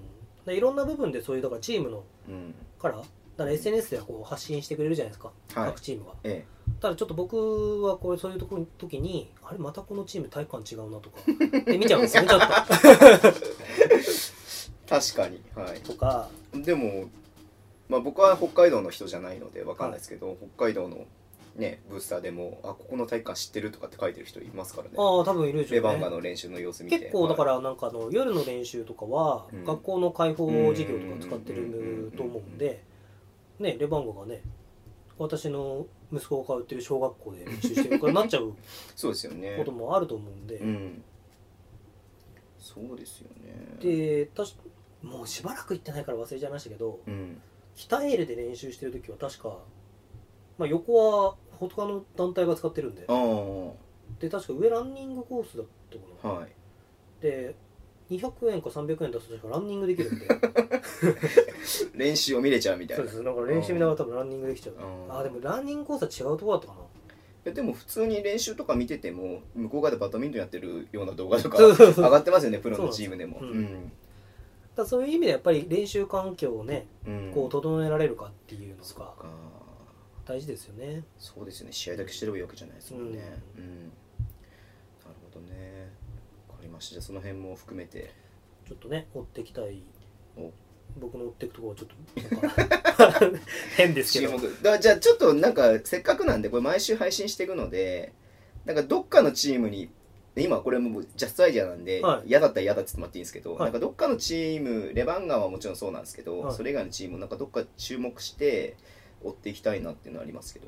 Speaker 2: でいろんな部分でそういうだからチームの
Speaker 1: うん
Speaker 2: からだから SNS ではこう発信してくれるじゃないですか、
Speaker 1: はい
Speaker 2: 各チームが
Speaker 1: え
Speaker 2: ただちょっと僕はこれそういうとこ時にあれまたこのチーム体育館違うな とかで見ちゃうんですよねちょっ
Speaker 1: え確かには
Speaker 2: ととか
Speaker 1: いでもまあ僕は北海道の人じゃないのでわかんないですけど北海道のねブースターでもあここの体育館知ってるとかって書いてる人います からね
Speaker 2: ああ多分いるでし
Speaker 1: レ
Speaker 2: ょ
Speaker 1: バ
Speaker 2: う
Speaker 1: ンガ
Speaker 2: ね
Speaker 1: の練習の様子見て
Speaker 2: 結構だか
Speaker 1: はい
Speaker 2: らなんかあの夜の練習とかは
Speaker 1: うん
Speaker 2: 学校の開放事業とか使ってると思うんでねレバンガがね私の息子が通ってる小学校で練習してるからなっちゃう
Speaker 1: そうですよね
Speaker 2: こともあると思うんで、
Speaker 1: うんそうですよね
Speaker 2: で確かもうしばらく行ってないから忘れちゃいましたけど
Speaker 1: うん
Speaker 2: 北エールで練習してる時は確か、まあ、横は他の団体が使ってるんで
Speaker 1: ああ
Speaker 2: で確か上ランニングコースだったかな
Speaker 1: はい
Speaker 2: で200円か300円出すと確かランニングできるんで
Speaker 1: 練習を見れちゃうみたい
Speaker 2: そう
Speaker 1: な
Speaker 2: ですだから練習見ながら多分ランニングできちゃう
Speaker 1: うん
Speaker 2: あーでもランニングコースは違うとこだったか
Speaker 1: いやでも普通に練習とか見てても向こう側でバドミントンやってるような動画とか
Speaker 2: そうそうそう
Speaker 1: 上がってますよねプロのチームでも
Speaker 2: そううな
Speaker 1: ん
Speaker 2: んなだからそういう意味でやっぱり練習環境をね
Speaker 1: うん
Speaker 2: こう整えられるかっていうの
Speaker 1: そ
Speaker 2: が
Speaker 1: っか
Speaker 2: 大事ですよね
Speaker 1: そうですよね試合だけしてればいいわけじゃないですもんねうん、なるほどねわかりましたじゃあその辺も含めて
Speaker 2: ちょっとね追っていきたい
Speaker 1: お
Speaker 2: 僕の追っていくところは ちょっとなんか変ですけ
Speaker 1: 注
Speaker 2: ど
Speaker 1: 目だじゃあちょっとなんかせっかくなんでこれ毎週配信していくのでなんかどっかのチームに今これもうジャストアイデアなんで、
Speaker 2: はい
Speaker 1: 嫌だったら嫌だって言ってもらっていいんですけど、
Speaker 2: はい
Speaker 1: なんかどっかのチームレバンガはもちろんそうなんですけど、
Speaker 2: はい
Speaker 1: それ以外のチームなんかどっか注目して追っていきたいなっていうのはありますけど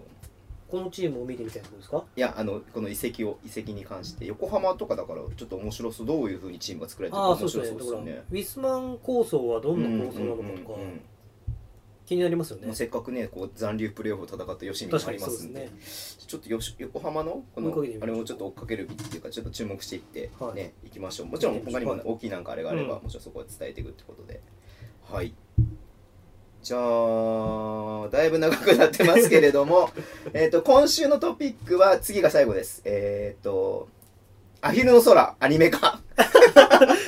Speaker 2: このチームを見てみたいなことですか
Speaker 1: いやあのこの遺跡を遺跡に関して横浜とかだからちょっと面白そうどういうふうにチームが作られてるか
Speaker 2: ああーそ
Speaker 1: 面
Speaker 2: う
Speaker 1: 白
Speaker 2: で
Speaker 1: そ
Speaker 2: す
Speaker 1: うです
Speaker 2: ねだか
Speaker 1: よ
Speaker 2: ら
Speaker 1: ね。
Speaker 2: ウィスマン構想はど
Speaker 1: うん
Speaker 2: な構想なのか
Speaker 1: ん
Speaker 2: とか
Speaker 1: うんうん
Speaker 2: 気になりますよ
Speaker 1: ま
Speaker 2: ね
Speaker 1: あせっかくねこう残留プレーオフを戦った吉見も
Speaker 2: 確
Speaker 1: あ
Speaker 2: か
Speaker 1: り
Speaker 2: に
Speaker 1: ま
Speaker 2: そうですす
Speaker 1: んで
Speaker 2: ね
Speaker 1: ちょっとよし横浜のこ
Speaker 2: 追いかけて
Speaker 1: の
Speaker 2: みましょう
Speaker 1: あれをちょっと追っかけるっていうかちょっと注目していって、
Speaker 2: はい
Speaker 1: ね、いきましょうもちろん他にも、ね
Speaker 2: は
Speaker 1: 大きいなんかあれがあれば、
Speaker 2: うん
Speaker 1: もちろんそこは伝えていくってことではいじゃあだいぶ長くなってますけれど もえーと今週のトピックは次が最後ですえっ、と「アヒルの空」アニメ化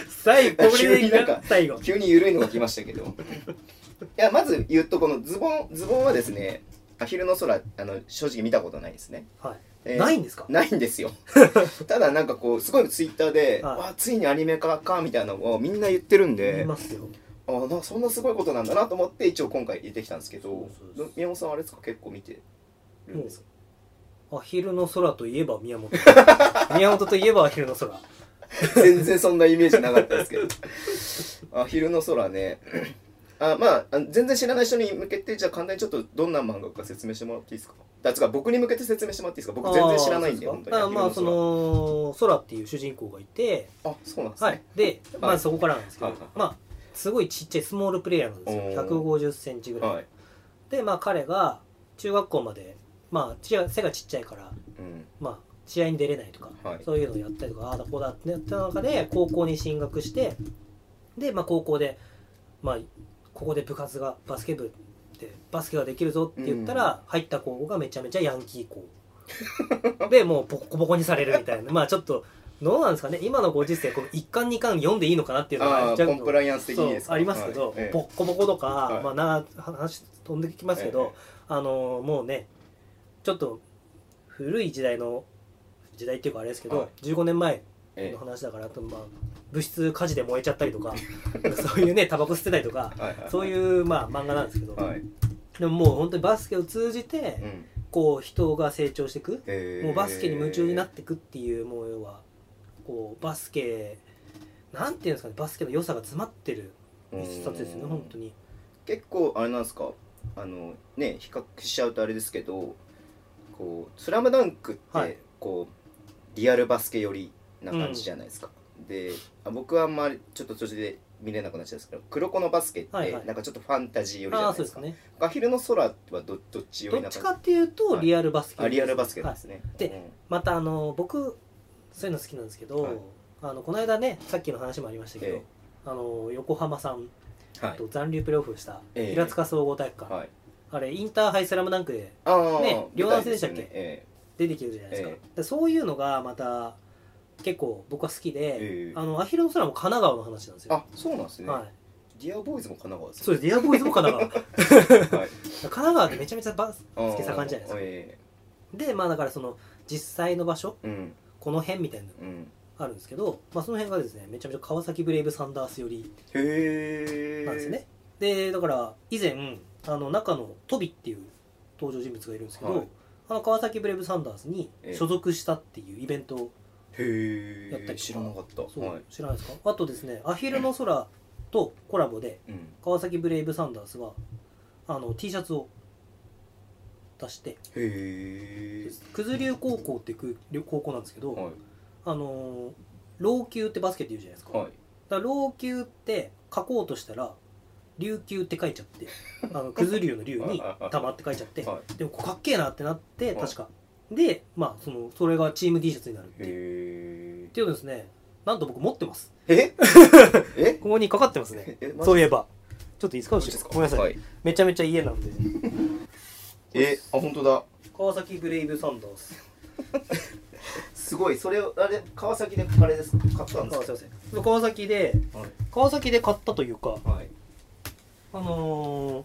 Speaker 2: 最後 こ
Speaker 1: 急
Speaker 2: れ
Speaker 1: になんか
Speaker 2: が最後
Speaker 1: 急に緩いのが来ましたけどいやまず言うとこのズボンズボンはですね「アヒルの空」あの正直見たことないですね、
Speaker 2: はい
Speaker 1: えー
Speaker 2: ないんですか
Speaker 1: ないんです よただなんかこうすごいツイッターで、
Speaker 2: はい
Speaker 1: わあついにアニメ化かみたいなのをみんな言ってるん
Speaker 2: い
Speaker 1: で、
Speaker 2: ますよ
Speaker 1: あなそんなすごいことなんだなと思って一応今回入れてきたんですけど
Speaker 2: そうそうそう
Speaker 1: 宮本さんあれですか結構見てるんですか
Speaker 2: あアヒルの空といえば 宮本宮本といえばアヒルの空
Speaker 1: 全然そんなイメージなかったですけ どあ昼の空ねあまああ全然知らない人に向けてじゃあ簡単にちょっとどんな漫画か説明してもらっていいですかだつか僕に向けて説明してもらっていいですか僕全然知らないんで
Speaker 2: あー
Speaker 1: 本当
Speaker 2: そうすか
Speaker 1: に
Speaker 2: あまあその空っていう主人公がいて
Speaker 1: あそうなんですね、
Speaker 2: はいでま
Speaker 1: はい
Speaker 2: ずそこからなんですけど、
Speaker 1: はいはいはい
Speaker 2: まあすごいちっちゃいスモールプレイヤーなんですよ
Speaker 1: おー
Speaker 2: 1 5 0ンチぐらい、
Speaker 1: はい
Speaker 2: でまあ彼が中学校までまあちが背がちっちゃいから
Speaker 1: うん
Speaker 2: まあ試合に出れないとか、
Speaker 1: はい
Speaker 2: そういうのをやったりとかああだこうだってやった中で高校に進学してで、まあ、高校で、まあ、ここで部活がバスケ部でバスケができるぞって言ったら、入った高校がめちゃめちゃヤンキー校 でもうボコボコにされるみたいなまあちょっとどうなんですかね今のご時世この一巻二巻読んでいいのかなっていうのが
Speaker 1: あーコンプライアンス的
Speaker 2: そう
Speaker 1: にですか
Speaker 2: ありますけど、
Speaker 1: はいええ
Speaker 2: ボッコボコとか、
Speaker 1: はい
Speaker 2: まあな話飛んできますけど、あのもうねちょっと古い時代の時代っていうかあれですけど、
Speaker 1: はい
Speaker 2: 15年前
Speaker 1: え
Speaker 2: の話だからあと、まあ、物質火事で燃えちゃったり とかそういうねタバコ吸ってたりとか
Speaker 1: えはいはい
Speaker 2: そういう、まあ、漫画なんですけど、
Speaker 1: はい、
Speaker 2: でももう本当にバスケを通じて、
Speaker 1: うん
Speaker 2: こう人が成長していく
Speaker 1: えー
Speaker 2: もうバスケに夢中になっていくっていうもう要はこうバスケなんていうんですかねバスケの良さが詰まってる一冊ですよね
Speaker 1: うん
Speaker 2: 本当に
Speaker 1: 結構あれなんですかあのね比較しちゃうとあれですけどこう「スラムダンクって、
Speaker 2: はい
Speaker 1: こうリアルバスケ寄りな感じじゃないですか、であ僕はあんまりちょっと途中で見れなくなっちゃうんですけど「黒子のバスケ」って、
Speaker 2: はいはい
Speaker 1: なんかちょっとファンタジー寄りじゃ
Speaker 2: あ
Speaker 1: な
Speaker 2: あ
Speaker 1: い
Speaker 2: そう
Speaker 1: で
Speaker 2: ですす
Speaker 1: か「
Speaker 2: ね
Speaker 1: アヒルの空」はどどっち寄
Speaker 2: ど
Speaker 1: り
Speaker 2: っ
Speaker 1: な
Speaker 2: ち
Speaker 1: 感
Speaker 2: かっていうと
Speaker 1: はい
Speaker 2: リアルバスケ
Speaker 1: じあリアルバスケ
Speaker 2: は
Speaker 1: で
Speaker 2: い
Speaker 1: すね、
Speaker 2: でまたあの僕そういうの好きなんですけど、
Speaker 1: はい
Speaker 2: あのこの間ねさっきの話もありましたけど、
Speaker 1: ええ
Speaker 2: あの横浜さん
Speaker 1: うんはい
Speaker 2: と残留プレーオフした
Speaker 1: ええ
Speaker 2: 平塚総合体育館、
Speaker 1: はい
Speaker 2: あれインターハイスラムダンクで
Speaker 1: あー舞台す
Speaker 2: ね
Speaker 1: よ
Speaker 2: 両男性でしたっけ
Speaker 1: え
Speaker 2: 出てきてるじゃないですか,、
Speaker 1: え
Speaker 2: でそういうのがまた結構僕は好きで、
Speaker 1: ええ
Speaker 2: あのアヒルの空も神奈川の話なんです
Speaker 1: え
Speaker 2: よ
Speaker 1: あそうなんですね、
Speaker 2: はい、
Speaker 1: ディアボーイズも神奈川です
Speaker 2: そうですディアボーイズも神奈川
Speaker 1: ですね、はい、
Speaker 2: 神奈川ってめちゃめちゃバス
Speaker 1: あー
Speaker 2: つけ盛んじゃないですか
Speaker 1: え
Speaker 2: でまあだからその実際の場所
Speaker 1: えうん
Speaker 2: この辺みたいなの
Speaker 1: うん
Speaker 2: あるんですけど、まあ、その辺がですねめちゃめちゃ川崎ブレイブサンダース寄り
Speaker 1: へえ
Speaker 2: なんですね、でだから以前あの中のトビっていう登場人物がいるんですけど、
Speaker 1: はい
Speaker 2: あの川崎ブレイブサンダースに所属したっていうイベントを、
Speaker 1: へえ
Speaker 2: やったりとか
Speaker 1: 知らなかった
Speaker 2: そう
Speaker 1: はい、
Speaker 2: 知らないですかあとですね「アヒルの空」とコラボで
Speaker 1: うん、
Speaker 2: 川崎ブレイブサンダースがあの T シャツを出して
Speaker 1: へえ
Speaker 2: 九頭竜高校っていう高校なんですけど、
Speaker 1: は
Speaker 2: あのー老朽ってバスケって言うじゃないですか、
Speaker 1: いはい
Speaker 2: だから老朽って書こうとしたら琉球って書いちゃって あの九頭竜の竜に玉って書いちゃって
Speaker 1: は
Speaker 2: でもこうかっけえなってなって
Speaker 1: はい
Speaker 2: 確かでまあそのそれがチーム T シャツになるっていうっ
Speaker 1: へ
Speaker 2: ていうのですねなんと僕持ってます
Speaker 1: えええ
Speaker 2: ここにかかってます ね
Speaker 1: えマジ
Speaker 2: そういえばちょっといいですか
Speaker 1: マ
Speaker 2: 後
Speaker 1: ジで
Speaker 2: ろ
Speaker 1: すか
Speaker 2: ごめんなさい、
Speaker 1: はい
Speaker 2: めちゃめちゃ家なんで
Speaker 1: えあ本当だ
Speaker 2: 川崎ブレイブサンダース
Speaker 1: すごいそれをあれ川崎であれですか買った
Speaker 2: あ
Speaker 1: ん
Speaker 2: すい
Speaker 1: で
Speaker 2: ますせん川崎で
Speaker 1: かはい
Speaker 2: 川崎で買ったというか
Speaker 1: はい
Speaker 2: あのー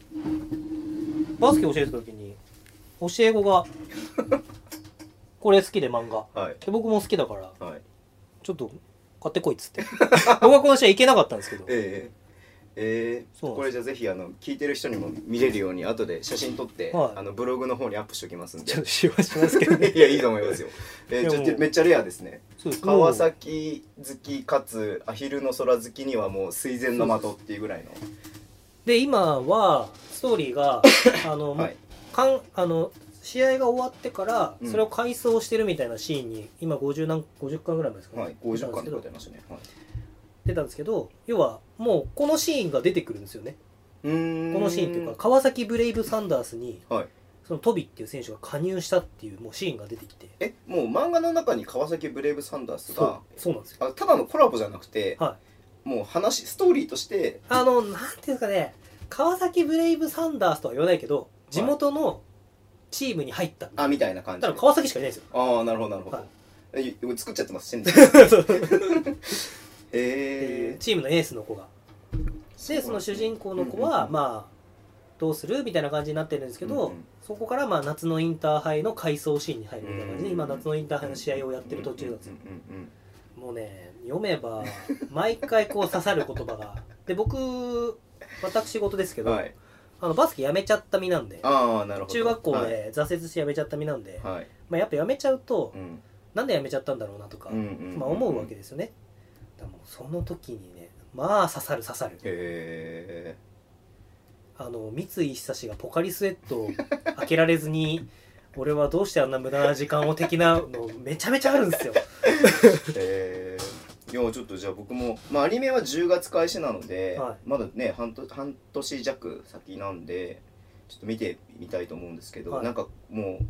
Speaker 2: バスケ教えてた時に教え子 がこれ好きで漫画
Speaker 1: はい
Speaker 2: で僕も好きだから
Speaker 1: はい
Speaker 2: ちょっと買ってこいっつって 僕はこの試合行けなかったんですけど
Speaker 1: えええー
Speaker 2: そうな
Speaker 1: こ
Speaker 2: んです
Speaker 1: れじゃあぜひあの聞いてる人にも見れるように後で写真撮って、
Speaker 2: はい
Speaker 1: あのブログの方にアップしておきますんで
Speaker 2: ちょっと使用しますけどね
Speaker 1: いやいいと思いますよ、え
Speaker 2: い
Speaker 1: ー、
Speaker 2: や
Speaker 1: ちょっ
Speaker 2: も
Speaker 1: と
Speaker 2: う
Speaker 1: めっちゃレアですね
Speaker 2: そうです
Speaker 1: 川崎好きかつアヒルの空好きにはもう垂涎の的っていうぐらいの
Speaker 2: で今はストーリー があの、
Speaker 1: はい
Speaker 2: かんあの試合が終わってから
Speaker 1: うん
Speaker 2: それを回想してるみたいなシーンに、今50何50巻ぐらいまでですかね、
Speaker 1: はい50巻
Speaker 2: 出
Speaker 1: と
Speaker 2: た
Speaker 1: か
Speaker 2: ん
Speaker 1: 出ま
Speaker 2: ですけど
Speaker 1: したね、はい、
Speaker 2: 出たんですけど要はもうこのシーンが出てくるんですよね
Speaker 1: うーん
Speaker 2: このシーンっていうか川崎ブレイブサンダースに
Speaker 1: はい
Speaker 2: そのトビっていう選手が加入したっていうもうシーンが出てきて
Speaker 1: えもう漫画の中に川崎ブレイブサンダース
Speaker 2: そう
Speaker 1: が
Speaker 2: そうなんですよ
Speaker 1: あただのコラボじゃなくて、
Speaker 2: は
Speaker 1: もう話ストーリーとして
Speaker 2: あのなんていうんですかね川崎ブレイブサンダースとは言わないけど地元のチームに入ったみたい
Speaker 1: あみたいな感
Speaker 2: な
Speaker 1: じ
Speaker 2: だ
Speaker 1: で
Speaker 2: から川崎しかいないんですよ
Speaker 1: ああなるほどなるほど、
Speaker 2: はい
Speaker 1: え作っちゃって ますしてん
Speaker 2: っていう
Speaker 1: え
Speaker 2: チームのエースの子が
Speaker 1: ー、
Speaker 2: でその主人公の子は、
Speaker 1: うんうんうん
Speaker 2: まあどうするみたいな感じになってるんですけど、
Speaker 1: うんうん
Speaker 2: そこからまあ夏のインターハイの回想シーンに入るみたいな感じで、
Speaker 1: うん
Speaker 2: 今夏のインターハイの試合をやってる途中なんですよ、
Speaker 1: うんうんうんうん
Speaker 2: もうね読めば毎回こう刺さる言葉がで僕私事ですけど、
Speaker 1: はい
Speaker 2: あのバスケやめちゃった身なんで
Speaker 1: ああなるほど
Speaker 2: 中学校で挫折してやめちゃった身なんで、
Speaker 1: はい、はい
Speaker 2: まあ、やっぱやめちゃうと、
Speaker 1: うん
Speaker 2: なんでやめちゃったんだろうなとか、
Speaker 1: うんうんうん
Speaker 2: まあ、思うわけですよねだからもうその時にねまあ刺さる刺さる
Speaker 1: へ
Speaker 2: あの三井久志がポカリスエットを開けられずに 俺はどうしてあんな無駄な時間を的なのめちゃめちゃあるんですよ
Speaker 1: ーへーいやちょっとじゃあ僕も、まあ、アニメは10月開始なので、
Speaker 2: は
Speaker 1: まだね半年半年弱先なんでちょっと見てみたいと思うんですけど、
Speaker 2: はい
Speaker 1: なんかもう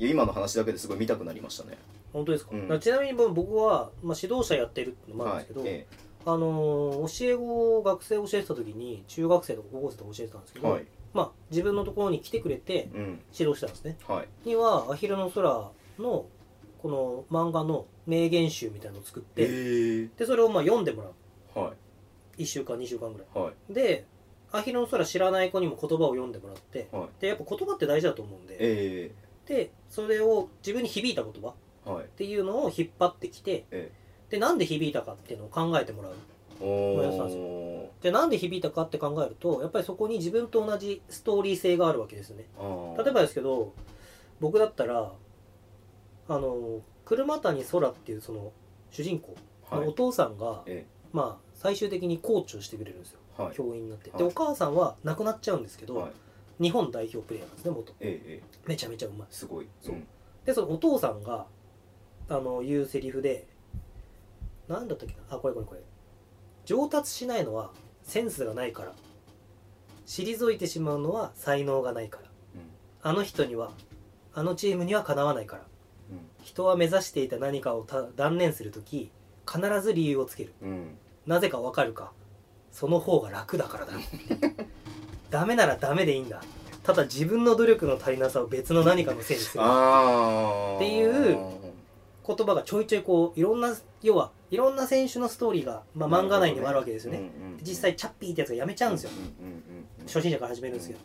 Speaker 1: いや今の話だけですごい見たくなりましたね。
Speaker 2: 本当ですか,、
Speaker 1: うん
Speaker 2: ちなみに僕は、まあ、指導者やってるってのもあるんですけど、
Speaker 1: はいえ
Speaker 2: あのー教え子を学生を教えてた時に中学生とか高校生とか教えてたんですけ
Speaker 1: え
Speaker 2: ど、
Speaker 1: はい
Speaker 2: まあ、自分のところに来てくれて
Speaker 1: うん
Speaker 2: 指導してたんですね
Speaker 1: はい、
Speaker 2: には「アヒルの空」のこの漫画の名言集みたいのを作って、
Speaker 1: え
Speaker 2: でそれをまあ読んでもらう
Speaker 1: は
Speaker 2: 1週間2週間ぐらい
Speaker 1: いはい
Speaker 2: で「アヒルの空」知らない子にも言葉を読んでもらって、
Speaker 1: はい
Speaker 2: でやっぱ言葉って大事だと思うんで
Speaker 1: え
Speaker 2: でそれを自分に響いた言葉っ
Speaker 1: えはい
Speaker 2: ていうのを引っ張ってきて、
Speaker 1: え
Speaker 2: でなんで響いたかっていうのを考えてもらう
Speaker 1: お
Speaker 2: ごめんなさい
Speaker 1: お
Speaker 2: でなんで響いたかって考えるとやっぱりそこに自分と同じストーリー性があるわけですよね例えばですけど僕だったらあの車谷空っていうその主人公
Speaker 1: は
Speaker 2: のお
Speaker 1: い
Speaker 2: 父さんが、
Speaker 1: え
Speaker 2: まあ最終的にコーチをしてくれるんですよ、
Speaker 1: はい
Speaker 2: 教員になって、
Speaker 1: はい
Speaker 2: でお母さんは亡くなっちゃうんですけど、
Speaker 1: はい
Speaker 2: 日本代表プレーヤーなんですね元
Speaker 1: ええええ
Speaker 2: めちゃめちゃうまい
Speaker 1: すごい
Speaker 2: そうんでそのお父さんがあの言うセリフで何だったっけなあこれこれこれ上達しないのはセンスがないから退いてしまうのは才能がないからあの人にはあのチームにはかなわないから人は目指していた何かをた断念するとき必ず理由をつける
Speaker 1: うんうん
Speaker 2: なぜかわかるかその方が楽だからだダメならダメでいいんだただ自分の努力の足りなさを別の何かのせいにする
Speaker 1: ああ
Speaker 2: っていう言葉がちょいちょいこういろんな要はいろんな選手のストーリーが、まあ、漫画内にもあるわけですよね実際チャッピーってやつがやめちゃうんですよ、初心者から始めるんですけど、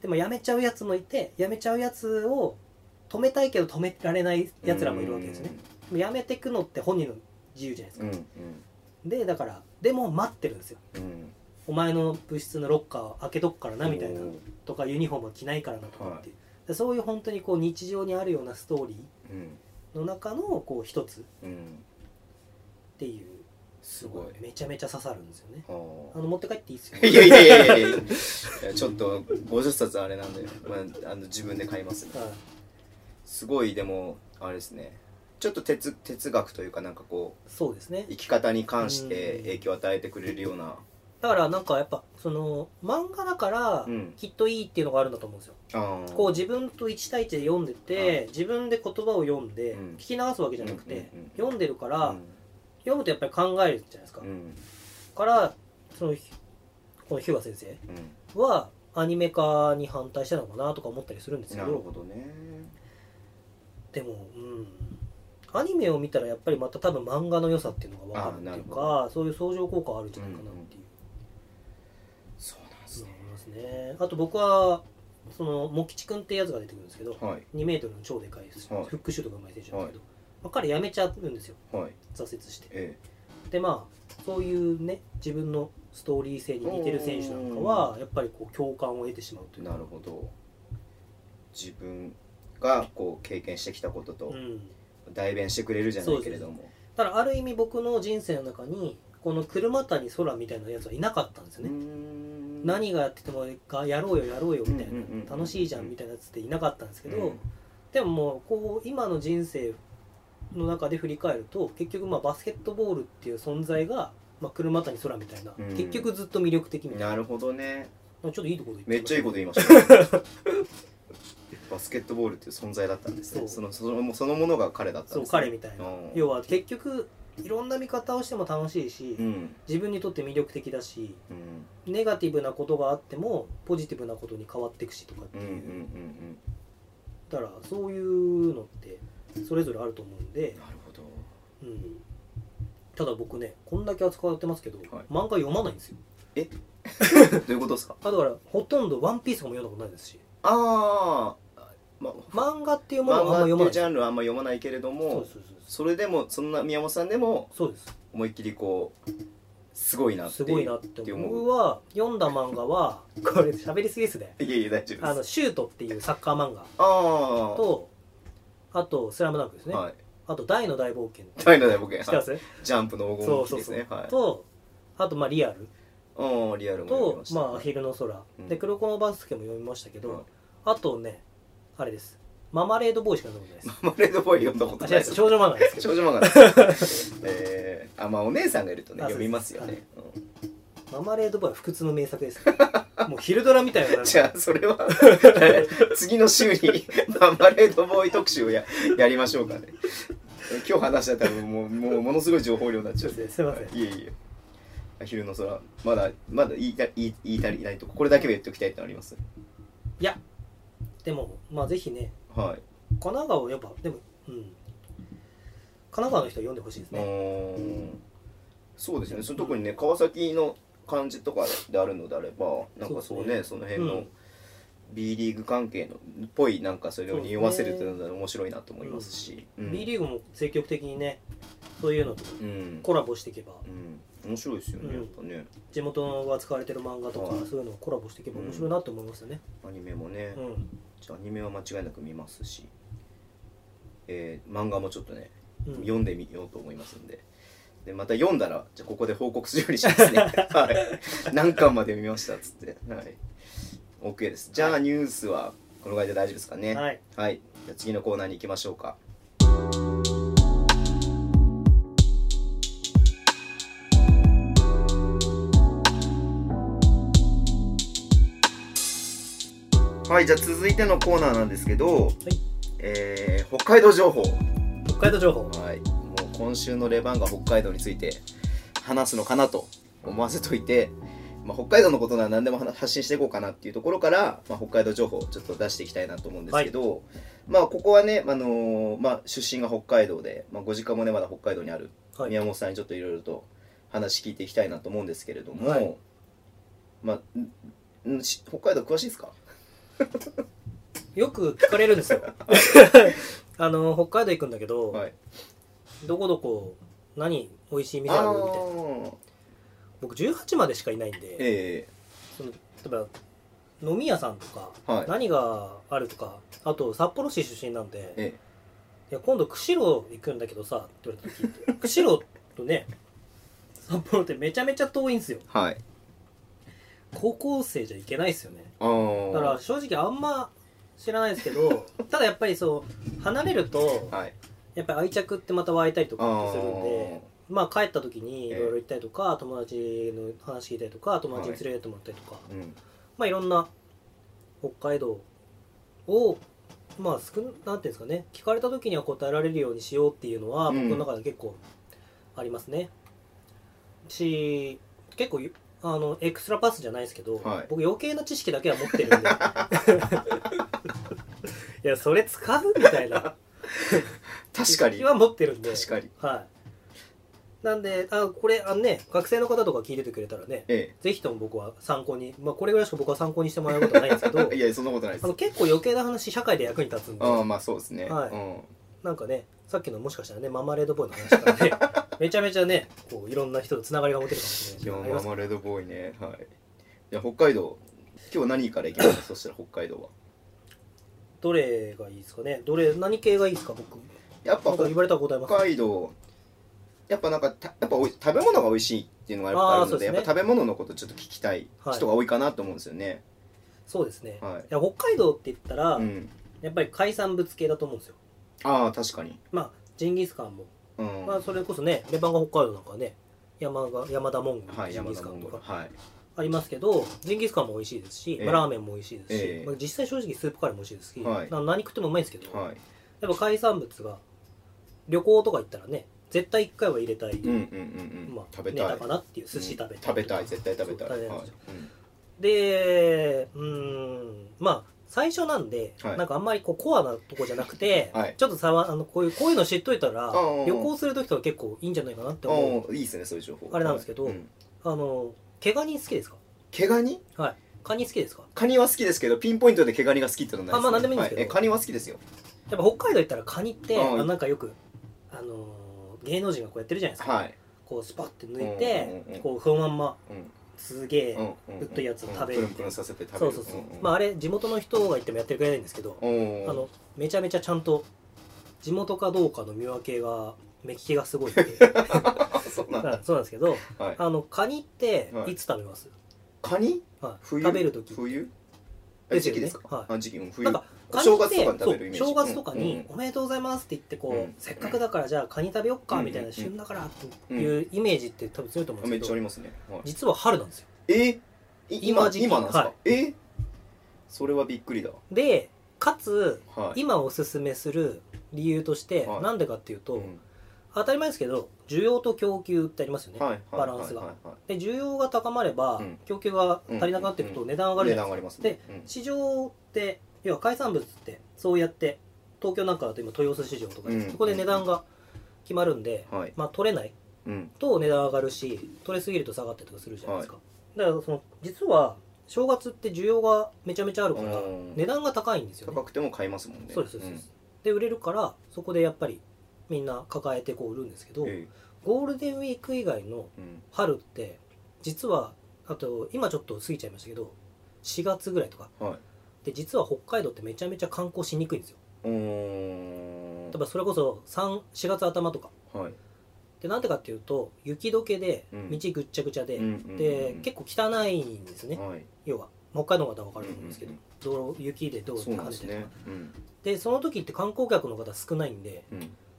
Speaker 2: でもやめちゃうやつもいてやめちゃうやつを止めたいけど止められないやつらもいるわけですよね、でもやめてくのって本人の自由じゃないです
Speaker 1: う
Speaker 2: か、
Speaker 1: んうん
Speaker 2: でだからでも待ってるんですよ
Speaker 1: うん
Speaker 2: お前の部室のロッカー開けとくからなみたいな
Speaker 1: うん
Speaker 2: とかユニフォームは着ないからなとかっていう、でそういう本当にこう日常にあるようなストーリ
Speaker 1: うん
Speaker 2: ーの中のこう一つっ
Speaker 1: うん
Speaker 2: ていう
Speaker 1: すごい
Speaker 2: めちゃめちゃ刺さるんですよ ね
Speaker 1: あ
Speaker 2: あ
Speaker 1: ー
Speaker 2: の持って帰っていいですよ
Speaker 1: いやいやいやいやいやいや ちょっと50冊あれなんで、まあ、あの自分で買いますね
Speaker 2: はい
Speaker 1: すごいでもあれですねちょっと哲哲学というかなんかこう
Speaker 2: そうですね
Speaker 1: 生き方に関して影響を与えてくれるような
Speaker 2: だからなんかやっぱその漫画だから
Speaker 1: うん
Speaker 2: きっといいっていうのがあるんだと思うんですよ、
Speaker 1: あー
Speaker 2: こう自分と1対1で読んでて、自分で言葉を読んで、
Speaker 1: うん
Speaker 2: 聞き流すわけじゃなくて、
Speaker 1: うんうんうん
Speaker 2: 読んでるか
Speaker 1: う
Speaker 2: ら、
Speaker 1: ん
Speaker 2: 読むとやっぱり考えるじゃないですか、
Speaker 1: うんうん
Speaker 2: からそのひこの日向先生はアニメ化に反対したのかなとか思ったりするんですけ
Speaker 1: な
Speaker 2: ど
Speaker 1: るほどね
Speaker 2: でもうんアニメを見たらやっぱりまた多分漫画の良さっていうのが分かるっていう
Speaker 1: あーな
Speaker 2: かそういう相乗効果があるんじゃないかなっていう
Speaker 1: そうなんで
Speaker 2: そ
Speaker 1: す
Speaker 2: う
Speaker 1: ね
Speaker 2: 思いますねあと僕はその茂吉君ってやつが出てくるんですけど、
Speaker 1: はい
Speaker 2: 2メートルの超でかいです、
Speaker 1: はい
Speaker 2: フックシュートがうまい選手なんですけど、まあ、彼辞めちゃうんですよ
Speaker 1: はい
Speaker 2: 挫折して
Speaker 1: え
Speaker 2: でまあそういうね自分のストーリー性に似てる選手なんかはやっぱりこう共感を得てしまうと
Speaker 1: え
Speaker 2: いう
Speaker 1: なるほど自分がこう経験してきたことと
Speaker 2: うん、
Speaker 1: 代弁してくれるじゃないけれども
Speaker 2: ただある意味僕の人生の中にこの車谷空みたいなやつはいなかったんですよね、何がやっててもがやろうよやろうよみたいな、
Speaker 1: うんうんうんうん
Speaker 2: 楽しいじゃんみたいなやつっていなかったんですけど、
Speaker 1: うん
Speaker 2: でももうこう今の人生の中で振り返ると結局まあバスケットボールっていう存在が、まあ、車谷空みたいな、
Speaker 1: うん
Speaker 2: 結局ずっと魅力的みたいな
Speaker 1: なるほどね
Speaker 2: ちょっといいところで
Speaker 1: めっちゃいいことと言いましたね バスケットボールっていう存在だったんです
Speaker 2: そ
Speaker 1: ね
Speaker 2: う
Speaker 1: そのそのそのものが彼だったん
Speaker 2: そう
Speaker 1: ですね
Speaker 2: 彼みたいな
Speaker 1: うん
Speaker 2: 要は結局いろんな見方をしても楽しいし、
Speaker 1: うん
Speaker 2: 自分にとって魅力的だし
Speaker 1: うん
Speaker 2: ネガティブなことがあってもポジティブなことに変わっていくしとかって
Speaker 1: うんう
Speaker 2: い
Speaker 1: ん
Speaker 2: う、
Speaker 1: うん
Speaker 2: だからそういうのってそれぞれあると思うんで
Speaker 1: うん、なるほど
Speaker 2: うん、ただ僕ねこんだけ扱ってますけど、
Speaker 1: はい
Speaker 2: 漫画読まないんですよ
Speaker 1: どういうことですか
Speaker 2: あだからほとんど「ワンピースとかも読んだことないですし
Speaker 1: ああま
Speaker 2: 漫画っていうもの
Speaker 1: 漫
Speaker 2: はあんま
Speaker 1: 画
Speaker 2: 読
Speaker 1: ってい
Speaker 2: まな
Speaker 1: う
Speaker 2: い
Speaker 1: ジャンルはあんま読まないけれど
Speaker 2: そう
Speaker 1: も
Speaker 2: ですそうです
Speaker 1: それでもそんな宮本さんでも
Speaker 2: そうです
Speaker 1: 思いっきりこうすごいなって
Speaker 2: すごいなって
Speaker 1: って
Speaker 2: 思う
Speaker 1: 思う
Speaker 2: 僕は読んだ漫 画はこれ喋りすぎですね
Speaker 1: いやいや大丈夫です
Speaker 2: あの「シュート」っていうサッカー漫画
Speaker 1: あー
Speaker 2: とあと「スラムダンクですね、
Speaker 1: はい
Speaker 2: あと「大の大冒険」知っ
Speaker 1: 大の大冒険
Speaker 2: てます
Speaker 1: ジャンプの黄金
Speaker 2: そう
Speaker 1: 期
Speaker 2: そう
Speaker 1: です
Speaker 2: そう、
Speaker 1: ねはい
Speaker 2: とあとまあリアル
Speaker 1: うんリアルも読み
Speaker 2: と
Speaker 1: まし
Speaker 2: ま
Speaker 1: た
Speaker 2: あ「アヒルの空」
Speaker 1: うん
Speaker 2: で「黒子のバスケ」も読みましたけど、
Speaker 1: うん
Speaker 2: あとねあれですママレードボーイしか読んでないです
Speaker 1: マーマレードボーイ読んだこと
Speaker 2: あ
Speaker 1: な
Speaker 2: 違
Speaker 1: いうです
Speaker 2: 少女漫画ですけ
Speaker 1: 少
Speaker 2: ど
Speaker 1: 女漫画です、 えー、あまあお姉さんがいるとね
Speaker 2: あ
Speaker 1: 読みますよ
Speaker 2: そうで
Speaker 1: ね、うん
Speaker 2: ママレードボーイは不屈の名作です もう昼ドラみたいな
Speaker 1: じゃあそ れは次の週にマーマレードボーイ特集をややりましょうかね今日話したらもうもうものすごい情報量になっちゃう
Speaker 2: すいません
Speaker 1: いえいえアヒルの空まだまだ言いた言い言い足りないとここれだけは言っておきたいってのあります
Speaker 2: いやでもまあぜひね
Speaker 1: は
Speaker 2: 神奈川をやっぱでもうん神奈川の人は読んでほしいです
Speaker 1: い、
Speaker 2: ね、
Speaker 1: うーんそうですねその特にね川崎の感じとかであるのであればなんかそうねその辺
Speaker 2: う
Speaker 1: の
Speaker 2: ん
Speaker 1: B リーグ関係のっぽいなんかそれを匂わせるっていうのは面白いなと思いますし、うん
Speaker 2: B リーグも積極的にねそういうのと
Speaker 1: うん、
Speaker 2: コラボしていけば
Speaker 1: うん、面白いですよね、やっぱね
Speaker 2: 地元が使われてる漫画とか
Speaker 1: はい
Speaker 2: そういうのをコラボしていけば面白いなと思いますよね、
Speaker 1: アニメもね、
Speaker 2: うん
Speaker 1: じゃあアニメは間違いなく見ますし、えー漫画もちょっとね
Speaker 2: うん
Speaker 1: 読んでみようと思いますんで。でまた読んだら、じゃあここで報告するようにします ね。はい。何巻まで見ましたっつって。はい。OK です。じゃあニュースはこのぐらいで大丈夫ですかね。い。
Speaker 2: はい
Speaker 1: じゃあ次のコーナーに行きましょうか。はい、じゃあ続いてのコーナーなんですけど、えー北海道情報。
Speaker 2: 北海道情報
Speaker 1: はい、もう今週のレバンが北海道について話すのかなと思わせといて、まあ、北海道のことなら何でも話発信していこうかなっていうところから、まあ、北海道情報をちょっと出していきたいなと思うんですけど、まあここはね、あのーまあ、出身が北海道で、まあ、ご実家もねまだ北海道にある
Speaker 2: はい
Speaker 1: 宮本さんにちょっといろいろと話聞いていきたいなと思うんですけれども、
Speaker 2: はい
Speaker 1: まあんんし北海道詳しいですか
Speaker 2: よく聞かれる んですよあの北海道行くんだけど、
Speaker 1: はい
Speaker 2: どこどこ何美味しい店あ
Speaker 1: あ
Speaker 2: るみたいな
Speaker 1: ー
Speaker 2: 僕18までしかいないんで、
Speaker 1: え
Speaker 2: その例えば飲み屋さんとか、
Speaker 1: はい
Speaker 2: 何があるとかあと札幌市出身なんで、
Speaker 1: ええ
Speaker 2: いや今度釧路行くんだけどさって言われた時釧路とね札幌ってめちゃめちゃ遠いんですよ
Speaker 1: えはい
Speaker 2: 高校生じゃ行けないですよね
Speaker 1: あー
Speaker 2: だから正直あんま知らないですけどただやっぱりそう離れると
Speaker 1: はい
Speaker 2: やっぱり愛着ってまた湧いたりとかってするん
Speaker 1: あー
Speaker 2: でまあ帰った時にい
Speaker 1: ええ
Speaker 2: ろいろ行ったりとか、友達の話聞いたりとか友達に連れてってもらったりとか、
Speaker 1: うん
Speaker 2: まあいろんな北海道をまあ少ななんていうんですかね聞かれた時には答えられるようにしようっていうのは
Speaker 1: う
Speaker 2: 僕
Speaker 1: ん
Speaker 2: の中で結構ありますね、し結構ゆあのエクストラパスじゃないですけど、
Speaker 1: はい
Speaker 2: 僕余計な知識だけは持ってるんで いやそれ使うみたいな
Speaker 1: 確かに
Speaker 2: 知識は持ってるんで
Speaker 1: 確かに
Speaker 2: はいなんであこれあのね学生の方とか聞いててくれたらね
Speaker 1: え
Speaker 2: ぜひとも僕は参考に、まあ、これぐらいしか僕は参考にしてもらうことはないんですけど
Speaker 1: えいやそん なことないで
Speaker 2: あ
Speaker 1: す
Speaker 2: の結構余計な話社会で役に立つんで
Speaker 1: ああまあそうですね、
Speaker 2: はい
Speaker 1: うん
Speaker 2: なんかねさっきのもしかしたらねママレードボーイの話か らねめちゃめちゃねこういろんな人とつながりが持てるかもし
Speaker 1: い
Speaker 2: れ
Speaker 1: や
Speaker 2: ないありま
Speaker 1: マ
Speaker 2: す
Speaker 1: マレードボーイねはいいや北海道今日何から行き ますかそしたら北海道は
Speaker 2: どれがいいですかねどれ何系がいいですか僕
Speaker 1: やっぱ
Speaker 2: なんか言われたことあります
Speaker 1: 北海道やっぱなんかたやっぱおい食べ物が美味しいっていうのがやっぱあるので
Speaker 2: あーそうですね
Speaker 1: やっぱ食べ物のことちょっと聞きたい
Speaker 2: はい
Speaker 1: 人が多いかなと思うんですよね
Speaker 2: そうですね、
Speaker 1: はい、
Speaker 2: いや北海道って言ったら、
Speaker 1: うん、
Speaker 2: やっぱり海産物系だと思うんですよ
Speaker 1: ああ確かに
Speaker 2: まあジンギスカンも、
Speaker 1: うん、
Speaker 2: まあ、それこそねレバンガ北海道なんかはね山が山田門
Speaker 1: は
Speaker 2: が
Speaker 1: い
Speaker 2: ジン
Speaker 1: 山
Speaker 2: ギス
Speaker 1: 田
Speaker 2: カン
Speaker 1: モ
Speaker 2: と
Speaker 1: ン
Speaker 2: か
Speaker 1: ゴルはい
Speaker 2: ありますけどジンギスカンも美味しいですし、
Speaker 1: ええ
Speaker 2: まあラーメンも美味しいですし、
Speaker 1: ええ
Speaker 2: まあ、実際正直スープカレーも美味しいですし、
Speaker 1: はい
Speaker 2: な何食ってもうまいんですけど、
Speaker 1: はい
Speaker 2: やっぱ海産物が旅行とか行ったらね絶対一回は入れたい、
Speaker 1: うんうんうんうん、
Speaker 2: まあ、
Speaker 1: 食べ
Speaker 2: ネ
Speaker 1: た
Speaker 2: タ
Speaker 1: い
Speaker 2: かなっていう寿司食べたい、
Speaker 1: うん食べたい絶対食べたい
Speaker 2: そう
Speaker 1: はい
Speaker 2: 食べでうーんまあ最初なんで、
Speaker 1: はい
Speaker 2: なんかあんまりこうコアなとこじゃなくて、
Speaker 1: はい
Speaker 2: ちょっとさわあのこういうこういうの知っといたら
Speaker 1: うんうん
Speaker 2: 旅行する時とか結構いいんじゃないかなって
Speaker 1: うん
Speaker 2: 思う
Speaker 1: おーいいですねそういう情報
Speaker 2: あれなんですけど
Speaker 1: はいうん
Speaker 2: あの毛ガニ好きですか
Speaker 1: 毛ガニ
Speaker 2: はいカニ好きですか
Speaker 1: カニは好きですけどピンポイントで毛ガニが好きってのはない
Speaker 2: あまあ何でもいいんですけど
Speaker 1: はえカニは好きですよ
Speaker 2: やっぱ北海道行ったらカニって、
Speaker 1: うん
Speaker 2: あのなんかよくあのー芸能人がこうやってるじゃないですか、
Speaker 1: はい
Speaker 2: こうスパッて抜いて、
Speaker 1: うんうんうん
Speaker 2: こうそのまんま
Speaker 1: うん
Speaker 2: すげえ、
Speaker 1: うん
Speaker 2: ぶっといやつを食べる
Speaker 1: うんプルンプルンさせて食べる
Speaker 2: そうそうそう、まああれ地元の人が言ってもやってるくれないんですけど、
Speaker 1: あうん
Speaker 2: あのめちゃめちゃちゃんと地元かどうかの見分けが目利きがすごいんで、うん
Speaker 1: あ そうなんだ
Speaker 2: そうなんですけど
Speaker 1: はい
Speaker 2: あのカニって
Speaker 1: はい
Speaker 2: いつ食べます、
Speaker 1: カニ
Speaker 2: はい
Speaker 1: 冬
Speaker 2: 食べる時
Speaker 1: 冬
Speaker 2: で
Speaker 1: え
Speaker 2: すよ
Speaker 1: 時
Speaker 2: ね
Speaker 1: 期ですか
Speaker 2: はい
Speaker 1: あ時期も冬
Speaker 2: なんか
Speaker 1: お
Speaker 2: カニ
Speaker 1: 正
Speaker 2: っ
Speaker 1: 月と
Speaker 2: て
Speaker 1: かに食べるイメージ
Speaker 2: そう正月とか
Speaker 1: うんう
Speaker 2: に
Speaker 1: ん
Speaker 2: 「おめでとうございます」って言ってこう、
Speaker 1: うん
Speaker 2: せっかくだからじゃあカニ食べよっかみたい
Speaker 1: うん
Speaker 2: な旬だからっていうイメージって多分強いと思う
Speaker 1: あ
Speaker 2: ん
Speaker 1: め
Speaker 2: で
Speaker 1: っ
Speaker 2: す
Speaker 1: ちゃ
Speaker 2: け
Speaker 1: あ
Speaker 2: ど
Speaker 1: りますねはい
Speaker 2: 実は春なんですよ
Speaker 1: えい今
Speaker 2: 今時期
Speaker 1: 今なんですか
Speaker 2: はい
Speaker 1: えそれはびっくりだ
Speaker 2: でかつ
Speaker 1: はい
Speaker 2: 今おすすめする理由として
Speaker 1: はい
Speaker 2: なんでかっていう
Speaker 1: う
Speaker 2: と
Speaker 1: ん
Speaker 2: 当たり前ですけど需要と供給ってありますよね
Speaker 1: はいはい
Speaker 2: バランス
Speaker 1: は
Speaker 2: が
Speaker 1: いはい
Speaker 2: で需要が高まれば
Speaker 1: うん
Speaker 2: 供給が足りなくなっていく
Speaker 1: う
Speaker 2: と値段上が
Speaker 1: はい値
Speaker 2: るじゃ
Speaker 1: 段上が
Speaker 2: ないで
Speaker 1: りますす
Speaker 2: か
Speaker 1: ね
Speaker 2: で
Speaker 1: うん
Speaker 2: 市場って要は海産物ってそうやって東京なんかだと今豊洲市場とかで
Speaker 1: うん
Speaker 2: そこで値段が決まるんで
Speaker 1: はい
Speaker 2: まあ取れない
Speaker 1: うん
Speaker 2: と値段上がるし取れすぎると下がったりとかするじゃないですか、だからその実は正月って需要がめちゃめちゃあるから
Speaker 1: うん
Speaker 2: 値段が高いんですよね
Speaker 1: 高くても買いますもんね
Speaker 2: そうですそうです、で売れるからそこでやっぱりみんな抱えてこう売るんですけど、
Speaker 1: うんえ
Speaker 2: ゴールデンウィーク以外の
Speaker 1: えうん
Speaker 2: 春って実はあと今ちょっと過ぎちゃいましたけど4月ぐらいとか
Speaker 1: はい
Speaker 2: で実は北海道ってめちゃめちゃ観光しにくいんですよ
Speaker 1: うーん
Speaker 2: 例えばそれこそ3 4月頭とか
Speaker 1: はい
Speaker 2: でなんでかっていうと雪解けで
Speaker 1: うん
Speaker 2: 道ぐっちゃぐちゃで、
Speaker 1: うんうんうん
Speaker 2: で結構汚いんですね、
Speaker 1: はい
Speaker 2: 要は北海道の方は分かると思うんですけど、
Speaker 1: うん
Speaker 2: 道路雪で道路
Speaker 1: そうなん
Speaker 2: 跳
Speaker 1: で
Speaker 2: ね
Speaker 1: す
Speaker 2: てる
Speaker 1: ね
Speaker 2: とか
Speaker 1: うん
Speaker 2: でその時って観光客の方少ないんで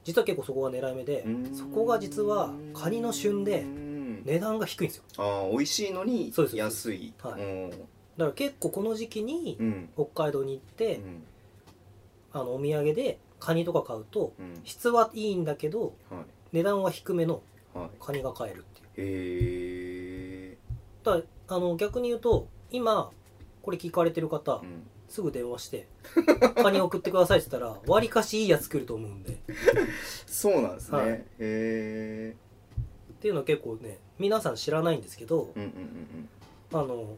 Speaker 2: 実は結構そこが狙い目で、
Speaker 1: うん
Speaker 2: そこが実はカニの旬で
Speaker 1: うん
Speaker 2: 値段が低いんですよ
Speaker 1: あー美味しいのに
Speaker 2: そうですそうです
Speaker 1: 安い
Speaker 2: はい
Speaker 1: うん
Speaker 2: だから結構この時期に
Speaker 1: うん
Speaker 2: 北海道に行って、
Speaker 1: うん
Speaker 2: あのお土産でカニとか買うと
Speaker 1: うん
Speaker 2: 質はいいんだけど
Speaker 1: は
Speaker 2: 値段は低めの
Speaker 1: いはい
Speaker 2: カニが買えるってい
Speaker 1: へ
Speaker 2: う
Speaker 1: え
Speaker 2: だからあの逆に言うと今これ聞かれてる方、
Speaker 1: うん
Speaker 2: すぐ電話して「カニ送ってください」って言ったらわりかしいいやつ来ると思うんでっ
Speaker 1: そうなんですね
Speaker 2: はい
Speaker 1: へえ
Speaker 2: ていうのは結構ね皆さん知らないんですけど
Speaker 1: うんうん
Speaker 2: あの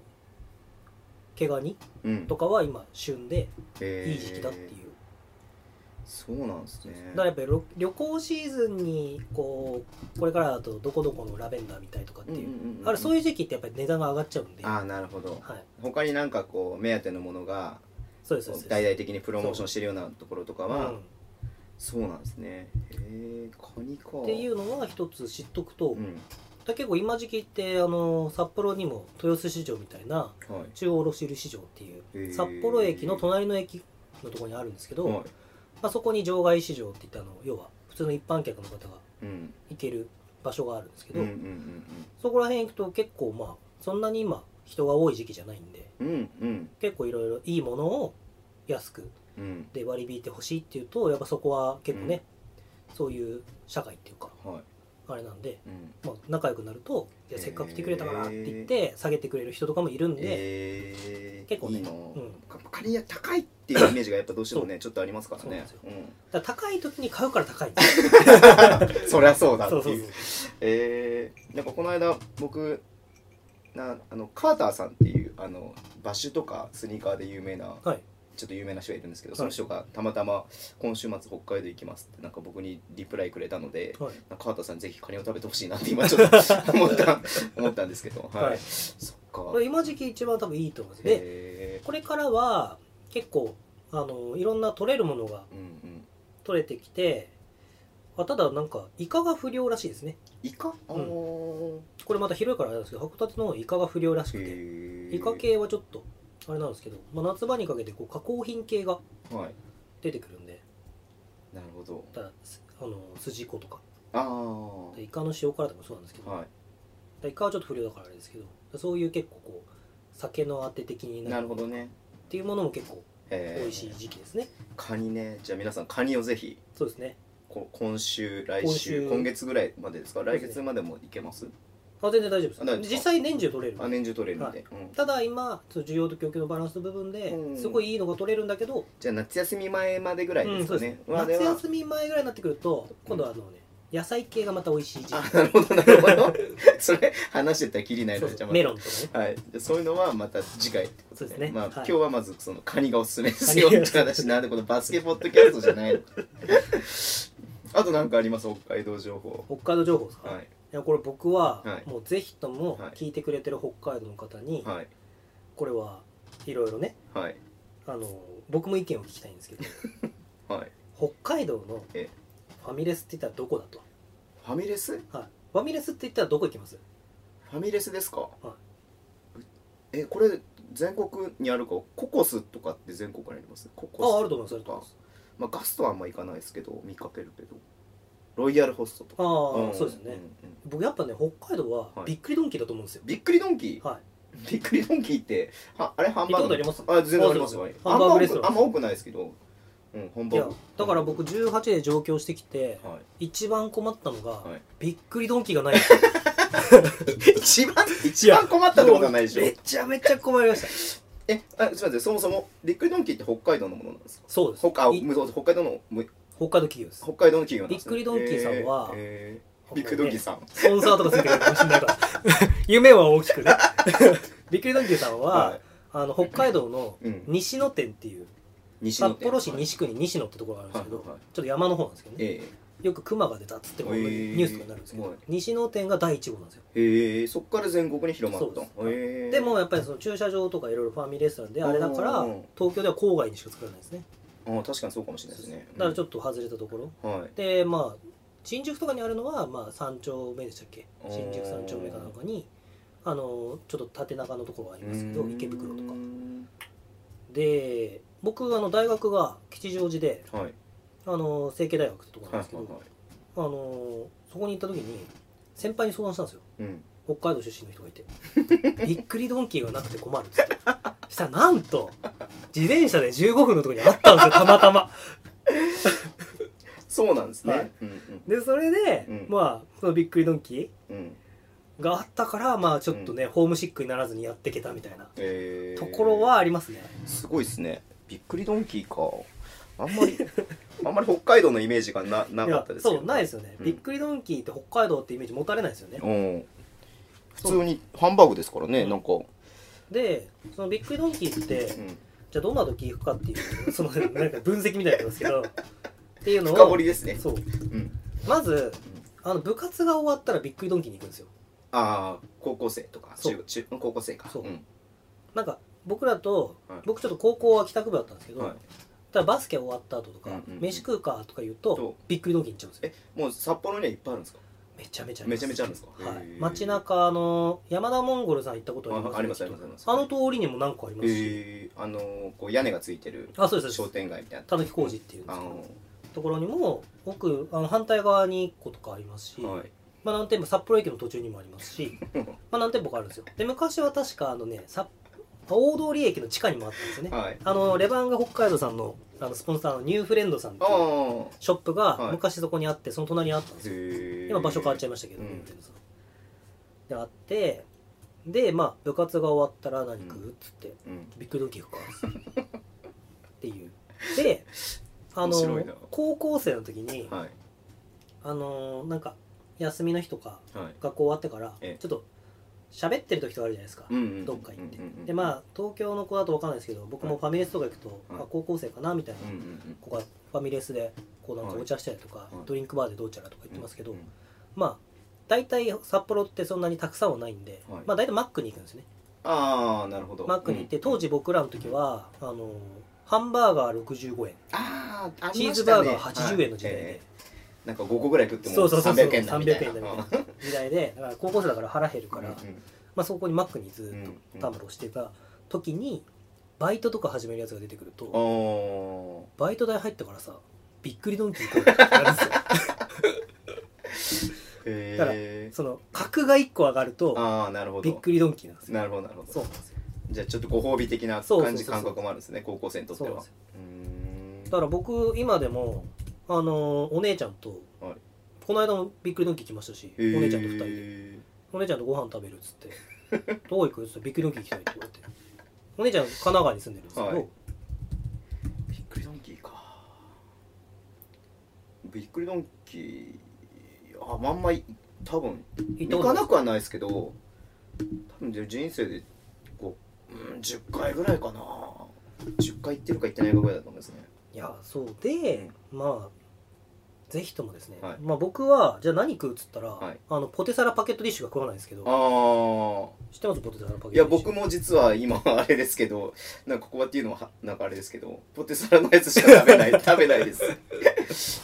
Speaker 2: 毛ガニ
Speaker 1: うんうんうん
Speaker 2: とかは今旬で
Speaker 1: へ
Speaker 2: い
Speaker 1: ー
Speaker 2: い時期だっていう、
Speaker 1: そうなんですね
Speaker 2: だからやっぱり旅旅行シーズンにこうこれからだとどこどこのラベンダーみたいとかっていう,、あれそう
Speaker 1: い
Speaker 2: いう時期ってやっぱり値段が上がっちゃうんで、
Speaker 1: あ
Speaker 2: はい、
Speaker 1: あなるほど他になんかこう目当てのものが
Speaker 2: そうですそうです
Speaker 1: 大々的にプロモーションしてるようなところとか
Speaker 2: う
Speaker 1: は
Speaker 2: ん
Speaker 1: そうなんですねへえカニか
Speaker 2: っていううのは一つ知っとくと、
Speaker 1: う
Speaker 2: だか
Speaker 1: ん
Speaker 2: ら結構今時期ってあの札幌にも豊洲市場みたいな
Speaker 1: はい
Speaker 2: 中央卸売市場ってい
Speaker 1: へー
Speaker 2: う札幌駅の隣の駅のところにあるんですけど、
Speaker 1: は
Speaker 2: まあ、そこに場外市場っていってあの要は普通の一般客の方が
Speaker 1: いうん
Speaker 2: 行ける場所があるんですけ
Speaker 1: う
Speaker 2: ど、
Speaker 1: んうん
Speaker 2: そこら辺行くと結構まあそんなに今人が多い時期じゃないんで
Speaker 1: うんうんうん
Speaker 2: 結構いろいろいいものを安く
Speaker 1: うん
Speaker 2: で割り引いてほしいっていうとやっぱそこは結構ね、そういう社会っていうか
Speaker 1: はい
Speaker 2: あれなんで、
Speaker 1: うん
Speaker 2: まあ、仲良くなるといやせっかく来てくれたからって言って下げてくれる人とかもいるんで、
Speaker 1: えー
Speaker 2: 結構ね
Speaker 1: いいな
Speaker 2: うん
Speaker 1: カニは高いっていうイメージがやっぱどうしてもねちょっとありますからね
Speaker 2: そう
Speaker 1: うん
Speaker 2: だから高い時に買うから 高いんですよ
Speaker 1: そりゃそうだって
Speaker 2: そ
Speaker 1: いうう
Speaker 2: そうそう
Speaker 1: えー、なんかこの間僕なあのカーターさんっていうあのバッシュとかスニーカーで有名な
Speaker 2: はい
Speaker 1: ちょっと有名な人がいるんですけど、
Speaker 2: はい
Speaker 1: その人がたまたま今週末北海道行きますってなんか僕にリプライくれたので、
Speaker 2: はい
Speaker 1: カーターさんぜひカニを食べてほしいなって今ち ょっと思った思ったんですけど、はい、
Speaker 2: はい
Speaker 1: そっか。
Speaker 2: これ今時期一番多分いいと思いますで
Speaker 1: え
Speaker 2: これからは結構あのいろんな取れるものが
Speaker 1: ー、うんうん。
Speaker 2: 取れてきてあただなんかイカが不良らしいですね
Speaker 1: イカ？あ
Speaker 2: うん
Speaker 1: の
Speaker 2: これまた広いからあれなんですけど函館の方イカが不良らし
Speaker 1: ー
Speaker 2: くて
Speaker 1: へー
Speaker 2: イカ系はちょっとあれなんですけど、まあ、夏場にかけてこう加工品系が
Speaker 1: はい。
Speaker 2: 出てくるんで
Speaker 1: なるほど。
Speaker 2: ただあの筋子とか
Speaker 1: あ
Speaker 2: でイカの塩辛とかもそうなんですけ
Speaker 1: あ。
Speaker 2: ど
Speaker 1: は
Speaker 2: でイカはちょっと不良だからあれですけどそういう結構こう酒のあて的に
Speaker 1: い。
Speaker 2: な
Speaker 1: な
Speaker 2: る
Speaker 1: るほどね。
Speaker 2: っていうものも結構
Speaker 1: えー
Speaker 2: 美味しい時期ですね、
Speaker 1: カニねじゃあ皆さんカニをぜひ
Speaker 2: そうですね
Speaker 1: こ今週来
Speaker 2: 今
Speaker 1: 週
Speaker 2: 週
Speaker 1: 今月ぐらいまでですか来月までもいけます
Speaker 2: あ全然大丈夫です
Speaker 1: あ大丈夫ですか
Speaker 2: 実際年中取れる
Speaker 1: あ年中取れるんで、うん
Speaker 2: ただ今その需要と供給のバランスの部分で
Speaker 1: うん
Speaker 2: すごいいいのが取れるんだけど、
Speaker 1: じゃあ夏休み前までぐらいで
Speaker 2: うん
Speaker 1: す
Speaker 2: そう
Speaker 1: かね
Speaker 2: ですね、
Speaker 1: まで
Speaker 2: 夏
Speaker 1: は
Speaker 2: 休み前ぐらいになってくると今度はあのね野菜系がまた美味しい時期
Speaker 1: あなるほどなるほど それ話してたらきりない
Speaker 2: そ
Speaker 1: の
Speaker 2: う
Speaker 1: で
Speaker 2: そう
Speaker 1: じゃあまた
Speaker 2: メロンとかね
Speaker 1: はい、じゃあそういうのはまた次回ってこと
Speaker 2: そうですね
Speaker 1: まあ、
Speaker 2: はい
Speaker 1: 今日はまずそのカニがおすすめですよっ
Speaker 2: カニ
Speaker 1: て話なんでこのバスケポッドキャ ストじゃないのあと何かあります北海道情報
Speaker 2: 北海道情報ですか、
Speaker 1: はい
Speaker 2: やこれ僕は
Speaker 1: はい
Speaker 2: もうぜひとも
Speaker 1: はい
Speaker 2: 聞いてくれてる北海道の方に
Speaker 1: はい
Speaker 2: これはいろいろね
Speaker 1: はい
Speaker 2: あの僕も意見を聞きたいんですけど
Speaker 1: はい
Speaker 2: 北海道の
Speaker 1: え
Speaker 2: ファミレスって言ったらどこだと、
Speaker 1: ファミレス
Speaker 2: はい、ファミレスって言ったらどこ行きます
Speaker 1: ファミレスですか、
Speaker 2: は
Speaker 1: えこれ全国にあるかココスとかって全国にありますココス
Speaker 2: ああると思いますあると思います
Speaker 1: まあ、ガストはあんま行かないですけど見かけるけどロイヤルホストとか
Speaker 2: ああ、
Speaker 1: ん
Speaker 2: そうですよね、
Speaker 1: んうん
Speaker 2: 僕やっぱね北海道は
Speaker 1: はい
Speaker 2: びっくりドンキーだと思うんですよ、
Speaker 1: びっくりドンキー
Speaker 2: はい
Speaker 1: びっくりドンキーってはあれハンバーグ
Speaker 2: 行ったこと
Speaker 1: あ全然あります
Speaker 2: あ
Speaker 1: よ
Speaker 2: そうそう
Speaker 1: あんま
Speaker 2: ハンバー
Speaker 1: 多
Speaker 2: グ
Speaker 1: く
Speaker 2: レストラン
Speaker 1: あんま多くないですけどうんハン
Speaker 2: い
Speaker 1: バー
Speaker 2: や
Speaker 1: グ
Speaker 2: だから僕18で上京してきて
Speaker 1: はい
Speaker 2: 一番困ったのが、
Speaker 1: はい
Speaker 2: びっくりドンキーがないんですよ
Speaker 1: 一番一番困ったってことはないでしょ
Speaker 2: めちゃめちゃ困りました
Speaker 1: えあすみませんそもそもびっくりドンキーって北海道のものなんですか
Speaker 2: そうです
Speaker 1: 北あ
Speaker 2: い
Speaker 1: むそう北海道のむ
Speaker 2: 北海道企業です
Speaker 1: 北海道の企業なんですね
Speaker 2: びっくりドンキーさんは
Speaker 1: えーえーびっくりドンキーさん
Speaker 2: スポンサーとかついてくるかもしれないから 夢は大きくね びっくりドンキーさんは、
Speaker 1: は
Speaker 2: あの北海道の
Speaker 1: いうん
Speaker 2: 西野店っていう
Speaker 1: 西野
Speaker 2: 札
Speaker 1: 店
Speaker 2: 幌市西区に西野ってところがあるんですけど、
Speaker 1: はいはいはい
Speaker 2: ちょっと山の方なんですけどね
Speaker 1: え
Speaker 2: よく熊が出たっつってこういうニュースとかになるんですけど、
Speaker 1: はい
Speaker 2: 西野店が第1号なんですよ
Speaker 1: えへえそっから全国に広まった
Speaker 2: そうです
Speaker 1: へえ
Speaker 2: でもやっぱりその駐車場とかいろいろファミレストランであれだから
Speaker 1: うん
Speaker 2: 東京では郊外にしか作らないですね
Speaker 1: あー確かにそうかもしれないですね
Speaker 2: だからちょ
Speaker 1: っ
Speaker 2: っと外れたところ
Speaker 1: とはい
Speaker 2: でまあ新宿とかにあるのは、まあ、3丁目でしたっけ新宿3丁目かなんかにあのちょっと縦長のところがありますけど池袋とかで僕あの大学が吉祥寺で
Speaker 1: かはい
Speaker 2: あの成蹊大学ってところ
Speaker 1: は
Speaker 2: な
Speaker 1: は
Speaker 2: いんですけど、
Speaker 1: いは
Speaker 2: あのそこに行った時に先輩に相談したんですよ
Speaker 1: いうん
Speaker 2: 北海道出身の人がいてびっくりドンキーがなくて困るっつってそしたらなんと自転車で15分のところにあったんですよたまたま
Speaker 1: そうなんです
Speaker 2: はい
Speaker 1: ねうん
Speaker 2: でそれで、
Speaker 1: うん
Speaker 2: まあそのびっくりドンキ
Speaker 1: うんうん
Speaker 2: ーがあったからまあちょっとね、ホームシックにならずにやっていけたみたいな
Speaker 1: えー
Speaker 2: ところはありますね、
Speaker 1: すごいですねびっくりドンキーかあんまり あんまり北海道のイメージがなないか
Speaker 2: や
Speaker 1: ったですけど
Speaker 2: そうないですよね、
Speaker 1: うん
Speaker 2: びっくりドンキーって北海道ってイメージ持たれないですよね
Speaker 1: うん普通にハンバーグですからね
Speaker 2: うん
Speaker 1: なんかうん
Speaker 2: でそのびっくりドンキーって、じゃあどんな時行くかっていうそのなんか分析みたいになってますけどっていうのを
Speaker 1: 深掘りですね
Speaker 2: そう
Speaker 1: うん
Speaker 2: まずあの部活が終わったらびっくりドンキーに行くんですよ
Speaker 1: ああ高校生とか
Speaker 2: そう
Speaker 1: 中中高校生か
Speaker 2: そうんなんか僕らと、
Speaker 1: はい
Speaker 2: 僕ちょっと高校は帰宅部だったんですけど、
Speaker 1: はい
Speaker 2: ただバスケ終わった後とか、
Speaker 1: うんうんうん
Speaker 2: 飯食うかとか言うと
Speaker 1: そう
Speaker 2: びっくりドンキーに行っちゃうんですよ
Speaker 1: えもう札幌にはいっぱいあるんですか
Speaker 2: めちゃめちゃ
Speaker 1: めちゃめちゃあるんです
Speaker 2: ゃ
Speaker 1: か
Speaker 2: はい
Speaker 1: へー
Speaker 2: 街中の山田モンゴルさん行ったことあります
Speaker 1: あありますありますあります
Speaker 2: あの通りにも何個ありますし、
Speaker 1: えーあのーこう屋根がついてる
Speaker 2: あそうですそ
Speaker 1: 商
Speaker 2: うです
Speaker 1: 店街みたいな
Speaker 2: たぬき工事っていうんで
Speaker 1: あ
Speaker 2: すけど、
Speaker 1: の
Speaker 2: ところにも奥あの反対側に1個とかありますし、
Speaker 1: はい
Speaker 2: まあ、何店舗札幌駅の途中にもありますしまあ何店舗かあるんですよで昔は確かあのね札大通駅の地下にもあったんですよね
Speaker 1: はい
Speaker 2: あのレバンガ北海道さんのあのスポンサーのニューフレンドさんって
Speaker 1: あ
Speaker 2: いう
Speaker 1: あ
Speaker 2: ショップ
Speaker 1: は
Speaker 2: が
Speaker 1: い
Speaker 2: 昔そこにあってその隣にあったんですよ
Speaker 1: へ
Speaker 2: 今場所変わっちゃ
Speaker 1: ゃ
Speaker 2: いましたけど、
Speaker 1: うん
Speaker 2: ニューフレンドさんであってでまあ部活が終わったら何食うっつって
Speaker 1: う、うん、
Speaker 2: ビッグドンキー行くかっていうであ
Speaker 1: 面白いな
Speaker 2: の高校生の時に、
Speaker 1: はい
Speaker 2: あのーなんか休みの日とか
Speaker 1: はい
Speaker 2: 学校終わってから
Speaker 1: ええ
Speaker 2: ちょっと喋ってる時とかあるじゃないですか、
Speaker 1: うんうん
Speaker 2: どっか行って、
Speaker 1: うんうんうん
Speaker 2: でまあ東京の子だと分かんないですけど僕もファミレスとか行くと、
Speaker 1: はい
Speaker 2: あ高校生かなみたいな
Speaker 1: うんうん
Speaker 2: 子がファミレスでこうなんか
Speaker 1: はい
Speaker 2: お茶したりとか、
Speaker 1: い
Speaker 2: ドリンクバーでどうちゃらとか言ってますけど、
Speaker 1: うん
Speaker 2: まあ大体札幌ってそんなにたくさんはないんで、
Speaker 1: はい
Speaker 2: まあ大体マックに行くんですね
Speaker 1: ああなるほど
Speaker 2: マックに行って、当時僕らの時はあのーハンバーガー65円
Speaker 1: あーありましたね
Speaker 2: チーズバーガー80円の時代で、
Speaker 1: はいえーなんか5個ぐらい食っても
Speaker 2: そうそうそうそう
Speaker 1: 300円だみたいな
Speaker 2: 300円だみ
Speaker 1: たい
Speaker 2: 時代でだから高校生だから腹減るから、まあ、そこにマックにず
Speaker 1: うんうん
Speaker 2: っとたむろしてた時にバイトとか始めるやつが出てくる
Speaker 1: あ
Speaker 2: と
Speaker 1: ー
Speaker 2: バイト代入ったからさびっくりドンキー行こうよってなる んですよ
Speaker 1: へえ
Speaker 2: その格が1個上がると
Speaker 1: ああなるほ
Speaker 2: びっ
Speaker 1: ど
Speaker 2: くりドンキーなんですよ
Speaker 1: なるほどなるほど
Speaker 2: そうなんですよ
Speaker 1: じゃあちょっとご褒美的な
Speaker 2: そうそう
Speaker 1: 感
Speaker 2: そう
Speaker 1: じ
Speaker 2: そう
Speaker 1: 感覚もあるんですね高校生にとって
Speaker 2: そうなん
Speaker 1: は
Speaker 2: ですよ
Speaker 1: うーん
Speaker 2: だから僕今でもあのーお姉ちゃんと、
Speaker 1: はい
Speaker 2: この間もびっくりドンキー行きましたしお
Speaker 1: へー
Speaker 2: 姉ちゃんと2人でお姉ちゃんとご飯食べるっつ ってどこ行くっつってびっくりドンキー行きたいって言われてお姉ちゃん神奈川に住んでるんですけど、
Speaker 1: はいびっくりドンキーかびっくりドンキーあまんまい多分
Speaker 2: 行っ
Speaker 1: 行
Speaker 2: たこ
Speaker 1: か
Speaker 2: と
Speaker 1: な
Speaker 2: な
Speaker 1: くはないですけど多分じゃあ人生でこう、うん、10回ぐらいかな10回行ってるか行ってないかぐらいだと思いますね
Speaker 2: いいやそうでまあぜひともですね、
Speaker 1: はい
Speaker 2: まあ、僕はじゃあ何食うっつったら、
Speaker 1: はい
Speaker 2: あのポテサラパケットディッシュが食わないんですけど
Speaker 1: あ
Speaker 2: 知ってますポテサラパケット
Speaker 1: あ
Speaker 2: ディッシュ
Speaker 1: いや僕も実は今あれですけどなんかここはっていうのははなんかあれですけどポテサラのやつしか食べない食べない です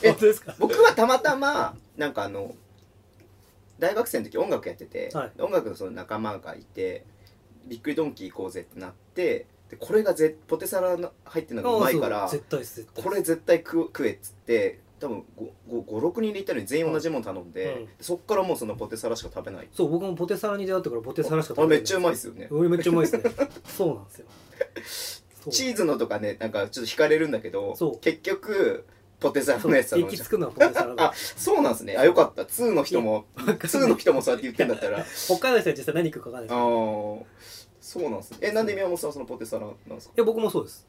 Speaker 1: え
Speaker 2: 本当です か
Speaker 1: 僕はたまたまなんかあの大学生の時音楽やってて、
Speaker 2: はい
Speaker 1: 音楽のその仲間がいてびっくりドンキー行こうぜってなってでこれがぜポテサラの入ってるのがうまいか
Speaker 2: あ
Speaker 1: ら
Speaker 2: そう絶対です絶対
Speaker 1: これ絶対食う食えっつって多分56人で行ったのに全員同じもの頼んで、
Speaker 2: うん
Speaker 1: そっからもうそのポテサラしか食べない
Speaker 2: そう僕もポテサラに出会ってからポテサラしか
Speaker 1: あれめっちゃうまい
Speaker 2: い
Speaker 1: ですよね
Speaker 2: 俺めっちゃうまいですね そうなんですよそう
Speaker 1: チーズのとかねなんかちょっと惹かれるんだけど
Speaker 2: そう
Speaker 1: 結局ポテサラのやつ
Speaker 2: そう
Speaker 1: 頼ん
Speaker 2: 行き
Speaker 1: じゃ
Speaker 2: 着
Speaker 1: う
Speaker 2: くのはポテサラだ
Speaker 1: あそうなんですねあよかった2の人も2の人もそうやって言ってんだった ら
Speaker 2: 北海道の人は実際何食うかわかんないですけ
Speaker 1: あ
Speaker 2: ど
Speaker 1: あそうなんですねえなんで宮本さんはそのポテサラなんですか
Speaker 2: いや僕もそうです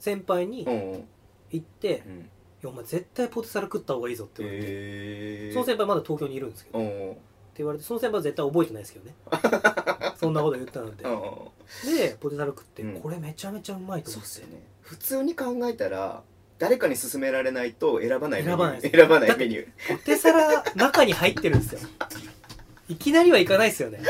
Speaker 2: 先輩に
Speaker 1: うんうん
Speaker 2: 行って
Speaker 1: う
Speaker 2: 「
Speaker 1: ん
Speaker 2: いやお前絶対ポテサラ食った方がいいぞ」って言われて、
Speaker 1: へえ
Speaker 2: その先輩まだ東京にいるんですけど、
Speaker 1: う
Speaker 2: って
Speaker 1: んうん
Speaker 2: 言われてその先輩は絶対覚えてないです けどねそんなこと言ったので
Speaker 1: うん
Speaker 2: でポテサラ食って、
Speaker 1: うん
Speaker 2: これめちゃめちゃうまいと
Speaker 1: そう
Speaker 2: 思っ
Speaker 1: ってすよね普通に考えたら誰かに勧められないと選ばないメニュー
Speaker 2: 選ばないです
Speaker 1: 選ばないメニュー
Speaker 2: ポテサラ中に入ってるんですよいきなりはいかないですよね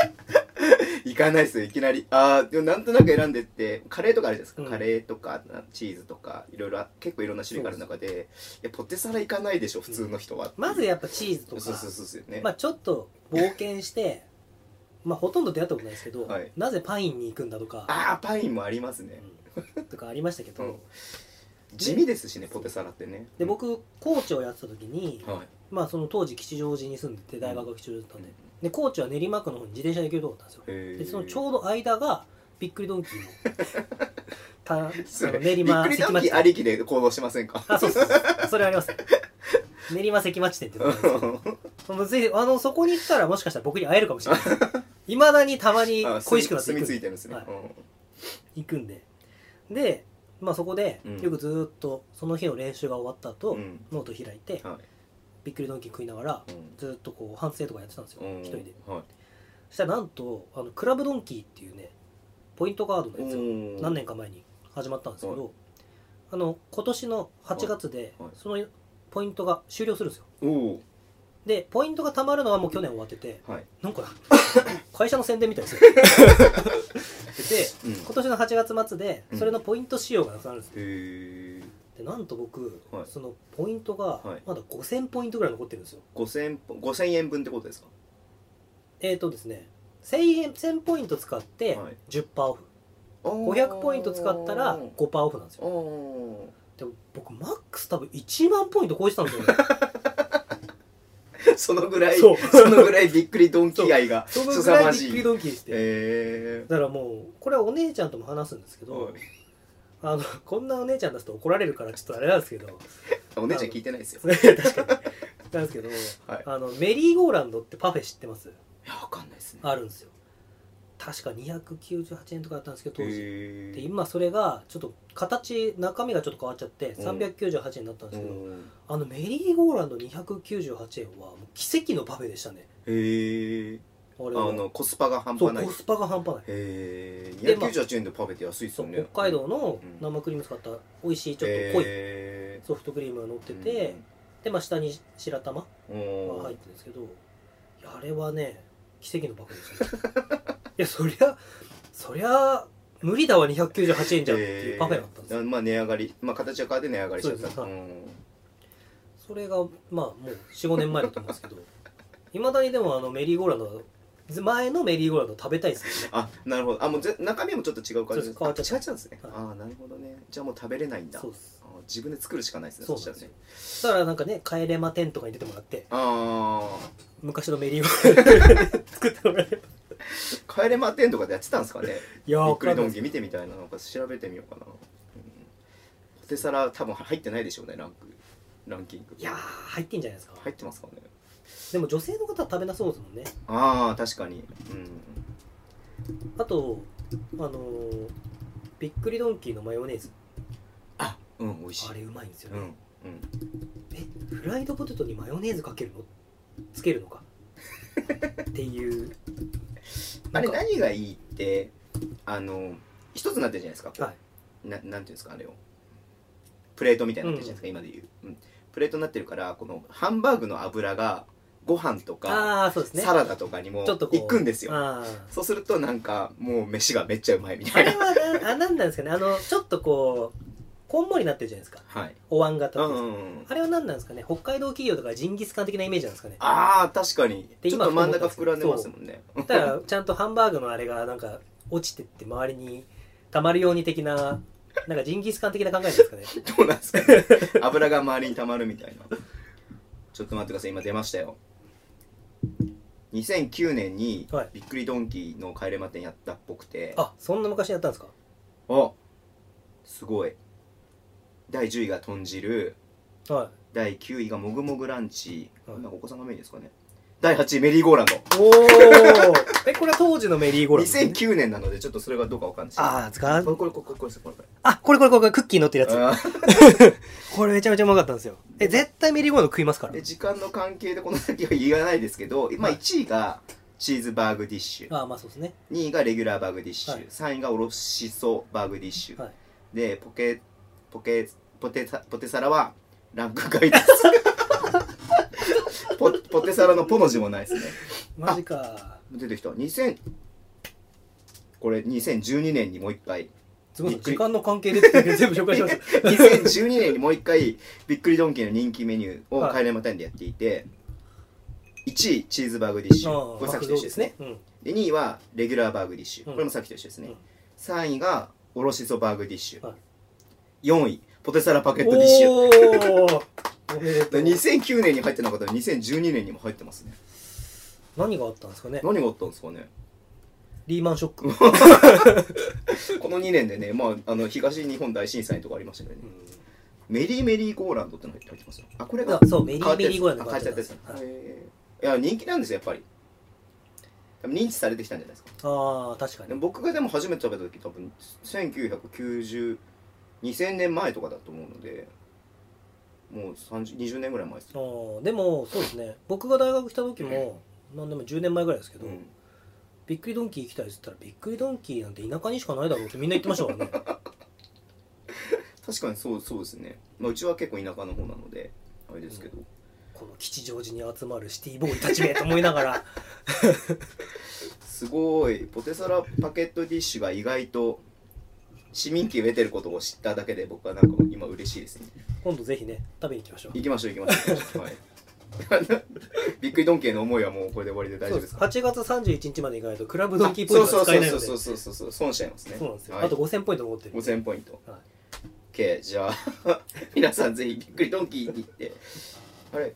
Speaker 1: いかないですよいきなりああでもなんとなく選んでってカレーとかあるじゃないですか、
Speaker 2: うん
Speaker 1: カレーとかチーズとかいろいろあ結構いろんな種類がある中でいやポテサラいかないでしょ普通の人は、
Speaker 2: まずやっぱチーズと
Speaker 1: そう
Speaker 2: か
Speaker 1: そうそうそうですよね、
Speaker 2: まあ、ちょっと冒険してまあほとんど出会ったことないですけど、
Speaker 1: はい
Speaker 2: なぜパインに行くんだとか、
Speaker 1: ああパインもありますね
Speaker 2: うんとかありましたけど、
Speaker 1: うん地味ですしねポテサラってね
Speaker 2: で僕コーチをやってた時に、
Speaker 1: はい
Speaker 2: まあ、その当時吉祥寺に住んでて大学が吉祥寺だったんで,、
Speaker 1: うん
Speaker 2: で高知は練馬区の方に自転車で行けるとこだったんですよ
Speaker 1: へ
Speaker 2: で
Speaker 1: ー
Speaker 2: そのちょうど間がびっくりドンキーの たあ
Speaker 1: そ
Speaker 2: の
Speaker 1: れ
Speaker 2: 練馬
Speaker 1: びっくり
Speaker 2: 関
Speaker 1: ドン
Speaker 2: 町
Speaker 1: キーありきで行動しませんか
Speaker 2: あそうそうそうそれあります練馬関町店ってとこなんですけどもうぜひあのそこに行ったらもしかしたら僕に会えるかもしれないいまだにたまに
Speaker 1: あ
Speaker 2: 恋しくなって
Speaker 1: 住み
Speaker 2: いくん
Speaker 1: 着い
Speaker 2: で
Speaker 1: てるんですね、
Speaker 2: はい
Speaker 1: うん
Speaker 2: 行くんでで、まあ、そこで
Speaker 1: うん
Speaker 2: よくずーっとその日の練習が終わった後、
Speaker 1: うん
Speaker 2: ノート開いて
Speaker 1: はい
Speaker 2: びっくりドンキー食いながら
Speaker 1: う
Speaker 2: ずーっとこう反省とかやってたんですよ
Speaker 1: んうん
Speaker 2: 一人で
Speaker 1: はい
Speaker 2: そしたらなんとあのクラブドンキーっていうねポイントカードのやつを
Speaker 1: うん
Speaker 2: 何年か前に始まったんですけ
Speaker 1: は
Speaker 2: ど、あの今年の8月で
Speaker 1: はいはい
Speaker 2: そのポイントが終了するんですよ
Speaker 1: おお
Speaker 2: でポイントがたまるのはもう去年終わってて
Speaker 1: はい
Speaker 2: な んか会社の宣伝みたいですよで
Speaker 1: うんへ
Speaker 2: 今年の8月末で
Speaker 1: うん
Speaker 2: それのポイント仕様がなくなるんですよ
Speaker 1: え
Speaker 2: でなんと僕、
Speaker 1: はい
Speaker 2: そのポイントが
Speaker 1: はい
Speaker 2: まだ5000ポイントぐらい残ってるんですよ
Speaker 1: 5000ぽ5000円分ってことですか
Speaker 2: えっ、ー、とですね1000円1000ポイント使って
Speaker 1: はい
Speaker 2: 10%オフ
Speaker 1: 500
Speaker 2: 500ポイント使ったら5%オフなんですよ
Speaker 1: おお
Speaker 2: でも僕マックス多分1万ポイント超えてたんですよね
Speaker 1: ー そのぐらい
Speaker 2: そ
Speaker 1: そうのぐらいびっくりドンキー愛が
Speaker 2: そのぐ
Speaker 1: 凄
Speaker 2: らい
Speaker 1: ま
Speaker 2: びっ
Speaker 1: じ
Speaker 2: くり
Speaker 1: い
Speaker 2: ドンキーして、
Speaker 1: え
Speaker 2: だからもうこれはお姉ちゃんとも話すんですけ
Speaker 1: ー
Speaker 2: ど
Speaker 1: おい
Speaker 2: あのこんなお姉ちゃん出すと怒られるからちょっとあれなんです けど
Speaker 1: お姉ちゃん聞いてないですよ
Speaker 2: それ確かになんですけど、
Speaker 1: はい
Speaker 2: あのメリーゴーランドってパフェ知ってます
Speaker 1: いやわかんないですね
Speaker 2: あるんですよ確か298円とかだったんですけど当時
Speaker 1: へー
Speaker 2: で今それがちょっと形中身がちょっと変わっちゃって
Speaker 1: うん
Speaker 2: 398円になったんですけど、
Speaker 1: うん
Speaker 2: あのメリーゴーランド298円はもう奇跡のパフェでしたね
Speaker 1: へえ
Speaker 2: あ
Speaker 1: あ
Speaker 2: れは
Speaker 1: のコスパが半
Speaker 2: そ
Speaker 1: 端
Speaker 2: う
Speaker 1: ない
Speaker 2: コスパが半端ない
Speaker 1: へえ
Speaker 2: でまあ
Speaker 1: 298円でパフェって安いです
Speaker 2: そ
Speaker 1: よ
Speaker 2: う
Speaker 1: ね
Speaker 2: 北海道の
Speaker 1: うん
Speaker 2: 生クリーム使った美味しいちょっと濃い
Speaker 1: へ
Speaker 2: ソフトクリームが乗っ
Speaker 1: ー
Speaker 2: てて、でまあ下に白玉が
Speaker 1: うん
Speaker 2: 入ってるんですけどいやあれはね奇跡のバカで すねいやそりゃそりゃ無理だわ298円じゃんっていうパフェだったんですよ
Speaker 1: へーまあ値上がりまあ形は変わって値上がりしちゃっ
Speaker 2: そうです
Speaker 1: た
Speaker 2: はい
Speaker 1: ん
Speaker 2: それがまあもう45年前だと思うんです けどいまだにでもあのメリーゴーランドず前のメリーゴーランド食べたいですよね
Speaker 1: あなるほどあもうぜ中身もちょっと違う感じ
Speaker 2: そうです変わっちゃった
Speaker 1: あ違っちゃうんですね
Speaker 2: はい
Speaker 1: ああなるほどねじゃあもう食べれないんだ
Speaker 2: そうです
Speaker 1: あー自分で作るしかないですね
Speaker 2: そう
Speaker 1: し
Speaker 2: な
Speaker 1: た
Speaker 2: ん
Speaker 1: ら
Speaker 2: です
Speaker 1: ね
Speaker 2: よだからなんかね帰れま10とかに出てもらって
Speaker 1: あ
Speaker 2: 昔のメリーゴーラ ンド作ってもらえれば
Speaker 1: あ帰れま10とかでやってたんですかね
Speaker 2: いや
Speaker 1: び
Speaker 2: ー
Speaker 1: っくりドン
Speaker 2: わ
Speaker 1: キ見てみたいななんか調べてみようかな、うんポテサラ多分入ってないでしょうねランクランキング
Speaker 2: いやー入ってんじゃないですか、
Speaker 1: 入ってますかね
Speaker 2: でも女性の方は食べなそうですもんね
Speaker 1: ああ確かにうん
Speaker 2: あとあのーびっくりドンキーのマヨネーズ
Speaker 1: あうん美味しい
Speaker 2: あれうまいんですよ
Speaker 1: う
Speaker 2: ね、
Speaker 1: んうん
Speaker 2: えフライドポテトにマヨネーズかけるのつけ るのかっていう
Speaker 1: あれ
Speaker 2: なんか
Speaker 1: 何がいいってあの一つになってるじゃないですか、こう
Speaker 2: は
Speaker 1: ななんていうんですかあれをプレートみたいになってるじゃないですか、今で言う、うん、プレートになってるからこのハンバーグの油がご飯とか、
Speaker 2: ああーそうですね
Speaker 1: サラダとかにも
Speaker 2: ちょっとこう
Speaker 1: 行くんですよ
Speaker 2: あー
Speaker 1: そうするとなんかもう飯がめっちゃうまいみた
Speaker 2: あ
Speaker 1: い
Speaker 2: れ
Speaker 1: な
Speaker 2: はなあなんなんですかねあのちょっとこうこんもりなってるじゃないですか
Speaker 1: はい
Speaker 2: お椀型
Speaker 1: うん
Speaker 2: って
Speaker 1: う
Speaker 2: いうんですか
Speaker 1: んうん
Speaker 2: あれは何なんですかね北海道企業とかジンギスカン的なイメージなんですかね
Speaker 1: あー確かに
Speaker 2: で
Speaker 1: ちょっ
Speaker 2: 今
Speaker 1: と真ん中膨らんでますもんね
Speaker 2: だからちゃんとハンバーグのあれがなんか落ちてって周りに溜まるように的ななんかジンギスカン的な考えなんですかね
Speaker 1: どうなんですか ね油が周りに溜まるみたいなちょっと待ってください今出ましたよ2009年に
Speaker 2: はい
Speaker 1: びっくりドンキーの帰れま店やったっぽくて、
Speaker 2: あそんな昔にやったんですか
Speaker 1: あすごい第10位が豚汁
Speaker 2: はい
Speaker 1: 第9位がもぐもぐランチ、
Speaker 2: はい
Speaker 1: なんかお子さんがメインですかね第8位メリーゴーランド
Speaker 2: おお えこれは当時のメリーゴーランドですね、
Speaker 1: 2009年なのでちょっとそれがどうかわかんないです
Speaker 2: あーが
Speaker 1: これこれこれこれこれこれこれ
Speaker 2: あこれこれこれこれクッキー乗ってるやつ
Speaker 1: あ
Speaker 2: これめちゃめちゃうまかったんですよえ絶対メリーゴーランド食いますか
Speaker 1: ー
Speaker 2: ら
Speaker 1: で時間の関係でこの先は言わないですけど今
Speaker 2: はい
Speaker 1: 1位がチーズバーグディッシュ
Speaker 2: ああまあそうですね
Speaker 1: 2位がレギュラーバーグディッシュ、
Speaker 2: はい
Speaker 1: 3位がおろしそバーグディッシュ、
Speaker 2: はい
Speaker 1: でポケポケポテサポテサラはランク外 ですポポテサラのポの字もないですね
Speaker 2: マジか
Speaker 1: 出てきた2000これ2012年にもう一 回
Speaker 2: すごいな
Speaker 1: びっくり
Speaker 2: 時間の関係でって全部紹介します
Speaker 1: 2012年にもう一回びっくりドンキーの人気メニューを
Speaker 2: はい
Speaker 1: 帰れまたんでやっていて、1位チーズバーグディッシュ
Speaker 2: あ
Speaker 1: これ
Speaker 2: あ
Speaker 1: さっきと一緒ですね、
Speaker 2: うん、
Speaker 1: で2位はレギュラーバーグディッシュ、
Speaker 2: うん
Speaker 1: これもさっきと一緒ですね、
Speaker 2: うん
Speaker 1: 3位がおろしそバーグディッシュ、
Speaker 2: はい
Speaker 1: 4位ポテサラパケットディッシュ
Speaker 2: おーおめでとう
Speaker 1: 2009年に入ってなかったのに2012年にも入ってますね
Speaker 2: 何があったんですかね
Speaker 1: 何があったんですかね
Speaker 2: リーマンショック、
Speaker 1: この2年でね、まあ、あの東日本大震災とかありましたけどね、メリーメリーゴーランドってのが入ってますよあこれが
Speaker 2: あそうメリーメリーゴーランド
Speaker 1: 変わっちゃったやつ
Speaker 2: 変わっちゃったやつ
Speaker 1: へーいや人気なんですよやっぱり多分認知されてきたんじゃないですか
Speaker 2: ああ確か
Speaker 1: でも
Speaker 2: に
Speaker 1: 僕がでも初めて食べた時多分1990 2000年前とかだと思うのでもう30 20年ぐらい前です
Speaker 2: あーでもそうですね僕が大学来た時も何でも10年前ぐらいですけど、
Speaker 1: うん
Speaker 2: びっくりドンキー行きたいっつったらびっくりドンキーなんて田舎にしかないだろうってみんな言ってましたからね
Speaker 1: 確かにそうそうですね、まあ、うちは結構田舎の方なのであれですけど、
Speaker 2: この吉祥寺に集まるシティボーイたちめと思いなが ら
Speaker 1: すごいポテサラパケットディッシュが意外と市民権を得てることを知っただけで僕はなんかもう今嬉しいですね
Speaker 2: 今度ぜひね食べに行きましょう
Speaker 1: 行きましょう行きましょう。 はい。びっくりドンキーへの思いはもうこれで終わりで大丈夫ですか。
Speaker 2: 8月31日まで行かないとクラブドンキーポイント
Speaker 1: そ
Speaker 2: が
Speaker 1: うそ
Speaker 2: 使えないの
Speaker 1: う
Speaker 2: で
Speaker 1: そ
Speaker 2: そう
Speaker 1: そうそうそう損しちゃいますね。
Speaker 2: うなんですよ、
Speaker 1: はい
Speaker 2: あと5000ポイント残ってる
Speaker 1: 5000ポイント。
Speaker 2: はい
Speaker 1: OK じゃあ 皆さんぜひびっくりドンキーに行ってあれ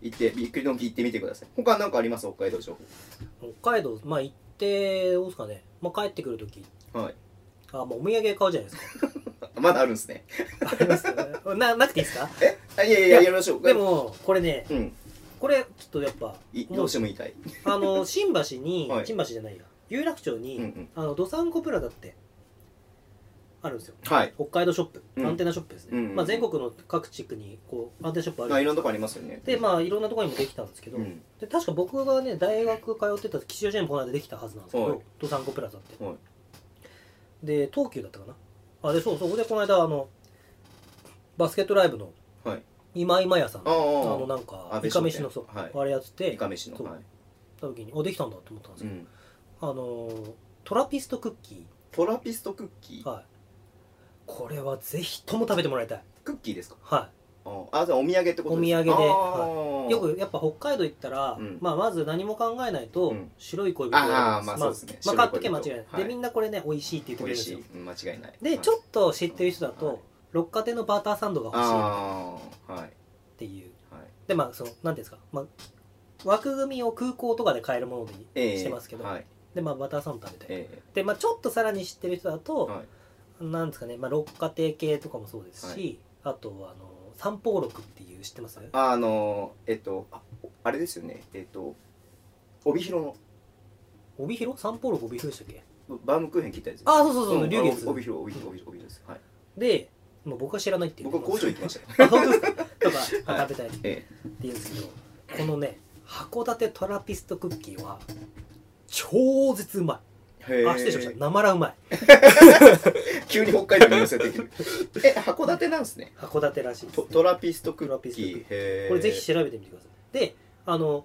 Speaker 1: 行ってびっくりドンキー行ってみてください。他なんかあります北海道情
Speaker 2: 北海道まあ行ってどうですかね、まあ、帰ってくる時
Speaker 1: 報。はい。
Speaker 2: あまあお土産買うじゃないです か
Speaker 1: まだあるんですね。
Speaker 2: ありますよねななくていいですか
Speaker 1: えあいやいやいややりましょう。
Speaker 2: でもこれね
Speaker 1: うん
Speaker 2: これちょっとやっぱ
Speaker 1: いどうしても言いたい。
Speaker 2: あの新橋に、
Speaker 1: はい
Speaker 2: 新橋じゃないや有楽町に、
Speaker 1: うんうん。
Speaker 2: あのどさんこプラザってあるんですよ
Speaker 1: はい。
Speaker 2: 北海道ショップ、
Speaker 1: うん
Speaker 2: アンテナショップですね、
Speaker 1: うんうん
Speaker 2: まあ、全国の各地区にこうアンテナショップある
Speaker 1: まあい
Speaker 2: んで
Speaker 1: ろんなとこありますよね。
Speaker 2: すでまあいろんなところにもできたんですけど、
Speaker 1: うん。
Speaker 2: で確か僕がね大学通ってた吉祥寺にもこの間できたはずなんですけど、
Speaker 1: はい
Speaker 2: どさんこプラザって、
Speaker 1: はい
Speaker 2: で東急だったかなあでそうそうでこの間あのバスケットライブの
Speaker 1: はい
Speaker 2: 今井真也さん
Speaker 1: あ
Speaker 2: の,、
Speaker 1: あ
Speaker 2: あの
Speaker 1: あ
Speaker 2: なんか
Speaker 1: 安
Speaker 2: イ
Speaker 1: 倍
Speaker 2: カ
Speaker 1: 商店
Speaker 2: 飯のそう、
Speaker 1: はい
Speaker 2: あれやって
Speaker 1: あ。
Speaker 2: て
Speaker 1: いかめしの。
Speaker 2: そう
Speaker 1: はい。
Speaker 2: 行った時にあできたんだと思ったんです
Speaker 1: う
Speaker 2: よ、
Speaker 1: ん。
Speaker 2: あのートラピストクッキ
Speaker 1: トラピストクッキ
Speaker 2: ー
Speaker 1: ー
Speaker 2: はいこれはぜひとも食べてもらいたい
Speaker 1: クッキーですか
Speaker 2: は
Speaker 1: ああじゃあお土産ってことですか
Speaker 2: お土産で
Speaker 1: あー
Speaker 2: いよくやっぱ北海道行ったら、
Speaker 1: うん
Speaker 2: まあ、まず何も考えないうと
Speaker 1: ん
Speaker 2: 白い恋人を選び
Speaker 1: あー
Speaker 2: ます
Speaker 1: まあ
Speaker 2: ま
Speaker 1: そう
Speaker 2: あ
Speaker 1: ですね
Speaker 2: まあ買っとけ間違いない、
Speaker 1: はい
Speaker 2: でみんなこれね美味しいって言ってく
Speaker 1: 美
Speaker 2: れ
Speaker 1: 味
Speaker 2: るんです
Speaker 1: し
Speaker 2: よ
Speaker 1: いうん間違いない
Speaker 2: でちょ
Speaker 1: っ
Speaker 2: っと知ってる人だと、
Speaker 1: はい
Speaker 2: 六花亭のバターサンドが欲しいっ
Speaker 1: ああはい
Speaker 2: ていう
Speaker 1: はい
Speaker 2: でまあそのなんていうんですか、まあ、枠組みを空港とかで買えるもの
Speaker 1: え
Speaker 2: に
Speaker 1: え
Speaker 2: してますけど、
Speaker 1: はい
Speaker 2: でまあバターサンド食べて、
Speaker 1: え
Speaker 2: でまあちょっとさらに知ってる人だと、
Speaker 1: は
Speaker 2: なんですかね、まあ、六花亭系とかもそうです
Speaker 1: は
Speaker 2: し、あとあの三宝六っていう知ってます
Speaker 1: えあのえっとああれですよねえっと帯広の
Speaker 2: 帯広三宝六帯広でしたっけ
Speaker 1: バームクーヘン切ったやつ
Speaker 2: ああそうそうそう、
Speaker 1: ん
Speaker 2: 龍月
Speaker 1: 帯広帯広帯広帯広ですはい
Speaker 2: でもう僕は知らないっていう
Speaker 1: 僕は工場行きましたよ
Speaker 2: あ本当ですかとか、
Speaker 1: はい
Speaker 2: 食べたいって
Speaker 1: え
Speaker 2: 言うんですけどこのね函館トラピストクッキーは超絶うまい
Speaker 1: えへー
Speaker 2: あ失礼しましたなまらうまい
Speaker 1: 急に北海道に寄せてきるえ函館なん ですね
Speaker 2: 函館らしいです
Speaker 1: トトラピストク
Speaker 2: トラ
Speaker 1: ッ
Speaker 2: ピス
Speaker 1: キ
Speaker 2: トクッ
Speaker 1: ー
Speaker 2: キー
Speaker 1: へー
Speaker 2: これぜひ調べてみてくださいであの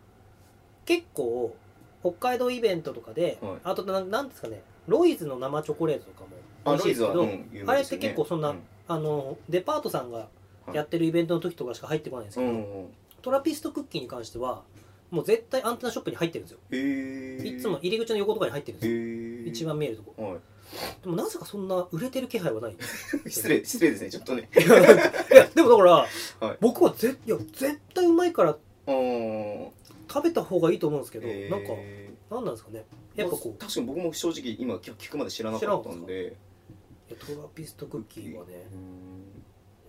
Speaker 2: 結構北海道イベントとかで、
Speaker 1: はい
Speaker 2: あとななんですかねロイズの生チョコレートとかも美
Speaker 1: あ
Speaker 2: 味しい
Speaker 1: ロイズ
Speaker 2: ですけ
Speaker 1: は、
Speaker 2: ど、
Speaker 1: うん有
Speaker 2: あ
Speaker 1: 名
Speaker 2: れ
Speaker 1: で
Speaker 2: っ
Speaker 1: すよ
Speaker 2: て
Speaker 1: ね
Speaker 2: 結構そんな、
Speaker 1: うん
Speaker 2: あのデパートさんがやってるイベントの時とかしか入ってこないんです
Speaker 1: う
Speaker 2: けど、
Speaker 1: んうん
Speaker 2: トラピストクッキーに関してはもう絶対アンテナショップに入ってるんですよ
Speaker 1: へえ
Speaker 2: いつも入り口の横とかに入ってるんで
Speaker 1: へ
Speaker 2: すよ
Speaker 1: ー
Speaker 2: 一番見えるとこ
Speaker 1: は
Speaker 2: でもなぜかそんな売れてる気配 はないんです
Speaker 1: い 失礼失礼ですねちょっとね
Speaker 2: いやでもだから、
Speaker 1: はい
Speaker 2: 僕はぜいや絶対うまいから
Speaker 1: あー
Speaker 2: 食べた方がいいと思うんですけど、
Speaker 1: へー
Speaker 2: なんかなんなんですかねやっぱこう
Speaker 1: 確かに僕も正直今聞聞くまで知らなかったんで
Speaker 2: いやトラピストクッキーはね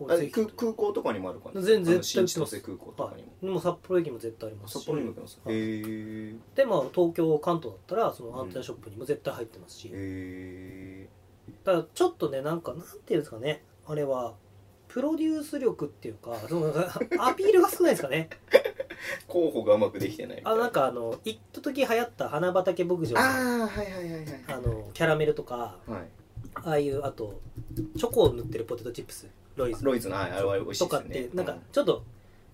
Speaker 1: あ
Speaker 2: ぜひ
Speaker 1: 空空港とかにもあるかな
Speaker 2: 全然
Speaker 1: あの
Speaker 2: 絶対
Speaker 1: 新
Speaker 2: 売ってま
Speaker 1: 千
Speaker 2: す
Speaker 1: 歳空港とかにも
Speaker 2: でも札幌駅も絶対ありますし
Speaker 1: 札幌にも行きます
Speaker 2: はい
Speaker 1: へ
Speaker 2: でまあ東京関東だったらそのアンテナショップにも絶対入ってますし、
Speaker 1: えへ
Speaker 2: ただちょっとねなんかなんていうんですかねあれはプロデュース力っていうかその なんかアピールが少ないですかね
Speaker 1: え候補がうまくできてないみたい
Speaker 2: あなんかあの一時流行った花畑牧場のあ
Speaker 1: ああはいはいはいはい
Speaker 2: のキャラメルとか
Speaker 1: はい
Speaker 2: ああいうあとチョコを塗ってるポテトチップスロイズ
Speaker 1: ロイズのはいあれは美味しい
Speaker 2: と
Speaker 1: で
Speaker 2: か
Speaker 1: す
Speaker 2: っ
Speaker 1: よ
Speaker 2: て
Speaker 1: ね
Speaker 2: なんかちょっと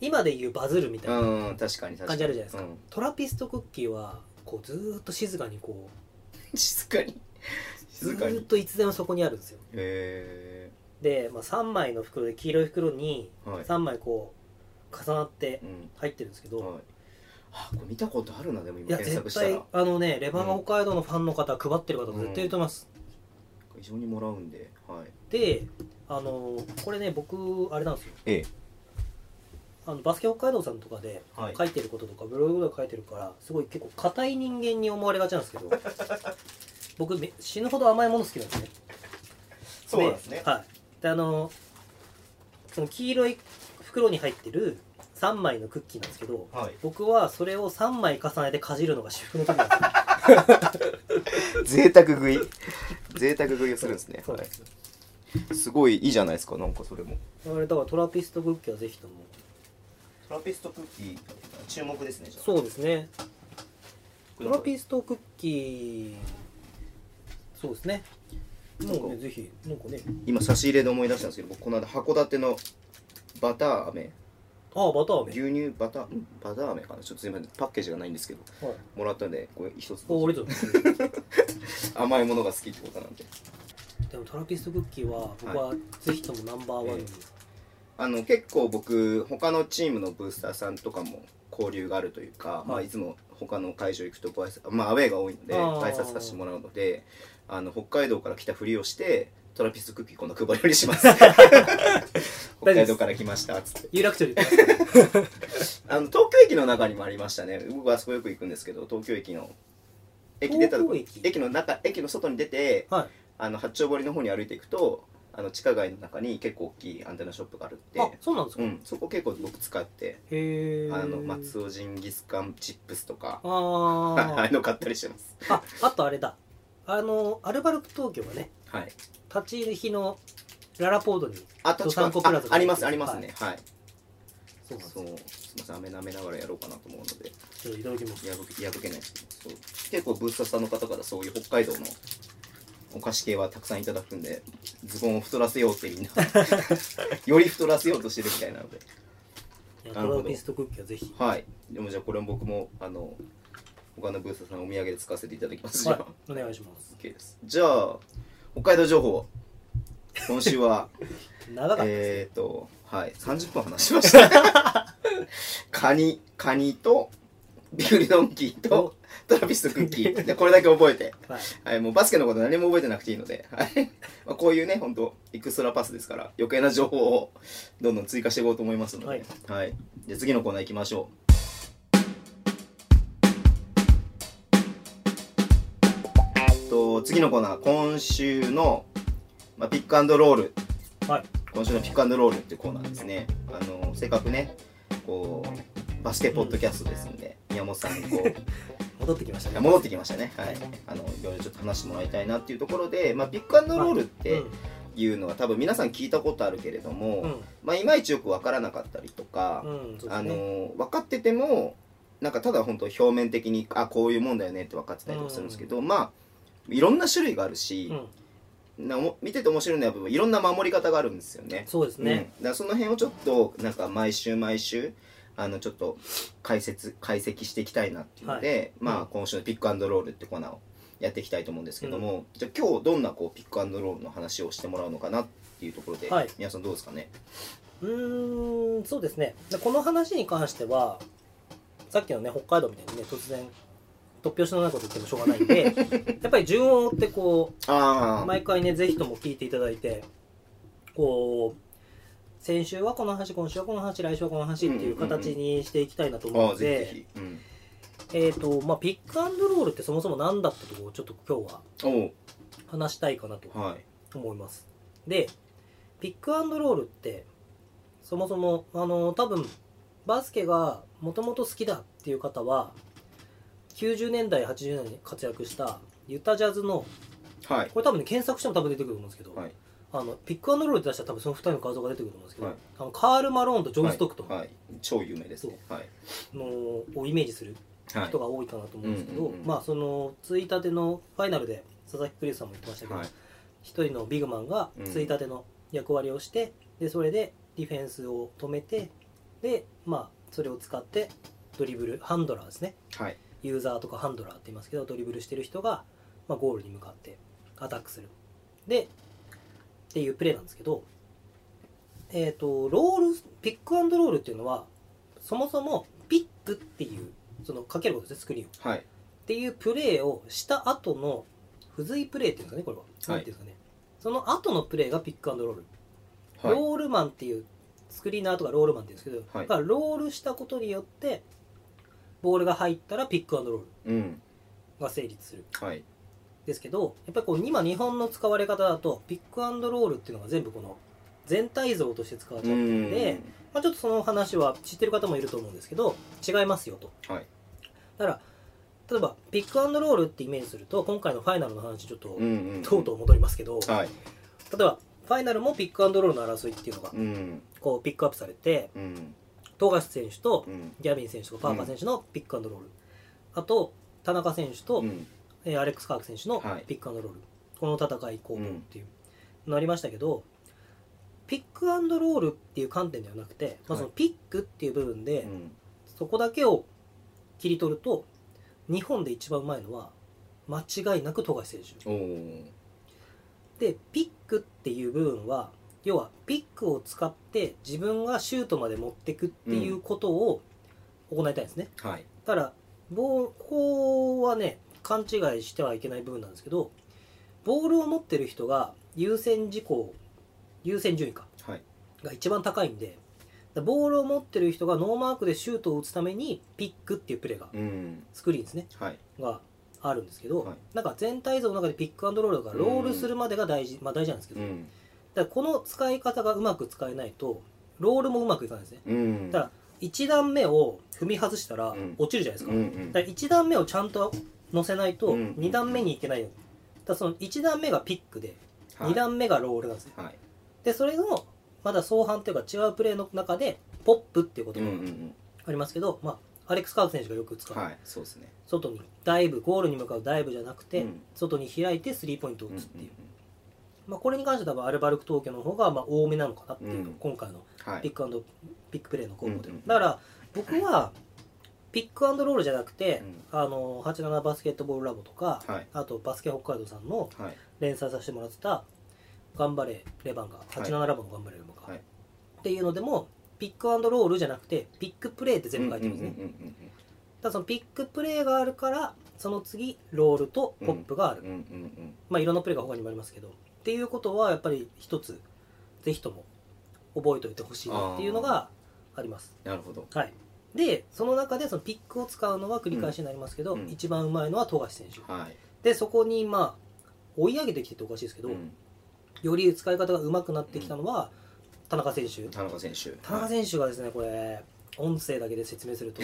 Speaker 2: 今で言うバズるみたいな、
Speaker 1: うんうん確かに確かに
Speaker 2: 感じあるじゃないですか
Speaker 1: うん
Speaker 2: トラピストクッキーはこうずーっと静かにこう
Speaker 1: 静かに
Speaker 2: ず
Speaker 1: 静か
Speaker 2: ーっ
Speaker 1: に
Speaker 2: といつでもそこにあるんですよ
Speaker 1: へ
Speaker 2: で、まあ、3枚の袋で黄色い袋に
Speaker 1: えはい
Speaker 2: 3枚こう重なって
Speaker 1: うん
Speaker 2: 入ってるんですけど、
Speaker 1: はいあこれ見たことあるなでも
Speaker 2: いや
Speaker 1: 今検索
Speaker 2: 絶
Speaker 1: した
Speaker 2: 対
Speaker 1: ら
Speaker 2: あのねレバーが北海道のファンの方配ってる方絶対いると思います、
Speaker 1: 非常にもらうんではい
Speaker 2: であのこれね僕あれなんですよ
Speaker 1: ええ
Speaker 2: あのバスケ北海道さんとかで
Speaker 1: はい
Speaker 2: 書いてることとかブログとか書いてるからすごい結構硬い人間に思われがちなんですけど僕め死ぬほど甘いもの好きなんですね
Speaker 1: そうなんですね
Speaker 2: はいであのその黄色い袋に入ってる3枚のクッキーなんですけど
Speaker 1: はい
Speaker 2: 僕はそれを3枚重ねてかじるのが至福の時なんです よ
Speaker 1: 贅沢食い贅沢食いをするんですね
Speaker 2: そう
Speaker 1: は
Speaker 2: なん
Speaker 1: い
Speaker 2: ですよ
Speaker 1: すごいいいじゃないですかなんかそれも
Speaker 2: あれだからトラピストクッキーはぜひとも
Speaker 1: トラピストクッキー注目ですねじ
Speaker 2: そうですね
Speaker 1: う
Speaker 2: トラピストクッキーそうですねもう
Speaker 1: なん
Speaker 2: ね
Speaker 1: か
Speaker 2: ぜひなんかね
Speaker 1: 今差し入れで思い出したんですけど僕この間函館のバター飴
Speaker 2: ああバター飴、
Speaker 1: 牛乳バターんバター飴かなちょっとすいませんパッケージがないんですけど
Speaker 2: はい、
Speaker 1: もらったんでこれ一つ
Speaker 2: お俺と
Speaker 1: 甘いものが好きってことなんで
Speaker 2: でもトラピストクッキーは僕はぜひともナンバーワンに、
Speaker 1: えあの結構僕他のチームのブースターさんとかも交流があるというか、
Speaker 2: い
Speaker 1: まあ、いつも他の会場行くとご挨拶まあアウェーが多いので
Speaker 2: あー
Speaker 1: ご挨拶させてもらうのであの北海道から来たふりをしてトラピストクッキー今度配るようにします 北海道から来ましたっつって
Speaker 2: 有楽町に行ってます
Speaker 1: あの東京駅の中にもありましたね僕はあそこよく行くんですけど東京駅の駅出たとこ
Speaker 2: 東京駅
Speaker 1: 駅の中駅の外に出て
Speaker 2: は
Speaker 1: あの八丁堀の方に歩いていくとあの地下街の中に結構大きいアンテナショップがあるって
Speaker 2: いあそうなんですか、
Speaker 1: う
Speaker 2: へ
Speaker 1: ん、そこ結構僕使って
Speaker 2: え
Speaker 1: あの松尾ジンギスカンチップスとか、
Speaker 2: あ
Speaker 1: ああい
Speaker 2: ー
Speaker 1: うの買ったりしてます。
Speaker 2: ああとあれだあのアルバルク東京がね
Speaker 1: はい。
Speaker 2: 立ち入り日のララポードに
Speaker 1: あ、
Speaker 2: ド
Speaker 1: 確
Speaker 2: サ
Speaker 1: か
Speaker 2: ンコプラザ
Speaker 1: あありますありますね。はい。
Speaker 2: そうなんです
Speaker 1: そう、すみません雨舐めながらやろうかなと思うので、
Speaker 2: ちょっといただきます
Speaker 1: 破け破けないですけど、そう結構ブースターさんの方からそういう北海道のお菓子系はたくさんいただくんで、ズボンを太らせようってみんな より太らせようとしてるみたいなので、
Speaker 2: いや
Speaker 1: なるほ
Speaker 2: ト
Speaker 1: ど
Speaker 2: ラピストクッキーはぜひ
Speaker 1: はい。でもじゃあこれも僕もあの他のブースターさんのお土産で使わせていただきます。じゃあ
Speaker 2: はいお願いします
Speaker 1: OK です。じゃあ北海道情報今週 は。
Speaker 2: 長かったですね、
Speaker 1: えーと、はい、30分話しました。 カニ、カニと、ビューリドンキーと、トラピストクッキー。で、これだけ覚えて。
Speaker 2: はい
Speaker 1: はい、もうバスケのこと何も覚えてなくていいので、はい。 まあ、こういうね、ほんと、エクストラパスですから、余計な情報をどんどん追加していこうと思いますので、は
Speaker 2: はいい。
Speaker 1: じゃあ次のコーナー行きましょう。と次のコーナー、今週の、まあ、ピックアンドロール
Speaker 2: はい
Speaker 1: 今週のピックアンドロールっていうコーナーですね。あのせっかくね、こうバスケポッドキャストですんで、宮本さんにこう
Speaker 2: 戻ってきましたね
Speaker 1: 戻ってきましたね。はい。あのいろいろちょっと話してもらいたいなっていうところで、まあピックアンドロールっていうのは多分皆さん聞いたことあるけれども、
Speaker 2: うん
Speaker 1: まあいまいちよくわからなかったりとか、
Speaker 2: うん、うんそうです
Speaker 1: あ
Speaker 2: ね
Speaker 1: の分かっててもなんかただ本当表面的にあこういうもんだよねって分かってたりとかするんですけど、まあいろんな種類があるし
Speaker 2: う、ん、
Speaker 1: なおも見てて面白いのはやっぱいろんな守り方があるんですよね。
Speaker 2: そうですね、
Speaker 1: うん、だからその辺をちょっとなんか毎週毎週あのちょっと解説解析していきたいなっていうので、ま
Speaker 2: う
Speaker 1: あ
Speaker 2: ん
Speaker 1: 今週のピックアンドロールってコーナーをやっていきたいと思うんですけども、じゃあ今日どんなこうピックアンドロールの話をしてもらうのかなっていうところで、
Speaker 2: はい
Speaker 1: 皆さんどうですかね
Speaker 2: うーんそうですねでこの話に関してはさっきのね北海道みたいにね突然突拍子のないこと言ってもしょうがないん でやっぱり順を追ってこ
Speaker 1: あ
Speaker 2: う
Speaker 1: あ
Speaker 2: 毎回ねぜひとも聞いていただいてこう先週はこの話今週はこの話来週はこの話っていう形にしていきたいなと思う
Speaker 1: あ
Speaker 2: ので、
Speaker 1: ぜひぜひ、うん、
Speaker 2: えーとまあ、ピックアンドロールってそもそも何だったとこをちょっと今日は
Speaker 1: お
Speaker 2: 話したいかなと
Speaker 1: うはい
Speaker 2: 思いますでピックアンドロールってそもそもあの多分バスケがもともと好きだっていう方は90年代80年代に活躍したユタジャズの
Speaker 1: はい
Speaker 2: これ多分ね検索しても多分出てくると思うんですけど、
Speaker 1: はい
Speaker 2: あのピックアンドロールって出したら多分その2人の画像が出てくると思うんですけど、
Speaker 1: はい
Speaker 2: あのカール・マローンとジョン・ストックト
Speaker 1: はい、はい超有名ですねはい
Speaker 2: ンの、をイメージする
Speaker 1: はい
Speaker 2: 人が多いかなと思うんですけど、
Speaker 1: うんうんうん
Speaker 2: まあそのツイたてのファイナルで佐々木クリスさんも言ってましたけど
Speaker 1: はい
Speaker 2: 一、人のビッグマンが
Speaker 1: うん
Speaker 2: ついたての役割をして、でそれでディフェンスを止めてでまあそれを使ってドリブルハンドラーですね
Speaker 1: はい
Speaker 2: ユーザーとかハンドラーって言いますけどドリブルしてる人が、まあ、ゴールに向かってアタックするでっていうプレーなんですけどえっ、とロールピックアンドロールっていうのはそもそもピックっていうそのかけることですねスクリーンを
Speaker 1: はい
Speaker 2: っていうプレーをした後の付随プレーっていうんですかねこれは、
Speaker 1: はい
Speaker 2: なんていうんですかねその後のプレーがピックアンドロール、
Speaker 1: はい
Speaker 2: ロールマンっていうスクリーナーとかロールマンっていうんですけど、
Speaker 1: はい
Speaker 2: だからロールしたことによってボールが入ったらピックアンドロール
Speaker 1: うん
Speaker 2: が成立する
Speaker 1: はい
Speaker 2: ですけどやっぱりこう今日本の使われ方だとピックアンドロールっていうのが全部この全体像として使われちゃってるんで、まあ、ちょっとその話は知ってる方もいると思うんですけど違いますよと
Speaker 1: うんはい
Speaker 2: だから例えばピックアンドロールってイメージすると今回のファイナルの話ちょっと、
Speaker 1: うんうん
Speaker 2: とうとう戻りますけど、例
Speaker 1: はい
Speaker 2: えばファイナルもピックアンドロールの争いっていうのが
Speaker 1: うん
Speaker 2: こうピックアップされて
Speaker 1: うん
Speaker 2: 富樫選手と
Speaker 1: うん
Speaker 2: ギャビン選手とかパーカー選手のピックアンドロール、あと田中選手と、
Speaker 1: うん
Speaker 2: えーアレックス・カーク選手の
Speaker 1: はい
Speaker 2: ピックアンドロール、この戦い攻防っていう、なりましたけどピックアンドロールっていう観点ではなくて、まあ、その
Speaker 1: は
Speaker 2: ピックっていう部分で、
Speaker 1: うん
Speaker 2: そこだけを切り取ると日本で一番うまいのは間違いなく富樫選手
Speaker 1: おー
Speaker 2: でピックっていう部分は要はピックを使って自分がシュートまで持ってくっていうことを行いたいんですね、
Speaker 1: はい
Speaker 2: ただボールここはね勘違いしてはいけない部分なんですけどボールを持ってる人が優先事項優先順位か
Speaker 1: はい
Speaker 2: が一番高いんでだからボールを持ってる人がノーマークでシュートを打つためにピックっていうプレーが
Speaker 1: うん
Speaker 2: スクリーンですね
Speaker 1: はい
Speaker 2: があるんですけど、
Speaker 1: はい
Speaker 2: なんか全体像の中でピックアンドロールだからロールするまでが大事、まあ大事なんですけど、
Speaker 1: う
Speaker 2: だか
Speaker 1: ん
Speaker 2: らこの使い方がうまく使えないとロールもうまくいかないんですね
Speaker 1: うん
Speaker 2: だ1段目を踏み外したら
Speaker 1: うん
Speaker 2: 落ちるじゃないですか,、
Speaker 1: うんうん
Speaker 2: だから1段目をちゃんと乗せないと
Speaker 1: うん
Speaker 2: 2段目に行けないよだからその1段目がピックで
Speaker 1: はい
Speaker 2: 2段目がロールなんですね、
Speaker 1: はい
Speaker 2: でそれのまだ相反というか違うプレーの中でポップっていう
Speaker 1: う
Speaker 2: 言
Speaker 1: ん
Speaker 2: 葉
Speaker 1: う
Speaker 2: が
Speaker 1: ん
Speaker 2: ありますけど、まあ、アレックス・カーク選手がよく使
Speaker 1: うん
Speaker 2: う、
Speaker 1: はいそうですね
Speaker 2: 外にダイブゴールに向かうダイブじゃなくて、
Speaker 1: うん
Speaker 2: 外に開いてスリーポイントを
Speaker 1: う
Speaker 2: 打
Speaker 1: ん
Speaker 2: つっていう、まあ、これに関しては多分アルバルク東京の方がまあ多めなのかなっていうの、
Speaker 1: うん
Speaker 2: 今回の
Speaker 1: は
Speaker 2: ピ
Speaker 1: い
Speaker 2: ックアンドピックプレーの候補で、
Speaker 1: うんうん
Speaker 2: だから僕はピックアンドロールじゃなくて、
Speaker 1: う
Speaker 2: あの87バスケットボールラボとか、
Speaker 1: はい
Speaker 2: あとバスケ北海道さんの
Speaker 1: はい
Speaker 2: 連載させてもらってた「頑張れレバンガ」87ラボの「頑張れレバンガ」
Speaker 1: はい
Speaker 2: っていうのでもピックアンドロールじゃなくてピックプレーって全部書いてますね、
Speaker 1: うんうんうん
Speaker 2: ただそのピックプレーがあるからその次ロールとポップがある、
Speaker 1: うんうんうんうん
Speaker 2: まあいろんなプレーが他にもありますけどっていうことはやっぱり一つぜひとも覚えておいてほしいなっていうのがあります
Speaker 1: なるほど
Speaker 2: はいでその中でそのピックを使うのは繰り返しになりますけど、
Speaker 1: うんうん
Speaker 2: 一番うまいのは富樫選手
Speaker 1: はい
Speaker 2: でそこにまあ追い上げてきてっておかしいですけど、
Speaker 1: うん
Speaker 2: より使い方がうまくなってきたのは田中選手
Speaker 1: 田中選手
Speaker 2: 田中
Speaker 1: 手
Speaker 2: 選手がですねこれ音声だけで説明 すると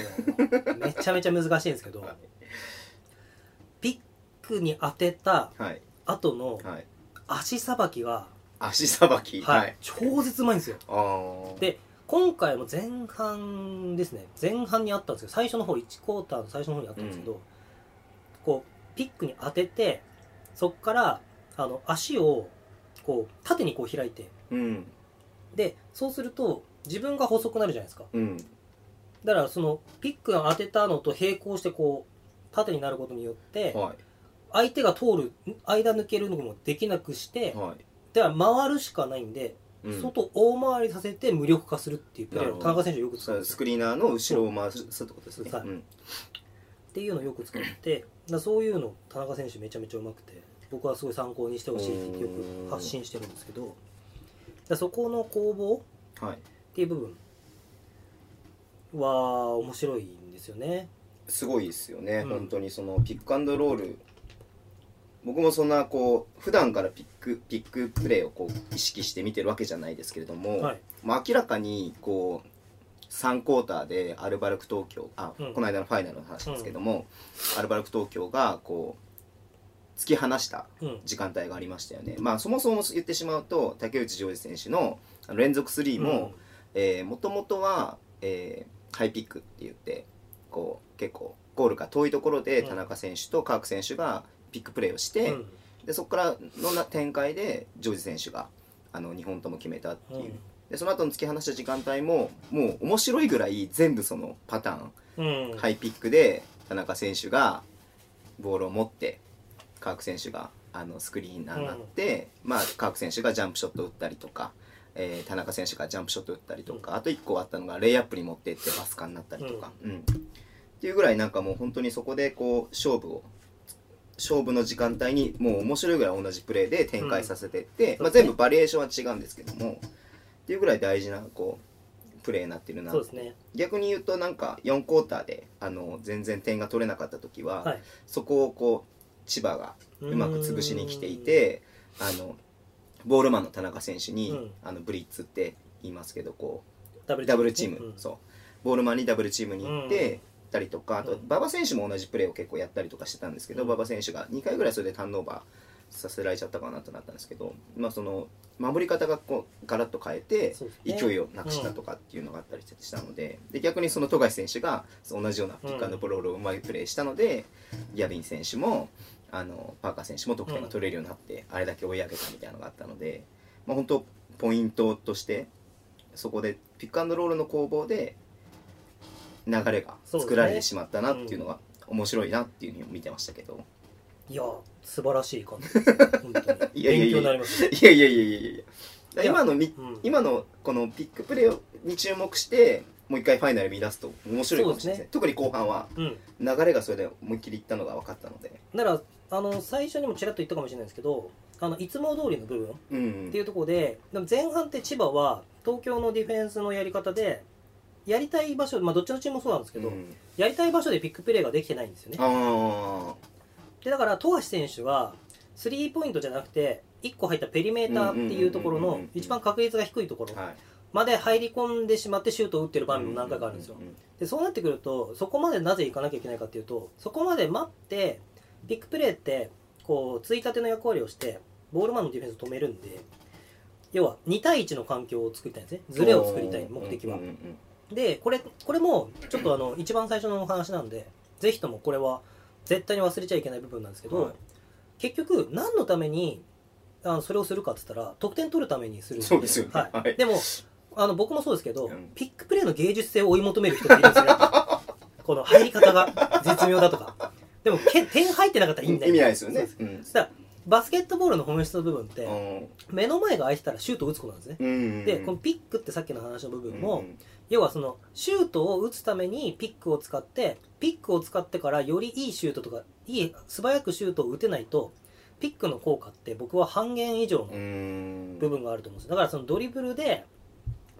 Speaker 2: めちゃめちゃ難しいんですけどピックに当てた
Speaker 1: はい
Speaker 2: 後の
Speaker 1: はい
Speaker 2: 足さばきが、
Speaker 1: 足さばき
Speaker 2: はい
Speaker 1: はい
Speaker 2: 超絶うまいんですよ
Speaker 1: あー
Speaker 2: で今回も前半ですね前半にあったんですけど最初の方1クォーターの最初の方にあったんですけど、こうピックに当ててそこからあの足をこう縦にこう開いて
Speaker 1: うん
Speaker 2: でそうすると自分が細くなるじゃないですか
Speaker 1: うん
Speaker 2: だからそのピックを当てたのと並行してこう縦になることによって
Speaker 1: は
Speaker 2: 相手が通る間抜けるのもできなくして
Speaker 1: いはい
Speaker 2: では回るしかないんで、
Speaker 1: うん
Speaker 2: 外大回りさせて無力化するっていうプレーを田中選手よく使
Speaker 1: そううん
Speaker 2: です
Speaker 1: ス
Speaker 2: よ
Speaker 1: クリーナーの後ろを回すってことですね、
Speaker 2: はい
Speaker 1: うん
Speaker 2: っていうのをよく使ってだからそういうの田中選手めちゃめちゃうまくて僕はすごい参考にしてほしいってよく発信してるんですけどだからそこの攻防
Speaker 1: はい、
Speaker 2: っていう部分は面白いんですよね。
Speaker 1: すごいですよね、
Speaker 2: うん
Speaker 1: 本当にそのピックアンドロール僕もそんなこう普段からピックピックプレーをこう意識して見てるわけじゃないですけれども、
Speaker 2: はい、
Speaker 1: まあ、明らかにこう3クォーターでアルバルク東京あ、
Speaker 2: うん
Speaker 1: この間のファイナルの話ですけども、アルバルク東京がこう突き放した
Speaker 2: うん
Speaker 1: 時間帯がありましたよね、まあ、そもそも言ってしまうと竹内譲二選手のあの連続スリーももともとは、えーハイピックって言ってこう結構ゴールが遠いところで
Speaker 2: うん
Speaker 1: 田中選手とカーク選手がピックプレーをし
Speaker 2: うん
Speaker 1: て、
Speaker 2: うん
Speaker 1: でそこからのな展開でジョージ選手があの2本とも決めたっていう、でその後の突き放した時間帯ももう面白いぐらい全部そのパターン、
Speaker 2: うん
Speaker 1: ハイピックで田中選手がボールを持ってカーク選手があのスクリーンになって、まあ、カーク選手がジャンプショットを打ったりとか、えー田中選手がジャンプショットを打ったりとか、あと1個あったのがレイアップに持っていってバスカンになったりとか、うんっていうぐらいなんかもう本当にそこでこう勝負を勝負の時間帯にもう面白いぐらい同じプレーで展開させていって、
Speaker 2: うん
Speaker 1: まあ、全部バリエーションは違うんですけどもっていうぐらい大事なこうプレーになってるな
Speaker 2: そうですね。
Speaker 1: 逆に言うとなんか4クォーターであの全然点が取れなかった時は、
Speaker 2: はい
Speaker 1: そこをこう千葉がうまく潰しに来ていてあのボールマンの田中選手に、
Speaker 2: うん
Speaker 1: あのブリッツって言いますけどこ
Speaker 2: うんダブ
Speaker 1: うダブルチーム、
Speaker 2: うん
Speaker 1: そうボールマンにダブルチームに行って。
Speaker 2: うん
Speaker 1: たりとかあと
Speaker 2: うん
Speaker 1: 馬場選手も同じプレーを結構やったりとかしてたんですけど
Speaker 2: うん
Speaker 1: 馬場選手が2回ぐらいそれでターンオーバーさせられちゃったかなとなったんですけど、まあ、その守り方がこうガラッと変えて、
Speaker 2: そうですね
Speaker 1: 勢いをなくしたとかっていうのがあったりしたので,、で逆にその富樫選手がそう同じようなピックアンドロールをうまいプレーしたので、ギャビン選手もあのパーカー選手も得点が取れるようになって、あれだけ追い上げたみたいなのがあったので、まあ、本当ポイントとしてそこでピックアンドロールの攻防で流れが作られてしまったなっていうのが面白いなっていうふうに見てましたけど、
Speaker 2: いや素晴らしい感じです本当に
Speaker 1: いやいやいや
Speaker 2: 勉強になりました。
Speaker 1: いやいやいやいやいや
Speaker 2: いや
Speaker 1: 今のみ
Speaker 2: うん
Speaker 1: 今のこのピックプレーに注目してもう一回ファイナル見出すと面白いかもしれないですね
Speaker 2: そうですね
Speaker 1: 特に後半は
Speaker 2: うん
Speaker 1: 流れがそれで思いっきりいったのが分かったので
Speaker 2: ならあの最初にもちらっと言ったかもしれないですけどあのいつも通りの部分っ
Speaker 1: うん
Speaker 2: ていうところででも前半って千葉は東京のディフェンスのやり方でやりたい場所、まあ、どっちのチームもそうなんですけど、
Speaker 1: うん
Speaker 2: やりたい場所でピックプレーができてないんですよね
Speaker 1: あ
Speaker 2: でだから富樫選手はスリーポイントじゃなくて1個入ったペリメーターっていうところ
Speaker 1: うんうんうん
Speaker 2: の
Speaker 1: うんうん
Speaker 2: 一番確率が低いところ
Speaker 1: あはい
Speaker 2: まで入り込んでしまってシュートを打ってる場面も何回かあるんですよ
Speaker 1: うう
Speaker 2: でそうなってくるとそこまでなぜ行かなきゃいけないかっていうとそこまで待ってビッグプレーってこうついたての役割をしてボールマンのディフェンスを止めるんで要は2対1の環境を作りたいんですねズレを作りたい目的は
Speaker 1: うんうんうん
Speaker 2: でこれこれもちょっとあの一番最初のお話なんでぜひともこれは絶対に忘れちゃいけない部分なんですけど、
Speaker 1: はい
Speaker 2: 結局何のためにあのそれをするかって言ったら得点取るためにするん
Speaker 1: そうですよね
Speaker 2: はい
Speaker 1: はい
Speaker 2: でもあの僕もそうですけど、
Speaker 1: うん
Speaker 2: ピックプレーの芸術性を追い求める人っているんですよね この入り方が絶妙だとかでもけ点入ってなかったら意味ない
Speaker 1: 意味ないですよ
Speaker 2: そう
Speaker 1: ね
Speaker 2: す
Speaker 1: う
Speaker 2: そしたらバスケットボールの本質の部分って、
Speaker 1: ん
Speaker 2: 目の前が空いてたらシュートを打つことなんですね、
Speaker 1: うん
Speaker 2: でこのピックってさっきの話の部分
Speaker 1: うん
Speaker 2: も、
Speaker 1: うん
Speaker 2: 要はそのシュートを打つためにピックを使ってピックを使ってからよりいいシュートとかいい素早くシュートを打てないとピックの効果って僕は半減以上の
Speaker 1: うん
Speaker 2: 部分があると思うんですだからそのドリブルで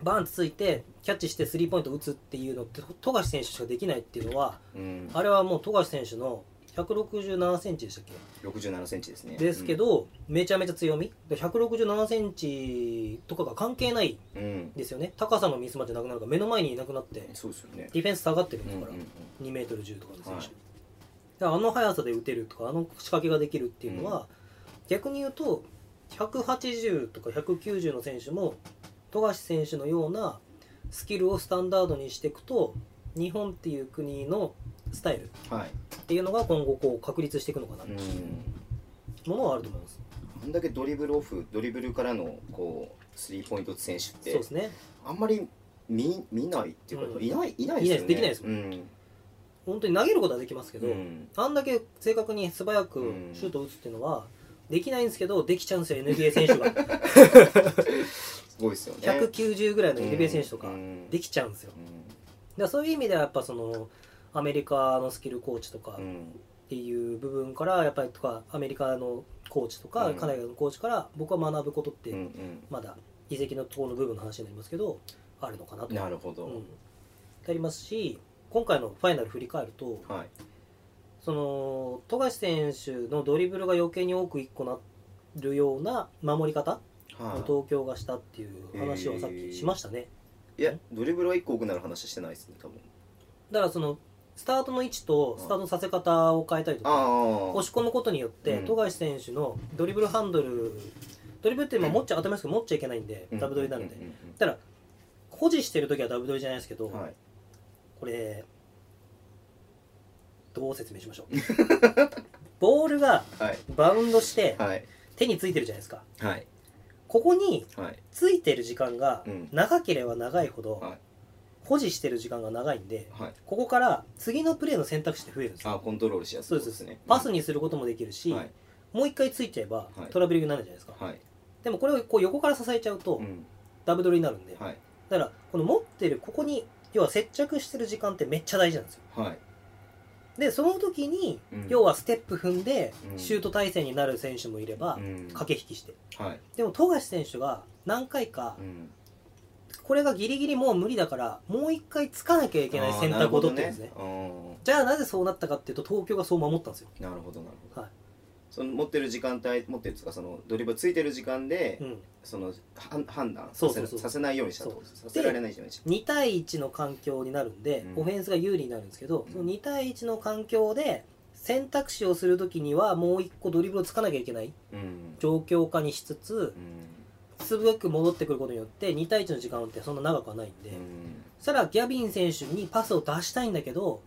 Speaker 2: バーンとついてキャッチしてスリーポイント打つっていうのって富樫選手しかできないっていうのは
Speaker 1: うん
Speaker 2: あれはもう富樫選手の167センチでしたっけ
Speaker 1: 67センチですね
Speaker 2: ですけど、めちゃめちゃ強み167センチとかが関係ない
Speaker 1: う
Speaker 2: ん
Speaker 1: んうん
Speaker 2: ですよね高さのミスマッチなくなるから目の前にいなくなって
Speaker 1: そうですよね
Speaker 2: ディフェンス下がってるんです
Speaker 1: うん
Speaker 2: か
Speaker 1: う
Speaker 2: ら、
Speaker 1: んうん
Speaker 2: 2メートル1 0とかの選手、
Speaker 1: はい
Speaker 2: だからあの速さで打てるとかあの仕掛けができるっていうのは、逆に言うと180とか190の選手も富樫選手のようなスキルをスタンダードにしていくと日本っていう国のスタイルっ
Speaker 1: はい
Speaker 2: ていうのが今後こう確立していくのかな
Speaker 1: うん
Speaker 2: ものはあると思います。
Speaker 1: あんだけドリブルオフドリブルからのこうスリーポイント選手っ
Speaker 2: そう
Speaker 1: て
Speaker 2: ですね。
Speaker 1: あんまり見見ないっていうか、
Speaker 2: うん
Speaker 1: いないいないですよね
Speaker 2: いないですでき
Speaker 1: う
Speaker 2: なん本当に投げることはできますけど、
Speaker 1: うん
Speaker 2: あんだけ正確に素早く
Speaker 1: うん
Speaker 2: シュートを打つっていうのは、できないんですけど、できちゃうんですよ、NBA 選手 が。
Speaker 1: すごいですよね
Speaker 2: 190ぐらいの NBA 選手とか
Speaker 1: う、ん
Speaker 2: できちゃうんですよ。
Speaker 1: う
Speaker 2: でそういう意味ではやっぱそのアメリカのスキルコーチとかっ
Speaker 1: ん
Speaker 2: ていう部分からやっぱりとかアメリカのコーチとか
Speaker 1: うん
Speaker 2: 海外のコーチから僕は学ぶことっ
Speaker 1: うんう
Speaker 2: て
Speaker 1: ん
Speaker 2: まだ移籍のところの部分の話になりますけどあるのかなと、
Speaker 1: なるほど、
Speaker 2: うん、ありますし今回のファイナル振り返ると
Speaker 1: はい
Speaker 2: その富樫選手のドリブルが余計に多く1個なるような守り方を
Speaker 1: は
Speaker 2: 東京がしたっていう話をさっきしましたね。
Speaker 1: いいやドリブルは一個多くなる話してないですね多分
Speaker 2: だからそのスタートの位置とスタートのさせ方を変えたりとか
Speaker 1: あ
Speaker 2: 押し込むことによって、
Speaker 1: うん
Speaker 2: 富樫選手のドリブルハンドルドリブルって今持っちゃ当たり前ですけど持っちゃいけないんで、
Speaker 1: あ
Speaker 2: ダブドリなので、
Speaker 1: うんうんうんうん
Speaker 2: ただ保持してる時はダブドリじゃないですけど、
Speaker 1: はい
Speaker 2: これどう説明しましょう ボールが
Speaker 1: はい
Speaker 2: バウンドして
Speaker 1: はい
Speaker 2: 手についてるじゃないですか
Speaker 1: はい
Speaker 2: ここに
Speaker 1: はい
Speaker 2: ついてる時間が
Speaker 1: うん
Speaker 2: 長ければ長いほど、
Speaker 1: はい
Speaker 2: 保持してる時間が長いんで
Speaker 1: はい
Speaker 2: ここから次のプレーの選択肢って増えるんですよ
Speaker 1: あコントロールしやす
Speaker 2: そ
Speaker 1: いうこ
Speaker 2: で
Speaker 1: とで
Speaker 2: す
Speaker 1: すね
Speaker 2: パスにすることもできるし、
Speaker 1: はい
Speaker 2: もう一回ついちゃえば
Speaker 1: はい
Speaker 2: トラベリングになるじゃないですか、
Speaker 1: はい
Speaker 2: でもこれをこう横から支えちゃうと
Speaker 1: うん
Speaker 2: ダブドリになるんで、
Speaker 1: はい
Speaker 2: だからこの持ってるここに要は接着してる時間ってめっちゃ大事なんですよ
Speaker 1: はい
Speaker 2: でその時に、
Speaker 1: うん
Speaker 2: 要はステップ踏んで
Speaker 1: うん
Speaker 2: シュート対戦になる選手もいれば、
Speaker 1: うん
Speaker 2: 駆け引きして
Speaker 1: はい
Speaker 2: でも富樫選手が何回か、
Speaker 1: うん
Speaker 2: これがギリギリもう無理だからもう一回つかなきゃいけない選択を取ってるんですね
Speaker 1: あー
Speaker 2: じゃあなぜそうなったかっていうと東京がそう守ったんですよ
Speaker 1: なるほどなるほど
Speaker 2: はい
Speaker 1: その持ってる時間帯持ってるっつうかそのドリブルついてる時間で、
Speaker 2: うん
Speaker 1: そのは判断
Speaker 2: そ
Speaker 1: させ
Speaker 2: うそうそう
Speaker 1: させないようにしたってことさせられないようにした
Speaker 2: 2対1の環境になるんで、
Speaker 1: うん
Speaker 2: オフェンスが有利になるんですけど、
Speaker 1: うん
Speaker 2: その2対1の環境で選択肢をするときにはもう1個ドリブルをつかなきゃいけない
Speaker 1: うん
Speaker 2: 状況下にしつつ
Speaker 1: うん
Speaker 2: すごく戻ってくることによって2対1の時間ってそんな長くはないんで、そしたらギャビン選手にパスを出したいんだけど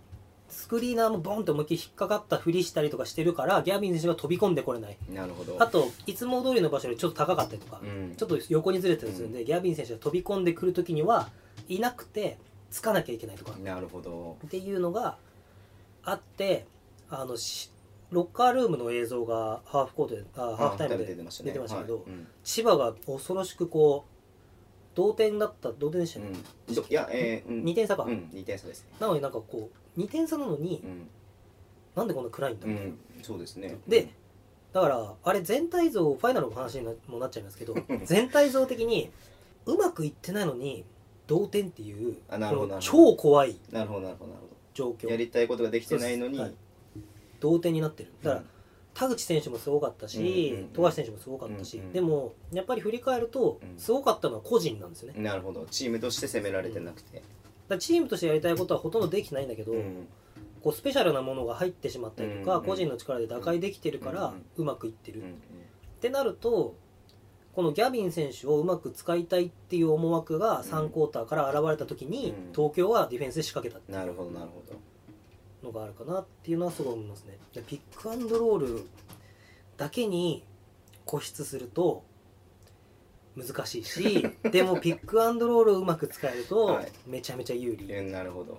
Speaker 2: スクリーナーもボンと思いっきり引っかかったふりしたりとかしてるからギャビン選手が飛び込んでこれない
Speaker 1: うんなるほど
Speaker 2: あといつも通りの場所よりちょっと高かったりとか、
Speaker 1: うん
Speaker 2: ちょっと横にずれてたりするんで、ギャビン選手が飛び込んでくるときにはいなくてつかなきゃいけないとか
Speaker 1: なるほど
Speaker 2: っていうのがあってあのしロッカールームの映像がハーフコートであハーフタイム
Speaker 1: あ
Speaker 2: で
Speaker 1: 出てましたね
Speaker 2: 出てましたけど、
Speaker 1: はいうん
Speaker 2: 千葉が恐ろしくこう同点だった同点でした
Speaker 1: う
Speaker 2: ね、
Speaker 1: んいやえーうん
Speaker 2: 2点差か、
Speaker 1: うん二点差ですね
Speaker 2: なのになんかこう2点差なのに
Speaker 1: うん
Speaker 2: なんでこんな暗いんだ
Speaker 1: う
Speaker 2: みたいな、
Speaker 1: んそうですね
Speaker 2: でだからあれ全体像ファイナルの話になもなっちゃいますけど全体像的にうまくいってないのに同点っていう
Speaker 1: あなるほど
Speaker 2: この
Speaker 1: なるほど
Speaker 2: 超怖い
Speaker 1: なるほどなるほどなるほ
Speaker 2: 状
Speaker 1: どや
Speaker 2: 況
Speaker 1: りたいことができてないのに
Speaker 2: そうです同点になってるだから、
Speaker 1: うん
Speaker 2: 田口選手もすごかった
Speaker 1: う
Speaker 2: し
Speaker 1: んうんうん
Speaker 2: 富樫選手もすごかったし、
Speaker 1: うんうん
Speaker 2: でもやっぱり振り返ると
Speaker 1: うん
Speaker 2: すごかったのは個人なんですよねだ
Speaker 1: な
Speaker 2: か
Speaker 1: るほどチームとして攻められてなくて
Speaker 2: らチームとしてやりたいことはほとんどできないんだけど、
Speaker 1: うん
Speaker 2: こうスペシャルなものが入ってしまったりと
Speaker 1: うん
Speaker 2: か、
Speaker 1: うん
Speaker 2: 個人の力で打開できてるか
Speaker 1: う
Speaker 2: ら
Speaker 1: んうん
Speaker 2: うまくいってる、
Speaker 1: うんう
Speaker 2: っ
Speaker 1: ん
Speaker 2: てなるとこのギャビン選手をうまく使いたいっていう思惑が3クォーターから現れた時に、
Speaker 1: うん
Speaker 2: 東京はディフェンスで仕掛けたって
Speaker 1: なるほどなるほど
Speaker 2: のがあるかなっていうのはすごい思いますねでピックアンドロールだけに固執すると難しいし でもピックアンドロールをうまく使えると
Speaker 1: はい
Speaker 2: めちゃめちゃ有利、
Speaker 1: うんなるほど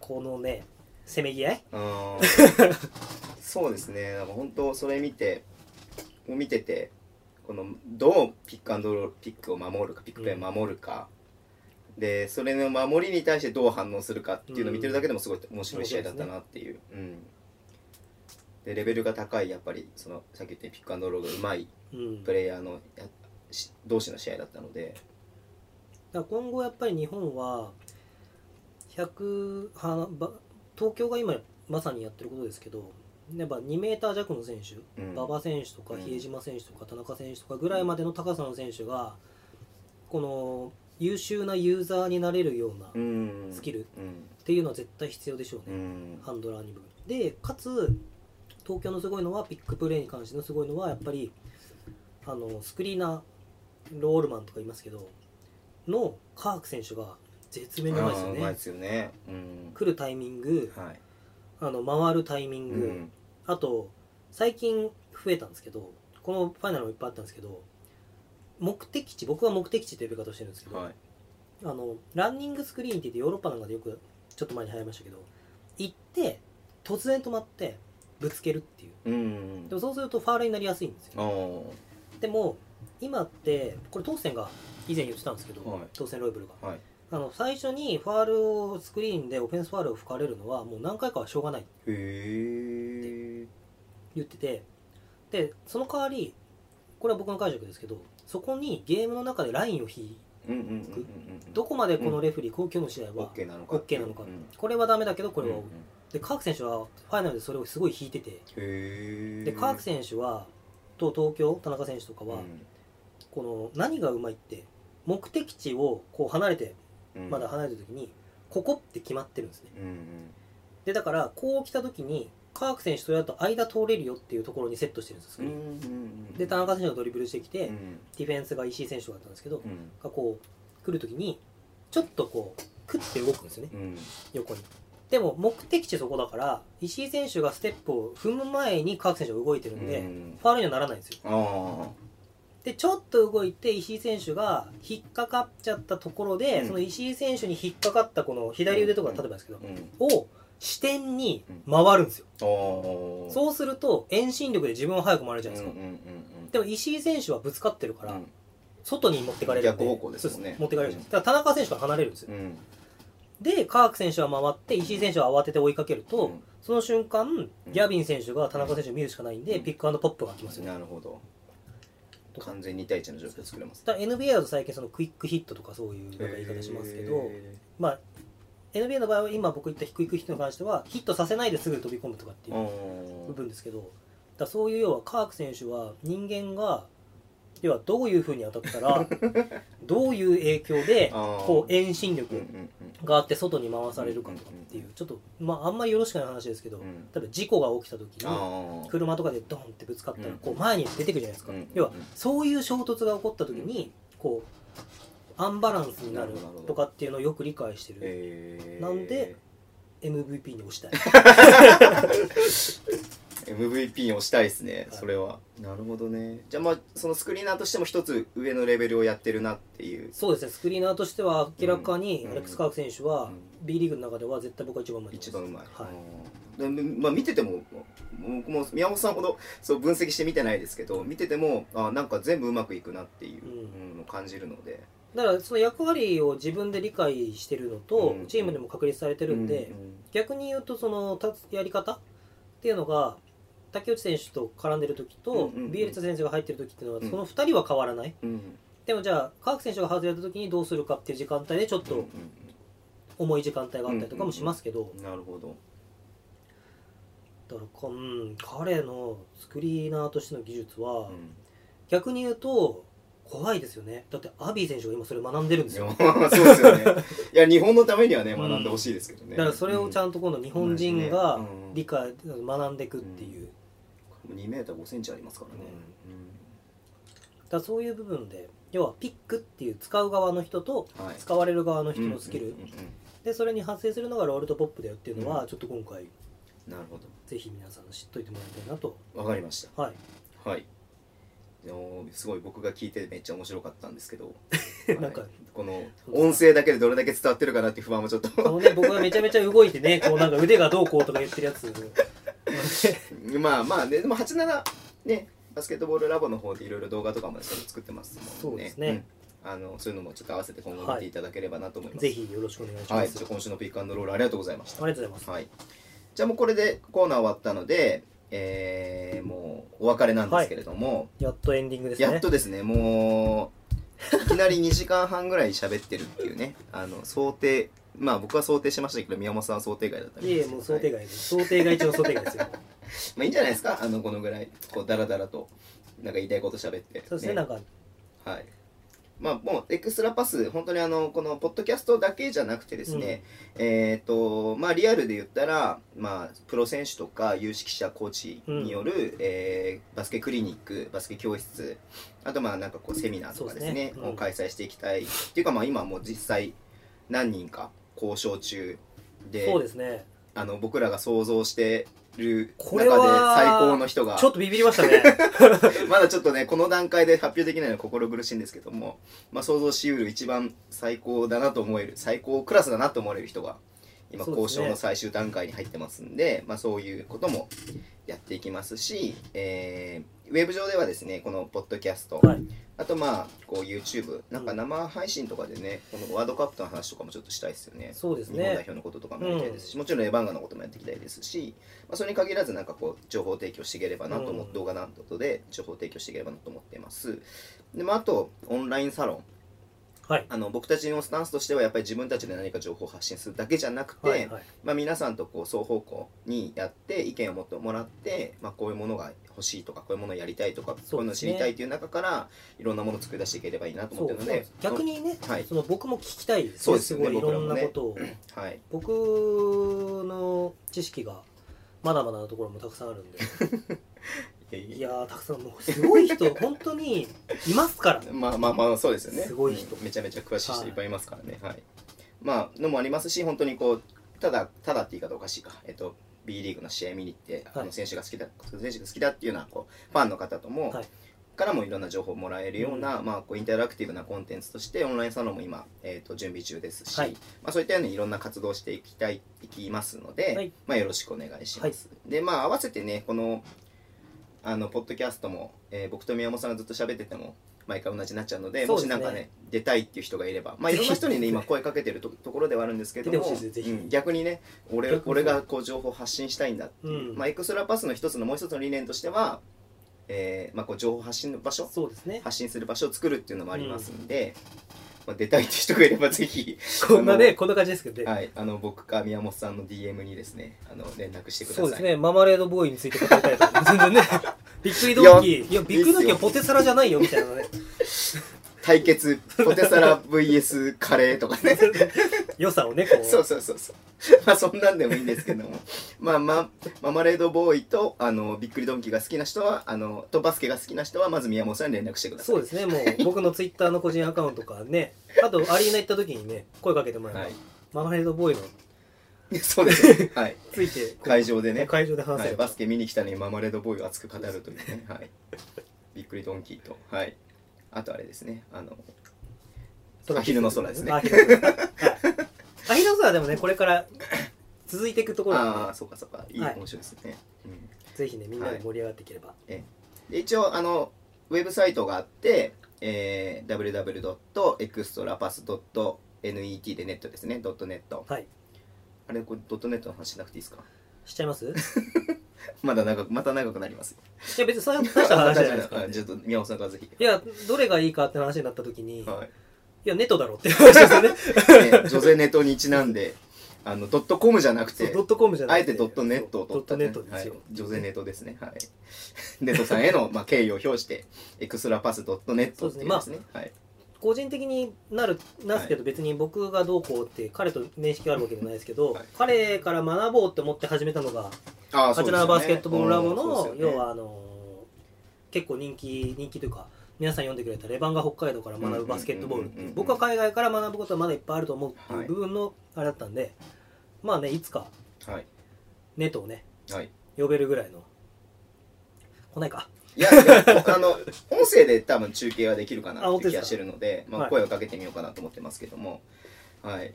Speaker 2: このねせめぎ合い、
Speaker 1: あ ーそうですねなんか本当それ見てを見ててこのどうピックアンドロールピックを守るかピックペンを守るか、でそれの守りに対してどう反応するかっていうのを見てるだけでもすごい面白い試合だったなっていう、うん、でレベルが高いやっぱりそのさっき言ったようにピックアンドロールがうまい
Speaker 2: うん、
Speaker 1: プ
Speaker 2: だか
Speaker 1: レイヤーのやし同士の試合だったので、
Speaker 2: ら今後やっぱり日本は100はば東京が今まさにやってることですけどやっぱ2メーター弱の選手、
Speaker 1: うん、
Speaker 2: 馬場選手とか
Speaker 1: うん
Speaker 2: 比江島選手とか田中選手とかぐらいまでの高さの選手がこの優秀なユーザーになれるような
Speaker 1: うん
Speaker 2: スキルっ
Speaker 1: うん
Speaker 2: ていうのは絶対必要でしょう
Speaker 1: う
Speaker 2: ね、
Speaker 1: ん
Speaker 2: ハンドラーに分でかつ東京のすごいのはピックプレーに関してのすごいのはやっぱりあのスクリーナーロールマンとかいますけどのカーク選手が絶妙にうまいですよ
Speaker 1: あーうまい
Speaker 2: ね
Speaker 1: ですよねうん
Speaker 2: 来るタイミング
Speaker 1: はい
Speaker 2: あの回るタイミング、あと最近増えたんですけどこのファイナルもいっぱいあったんですけど目的地僕は目的地という呼び方をしてるんですけど、
Speaker 1: はい
Speaker 2: あのランニングスクリーンって言ってヨーロッパなんかでよくちょっと前に流行りましたけど行って突然止まってぶつけるっていう
Speaker 1: うん
Speaker 2: でもそうするとファールになりやすいんですよ
Speaker 1: あー
Speaker 2: でも今ってこれ当選が以前言ってたんですけど、
Speaker 1: はい
Speaker 2: 当選ロイブルが
Speaker 1: はい
Speaker 2: あの最初にファールをスクリーンでオフェンスファールを吹かれるのはもう何回かはしょうがないって
Speaker 1: へえ
Speaker 2: 言っててでその代わりこれは僕の解釈ですけどそこにゲームの中でラインを引い
Speaker 1: うんうんうんうんうん
Speaker 2: どこまでこのレフェリー、今日の試合
Speaker 1: オ
Speaker 2: は
Speaker 1: ッケーなのか
Speaker 2: OK なのか、
Speaker 1: うん
Speaker 2: これはダメだけどこれ
Speaker 1: う
Speaker 2: は、
Speaker 1: んうん
Speaker 2: でカーク選手はファイナルでそれをすごい引いてて
Speaker 1: へえ
Speaker 2: でカーク選手はと東京田中選手とかは、この何がうまいって目的地をこう離れて
Speaker 1: うん
Speaker 2: まだ離れてる時にここって決まってるんですね
Speaker 1: うんうん
Speaker 2: でだからこう来た時にカーク選手とやると間通れるよっていうところにセットしてるんですスク
Speaker 1: うん
Speaker 2: リ
Speaker 1: う
Speaker 2: ーン、
Speaker 1: んうん
Speaker 2: で田中選手がドリブルしてきて、
Speaker 1: うん
Speaker 2: ディフェンスが石井選手とかだったんですけど、
Speaker 1: うん
Speaker 2: がこう来る時にちょっとこうクッて動くんですよね
Speaker 1: うん
Speaker 2: 横にでも目的地そこだから石井選手がステップを踏む前にカーク選手が動いてるんで、
Speaker 1: うん
Speaker 2: ファウルにはならないんですよ
Speaker 1: ああ
Speaker 2: でちょっと動いて石井選手が引っかかっちゃったところで、
Speaker 1: うん
Speaker 2: その石井選手に引っかかったこの左腕とか例えばですけど、
Speaker 1: うん
Speaker 2: を視点に回るんですよ、
Speaker 1: ああう
Speaker 2: そうすると遠心力で自分を早く回るじゃないですか、
Speaker 1: んうんうん
Speaker 2: でも石井選手はぶつかってるか
Speaker 1: う
Speaker 2: ら、
Speaker 1: ん
Speaker 2: 外に持ってかれるん
Speaker 1: 逆方向ですもんね
Speaker 2: そう持ってかれるんですだから田中選手から離れるんですよ、
Speaker 1: うん
Speaker 2: でカーク選手は回って石井選手は慌てて追いかけると、
Speaker 1: うん
Speaker 2: その瞬間ギャビン選手が田中選手を見るしかないんで、
Speaker 1: うん
Speaker 2: ピックアンドポップが来ますよね、
Speaker 1: なるほど完全に2対1の状況作れます
Speaker 2: だから NBA だと最近そのクイックヒットとかそういうなんか言い方しますけど、
Speaker 1: へ
Speaker 2: まあ、NBA の場合は今僕言った低いヒットに関してはヒットさせないですぐ飛び込むとかって
Speaker 1: ー
Speaker 2: いう
Speaker 1: あ
Speaker 2: 部
Speaker 1: ー
Speaker 2: 分ですけどだからそういう要はカーク選手は人間が要はどういうふうに当たっ たらどういう影響で
Speaker 1: あー
Speaker 2: こう遠心
Speaker 1: うんう
Speaker 2: 力
Speaker 1: ん
Speaker 2: があって外に回されるかとかっていうちょっとまああんまりよろしくない話ですけど
Speaker 1: うんうん
Speaker 2: 例えば事故が起きた時に
Speaker 1: ああ
Speaker 2: 車とかでドンってぶつかったら
Speaker 1: うん
Speaker 2: こう前に出てくるじゃないですか
Speaker 1: うん
Speaker 2: 要はそういう衝突が起こった時にこうアンバランスになる
Speaker 1: なるほど
Speaker 2: とかっていうのをよく理解してる
Speaker 1: へー
Speaker 2: なんで MVP に押したい
Speaker 1: MVP に押したいですね、
Speaker 2: はい
Speaker 1: それはなるほどねじゃあまあそのスクリーナーとしても一つ上のレベルをやってるなっていう
Speaker 2: そうですねスクリーナーとしては明らかに
Speaker 1: うん
Speaker 2: アレックス・カーク選手は
Speaker 1: うん
Speaker 2: B リーグの中では絶対僕が一番うまい
Speaker 1: 一
Speaker 2: と
Speaker 1: 番う
Speaker 2: 思い
Speaker 1: ま
Speaker 2: ま
Speaker 1: い
Speaker 2: す、、はい
Speaker 1: うんでまあ、見てても僕も宮本さんほどそう分析して見てないですけど見ててもあなんか全部うまくいくなっていう
Speaker 2: う
Speaker 1: うんのを感じるので、
Speaker 2: だからその役割を自分で理解してるのと、
Speaker 1: うん
Speaker 2: チームでも確立されてるんで、逆に言うとそのたやり方っていうのが竹内選手と絡んでる時と、
Speaker 1: うんうんうん
Speaker 2: ビエルツァ選手が入ってる時っていうのは
Speaker 1: うん
Speaker 2: その2人は変わらない、
Speaker 1: うんうん
Speaker 2: でもじゃあカーク選手が外れた時にどうするかっていう時間帯でちょっ
Speaker 1: うん
Speaker 2: と重い時間帯があったりとかもしますけど、
Speaker 1: うんなるほど
Speaker 2: だからか、うん、彼のスクリーナーとしての技術は、
Speaker 1: うん
Speaker 2: 逆に言うと怖いですよねだってアビー選手が今それ学んでるんで
Speaker 1: い
Speaker 2: すよ
Speaker 1: やそうですよねい や日本のためにはね
Speaker 2: うん
Speaker 1: 学んでほしいですけどね、
Speaker 2: だからそれをちゃんと今度日本人が
Speaker 1: うん
Speaker 2: 理解学んでいくっていう
Speaker 1: 2メーター5センチありますからね、
Speaker 2: だからそういう部分で要はピックっていう使う側の人と
Speaker 1: はい
Speaker 2: 使われる側の人のスキ
Speaker 1: う
Speaker 2: ル
Speaker 1: んうんうんう
Speaker 2: でそれに発生するのがロールとポップだよっていうの
Speaker 1: う
Speaker 2: はちょっと今回
Speaker 1: んなるほ
Speaker 2: ぜひ皆さん知っといてもらいたいなと
Speaker 1: どわかりました
Speaker 2: はい
Speaker 1: はいあのーすごい僕が聞いてめっちゃ面白かったんですけど
Speaker 2: なんか
Speaker 1: はいこの
Speaker 2: そうですか
Speaker 1: 音声だけでどれだけ伝わってるかなっていう不安もちょっと
Speaker 2: このね 僕がめちゃめちゃ動いてねこうなんか腕がどうこうとか言ってるやつ
Speaker 1: まあまあねでも87ねバスケットボールラボの方でいろいろ動画とかもそれ作ってますもんね
Speaker 2: そうですね、
Speaker 1: うんあのそういうのもちょっと合わせて今後見ていただければなと思います、
Speaker 2: ぜひよろしくお願いし
Speaker 1: は
Speaker 2: ま
Speaker 1: い、
Speaker 2: す
Speaker 1: じゃあ
Speaker 2: あ
Speaker 1: 今週のピックアンドロールありがとうございました
Speaker 2: りがとうございます
Speaker 1: はい、じゃあもうこれでコーナー終わったので、えーもうお別れなんですけれども、
Speaker 2: やっとエンディングですね
Speaker 1: やっとですねもういきなり2時間半ぐらい喋ってるっていうね あの想定まあ僕は想定してましたけど宮本さんは想定外だったみた
Speaker 2: いえいえ
Speaker 1: けど
Speaker 2: もう想定
Speaker 1: はい
Speaker 2: 外です想定外中の想定外ですよ
Speaker 1: まあいいんじゃないですかあのこのぐらいこうダラダラとなんか言いたいこと喋って
Speaker 2: そうですね
Speaker 1: ね
Speaker 2: なんか
Speaker 1: はい。まあ、もうエクストラパス、本当にあのこのポッドキャストだけじゃなくてですね、えっ、と、まあ、リアルで言ったら、まあ、プロ選手とか有識者、コーチによる、えーバスケクリニック、バスケ教室、あと、まあ、なんかこう、セミナーとかですね、
Speaker 2: そうですねうん
Speaker 1: を開催していきたい。っていうか、まあ、今もう実際、何人か交渉中で
Speaker 2: そうですね
Speaker 1: あの僕らが想像してる
Speaker 2: こ
Speaker 1: 中
Speaker 2: れ
Speaker 1: で
Speaker 2: は
Speaker 1: 最高の人が
Speaker 2: ちょっとビビりましたね。
Speaker 1: まだちょっとねこの段階で発表できないのは心苦しいんですけども、まあ、想像しうる一番最高だなと思える最高クラスだなと思われる人が今
Speaker 2: そうですね
Speaker 1: 交渉の最終段階に入ってますんでまあ、そういうこともやっていきますし、えーウェブ上ではですねこのポッドキャスト、
Speaker 2: はい
Speaker 1: あとまあこう YouTube なんか生配信とかでねこのワールドカップの話とかもちょっとしたいですよね。
Speaker 2: そうです
Speaker 1: 日本代
Speaker 2: ね。
Speaker 1: 表のこととかもやりたいですし、もちろんエヴァンガのこともやっていきたいですし、まあ、それに限らずなんかこう情報提供していければなと思って、
Speaker 2: うん
Speaker 1: 動画などで情報提供していければなと思っていますで、まあ、あとオンラインサロン
Speaker 2: はい。
Speaker 1: あの僕たちのスタンスとしてはやっぱり自分たちで何か情報を発信するだけじゃなくて、
Speaker 2: はいはい。
Speaker 1: まあ、皆さんとこう双方向にやって意見をもっともらって、まあ、こういうものが欲しいとかこういうものをやりたいとか、こういうのを知りたいという中からいろんなものを作り出していければいいなと
Speaker 2: そ
Speaker 1: 思っ
Speaker 2: う
Speaker 1: て
Speaker 2: そ
Speaker 1: るの
Speaker 2: うで
Speaker 1: です
Speaker 2: 逆にね、
Speaker 1: はい
Speaker 2: その僕も聞きたいですね。
Speaker 1: そうですよね
Speaker 2: ごいいろん
Speaker 1: 僕らも
Speaker 2: な
Speaker 1: ね
Speaker 2: ことを。
Speaker 1: はい
Speaker 2: 僕の知識がまだまだなところもたくさんあるんで。 いやーたくさんもうすごい 人本当にいますから
Speaker 1: まあまあまあそうですよね
Speaker 2: すごい人
Speaker 1: うんめちゃめちゃ詳しい
Speaker 2: は
Speaker 1: 人
Speaker 2: い
Speaker 1: いっぱいいますからねはい、まあのもありますし本当にこうただただって言い方おかしいかえっと B リーグの試合見に行って、
Speaker 2: はい
Speaker 1: あの選手が好きだ選手が好きだっていうようなこうファンの方とも、
Speaker 2: はい
Speaker 1: からもいろんな情報をもらえるような、まあ、こうインタラクティブなコンテンツとしてオンラインサロンも今、えー、と準備中ですし、
Speaker 2: はい
Speaker 1: まあ、そういったようにいろんな活動をしていきたいいきますので、
Speaker 2: はい
Speaker 1: まあ、よろしくお願いします、でまあ合わせてねこのあのポッドキャストも、えー僕と宮本さんがずっと喋ってても毎回同じになっちゃうので
Speaker 2: そう
Speaker 1: も
Speaker 2: です
Speaker 1: しな
Speaker 2: ね
Speaker 1: んかね出たいっていう人がいれば、まあ、い
Speaker 2: ぜひ
Speaker 1: ろんな人にね今声かけてるとところではあるんですけど
Speaker 2: 出
Speaker 1: も
Speaker 2: てほしいですぜひ
Speaker 1: うん逆にね俺
Speaker 2: 逆に
Speaker 1: 俺がこう情報発信したいんだっていう、
Speaker 2: うん
Speaker 1: まあ、エクストラパスの一つのもう一つの理念としては、えーまあ、こう情報発信の場所
Speaker 2: そうですね
Speaker 1: 発信する場所を作るっていうのもありますんで、まあ、出たいって人がいればぜひ、
Speaker 2: こんな
Speaker 1: あ
Speaker 2: ね
Speaker 1: の
Speaker 2: こんな感じですけどね、
Speaker 1: はい、あの僕か宮本さんの DM にですねあの連絡してください
Speaker 2: そうですねママレードボーイについて語りたいとか全然 ねびっくりドンキーいやびっくりドンキーはポテサラじゃないよみたい なね
Speaker 1: 対 決ポテサラ VS カレーとかね
Speaker 2: 良さをねこう
Speaker 1: そうそうそうそう まあそんなんでもいいんですけどもまあまあママレードボーイとあのびっくりドンキーが好きな人はあのとバスケが好きな人はまず宮本さんに連絡してください
Speaker 2: そうですねもう僕のツイッターの個人アカウントとかねあとアリーナ行った時にね声かけてもらえば、
Speaker 1: はい
Speaker 2: ママレードボーイの
Speaker 1: そうですね はい
Speaker 2: ついてこう
Speaker 1: 会場でね
Speaker 2: 会場で話
Speaker 1: は
Speaker 2: せ
Speaker 1: い、
Speaker 2: れば、
Speaker 1: バスケ見に来たのにママレードボーイを熱く語るというね、はい、びっくりドンキーと、はい、あとあれですねあのアヒルの空ですね
Speaker 2: アヒルの空はいアヒルの空はでもねこれから続いていくところなんで
Speaker 1: ああそうかそうかいい、
Speaker 2: はい
Speaker 1: 面白いですね、うん
Speaker 2: ぜひねみんなで盛り上がっていければ、
Speaker 1: で一応あのウェブサイトがあって、えー、www.extrapass.net でネットですね .net
Speaker 2: はい
Speaker 1: あれこれ .net の話しなくていいですか
Speaker 2: しちゃいますい
Speaker 1: まだ長くまた長くなりますよ
Speaker 2: や別にそういう大した話じゃないですから
Speaker 1: あ
Speaker 2: ね
Speaker 1: ちょっと宮本さんからぜひ
Speaker 2: いやどれがいいかって話になった時に、
Speaker 1: はい
Speaker 2: いやネットだろっていう話です よね
Speaker 1: ね女性ネットにちなんであのドットコムじゃなく
Speaker 2: そう
Speaker 1: て
Speaker 2: ドットコムじゃなく
Speaker 1: あ
Speaker 2: て
Speaker 1: えてドットネットを取った、ね、
Speaker 2: ドットネットですよ、
Speaker 1: はい、女性ネットですねはいネットさんへの、まあ、敬意を表してエクストラパスドットネットっていうですねはい
Speaker 2: 個人的になるなすけど、別に僕がどうこうって彼と面識があるわけじゃないですけど、
Speaker 1: はい
Speaker 2: 彼から学ぼうって思って始めたのが
Speaker 1: あ
Speaker 2: 八七バスケットボールラボの、要
Speaker 1: は
Speaker 2: はあのー結構人気人気というか皆さん読んでくれた「レバンガ北海道から学ぶバスケットボール」って
Speaker 1: うんうんうん
Speaker 2: いううん僕は海外から学ぶことはまだいっぱいあると思うって
Speaker 1: はい
Speaker 2: いう部分のあれだったんで、まあねいつか
Speaker 1: はい、
Speaker 2: ネトをね
Speaker 1: はい、
Speaker 2: 呼べるぐらいの来ないか
Speaker 1: いやでもあの音声で多分中継はできるかな
Speaker 2: あ
Speaker 1: っ
Speaker 2: 本
Speaker 1: て
Speaker 2: 当
Speaker 1: 気
Speaker 2: で
Speaker 1: が
Speaker 2: すか
Speaker 1: してるのでま
Speaker 2: は
Speaker 1: あ、
Speaker 2: い
Speaker 1: 声をかけてみようかなと思ってますけどもはい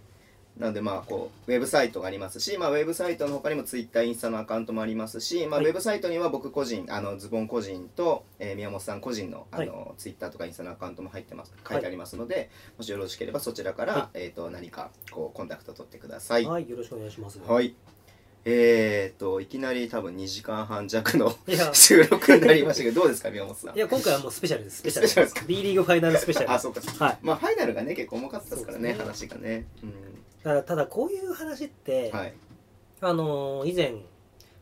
Speaker 1: なのでまあこうウェブサイトがありますし、まあ、ウェブサイトの他にもツイッターインスタのアカウントもありますし、まあ、ウ
Speaker 2: はい
Speaker 1: ェブサイトには僕個人あのズボン個人と、えー宮本さん個人のあの、ツイッターとかインスタのアカウントも入ってます書いてありますので、もしよろしければそちらから、
Speaker 2: は
Speaker 1: えー、と何かこうコンタクト取ってください。
Speaker 2: はいよろしくお願いします、
Speaker 1: はい。えー、と、いきなり多分2時間半弱の
Speaker 2: い や
Speaker 1: 収録になりましたけど、どうですか、宮本さん
Speaker 2: い。や今回はもうスペシャルですスペシャ
Speaker 1: スペシャル
Speaker 2: ル
Speaker 1: ですか
Speaker 2: B リーグファイナルスペシャル
Speaker 1: あ、そうか。
Speaker 2: はい
Speaker 1: まあ、ファイナルがね、結構重かったですからね、
Speaker 2: そうで
Speaker 1: 話がね。
Speaker 2: だからただこういう話っ
Speaker 1: う
Speaker 2: て、
Speaker 1: ん。はい。
Speaker 2: あのー以前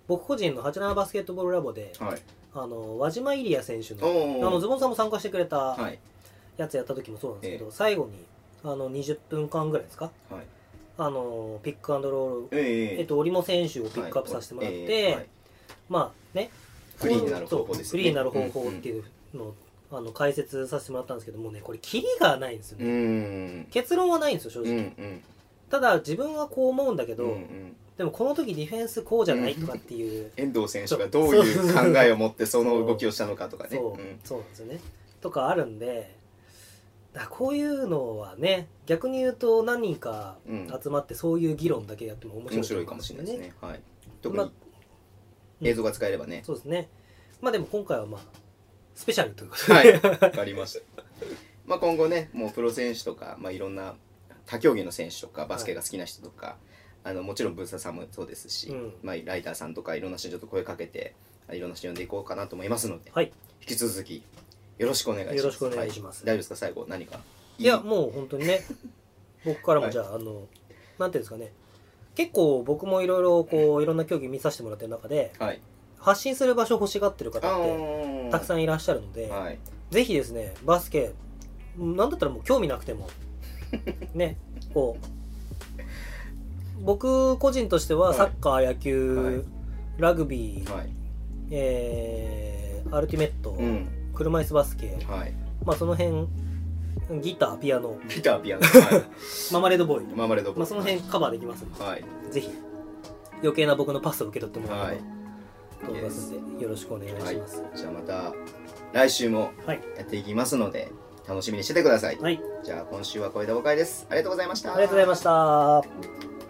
Speaker 2: 僕個人の87バスケットボールラボで、
Speaker 1: はい。
Speaker 2: あの輪島イリア選手の
Speaker 1: おー
Speaker 2: あのズボンさんも参加してくれた
Speaker 1: はい。
Speaker 2: やつやった時もそうなんですけど、最後にあの20分間ぐらいですか
Speaker 1: はい。
Speaker 2: あのピックアンドロール、
Speaker 1: え
Speaker 2: えっと、折茂選手をピックアップさせてもらって、まあね
Speaker 1: フリーになる方法ですよね
Speaker 2: そうフリーになる方法っていうのを、あの解説させてもらったんですけどもうねこれキリがないんですよ
Speaker 1: う
Speaker 2: ね、
Speaker 1: ん。
Speaker 2: 結論はないんですよ正
Speaker 1: うん。う
Speaker 2: 直、
Speaker 1: ん。
Speaker 2: ただ自分はこう思うんだけど、
Speaker 1: うんうん
Speaker 2: でもこの時ディフェンスこうじゃないとかっていう、
Speaker 1: 遠藤選手がどういう考えを持ってその動きをしたのかとかね。
Speaker 2: そう
Speaker 1: うん
Speaker 2: そうなんですよねとかあるんでだからこういうのはね逆に言うと何人か集まってそういう議論だけやっても面白い,、
Speaker 1: 面白いかもしれないですね。はい。特
Speaker 2: まあ
Speaker 1: に映像が使えればね。
Speaker 2: そうですねまあでも今回はまあスペシャルということで、
Speaker 1: はい。わかりました。まあ今後ね、もうプロ選手とか、まあいろんな他競技の選手とか、バスケが好きな人とか、あのもちろんブーサーさんもそうですし、
Speaker 2: うん
Speaker 1: まあライターさんとかいろんな人にちょっと声かけて、いろんな人呼んでいこうかなと思いますので、
Speaker 2: はい
Speaker 1: 引き続きよろしくお願いします。
Speaker 2: よろしくお願いします
Speaker 1: は大丈夫ですか最後何か。
Speaker 2: いやもう本当 にね僕からもじゃあ、あのなんていうんですかね結構僕もいろいろこういろんな競技見させてもらってる中で
Speaker 1: はい。
Speaker 2: 発信する場所欲しがってる方ってたくさ
Speaker 1: ん。
Speaker 2: んいらっしゃるので、
Speaker 1: はい。
Speaker 2: ぜひですねバスケなんだったらもう興味な くてもねこう僕個人としては
Speaker 1: はい
Speaker 2: サッカー野球、
Speaker 1: はい
Speaker 2: ラグビー、
Speaker 1: はい。
Speaker 2: えーアルティメット、
Speaker 1: うん。
Speaker 2: 車椅子バスケ、
Speaker 1: はい。
Speaker 2: まあ、その辺ギターピアノ
Speaker 1: ギター、ピアノ。は
Speaker 2: ママレードボーイ
Speaker 1: い。マーマレードボール
Speaker 2: まあ、その辺カバーできますんで、
Speaker 1: はい。
Speaker 2: ぜひ余計な僕のパスを受け取ってもら
Speaker 1: は
Speaker 2: え
Speaker 1: い
Speaker 2: れ。ばと思いますのでよろしくお願いします。
Speaker 1: じゃあまた来週も
Speaker 2: はい、
Speaker 1: やっていきますので、楽しみにしててください。
Speaker 2: はい、
Speaker 1: じゃあ今週はこれでお別れです。ありがとうございました。
Speaker 2: ありがとうございました。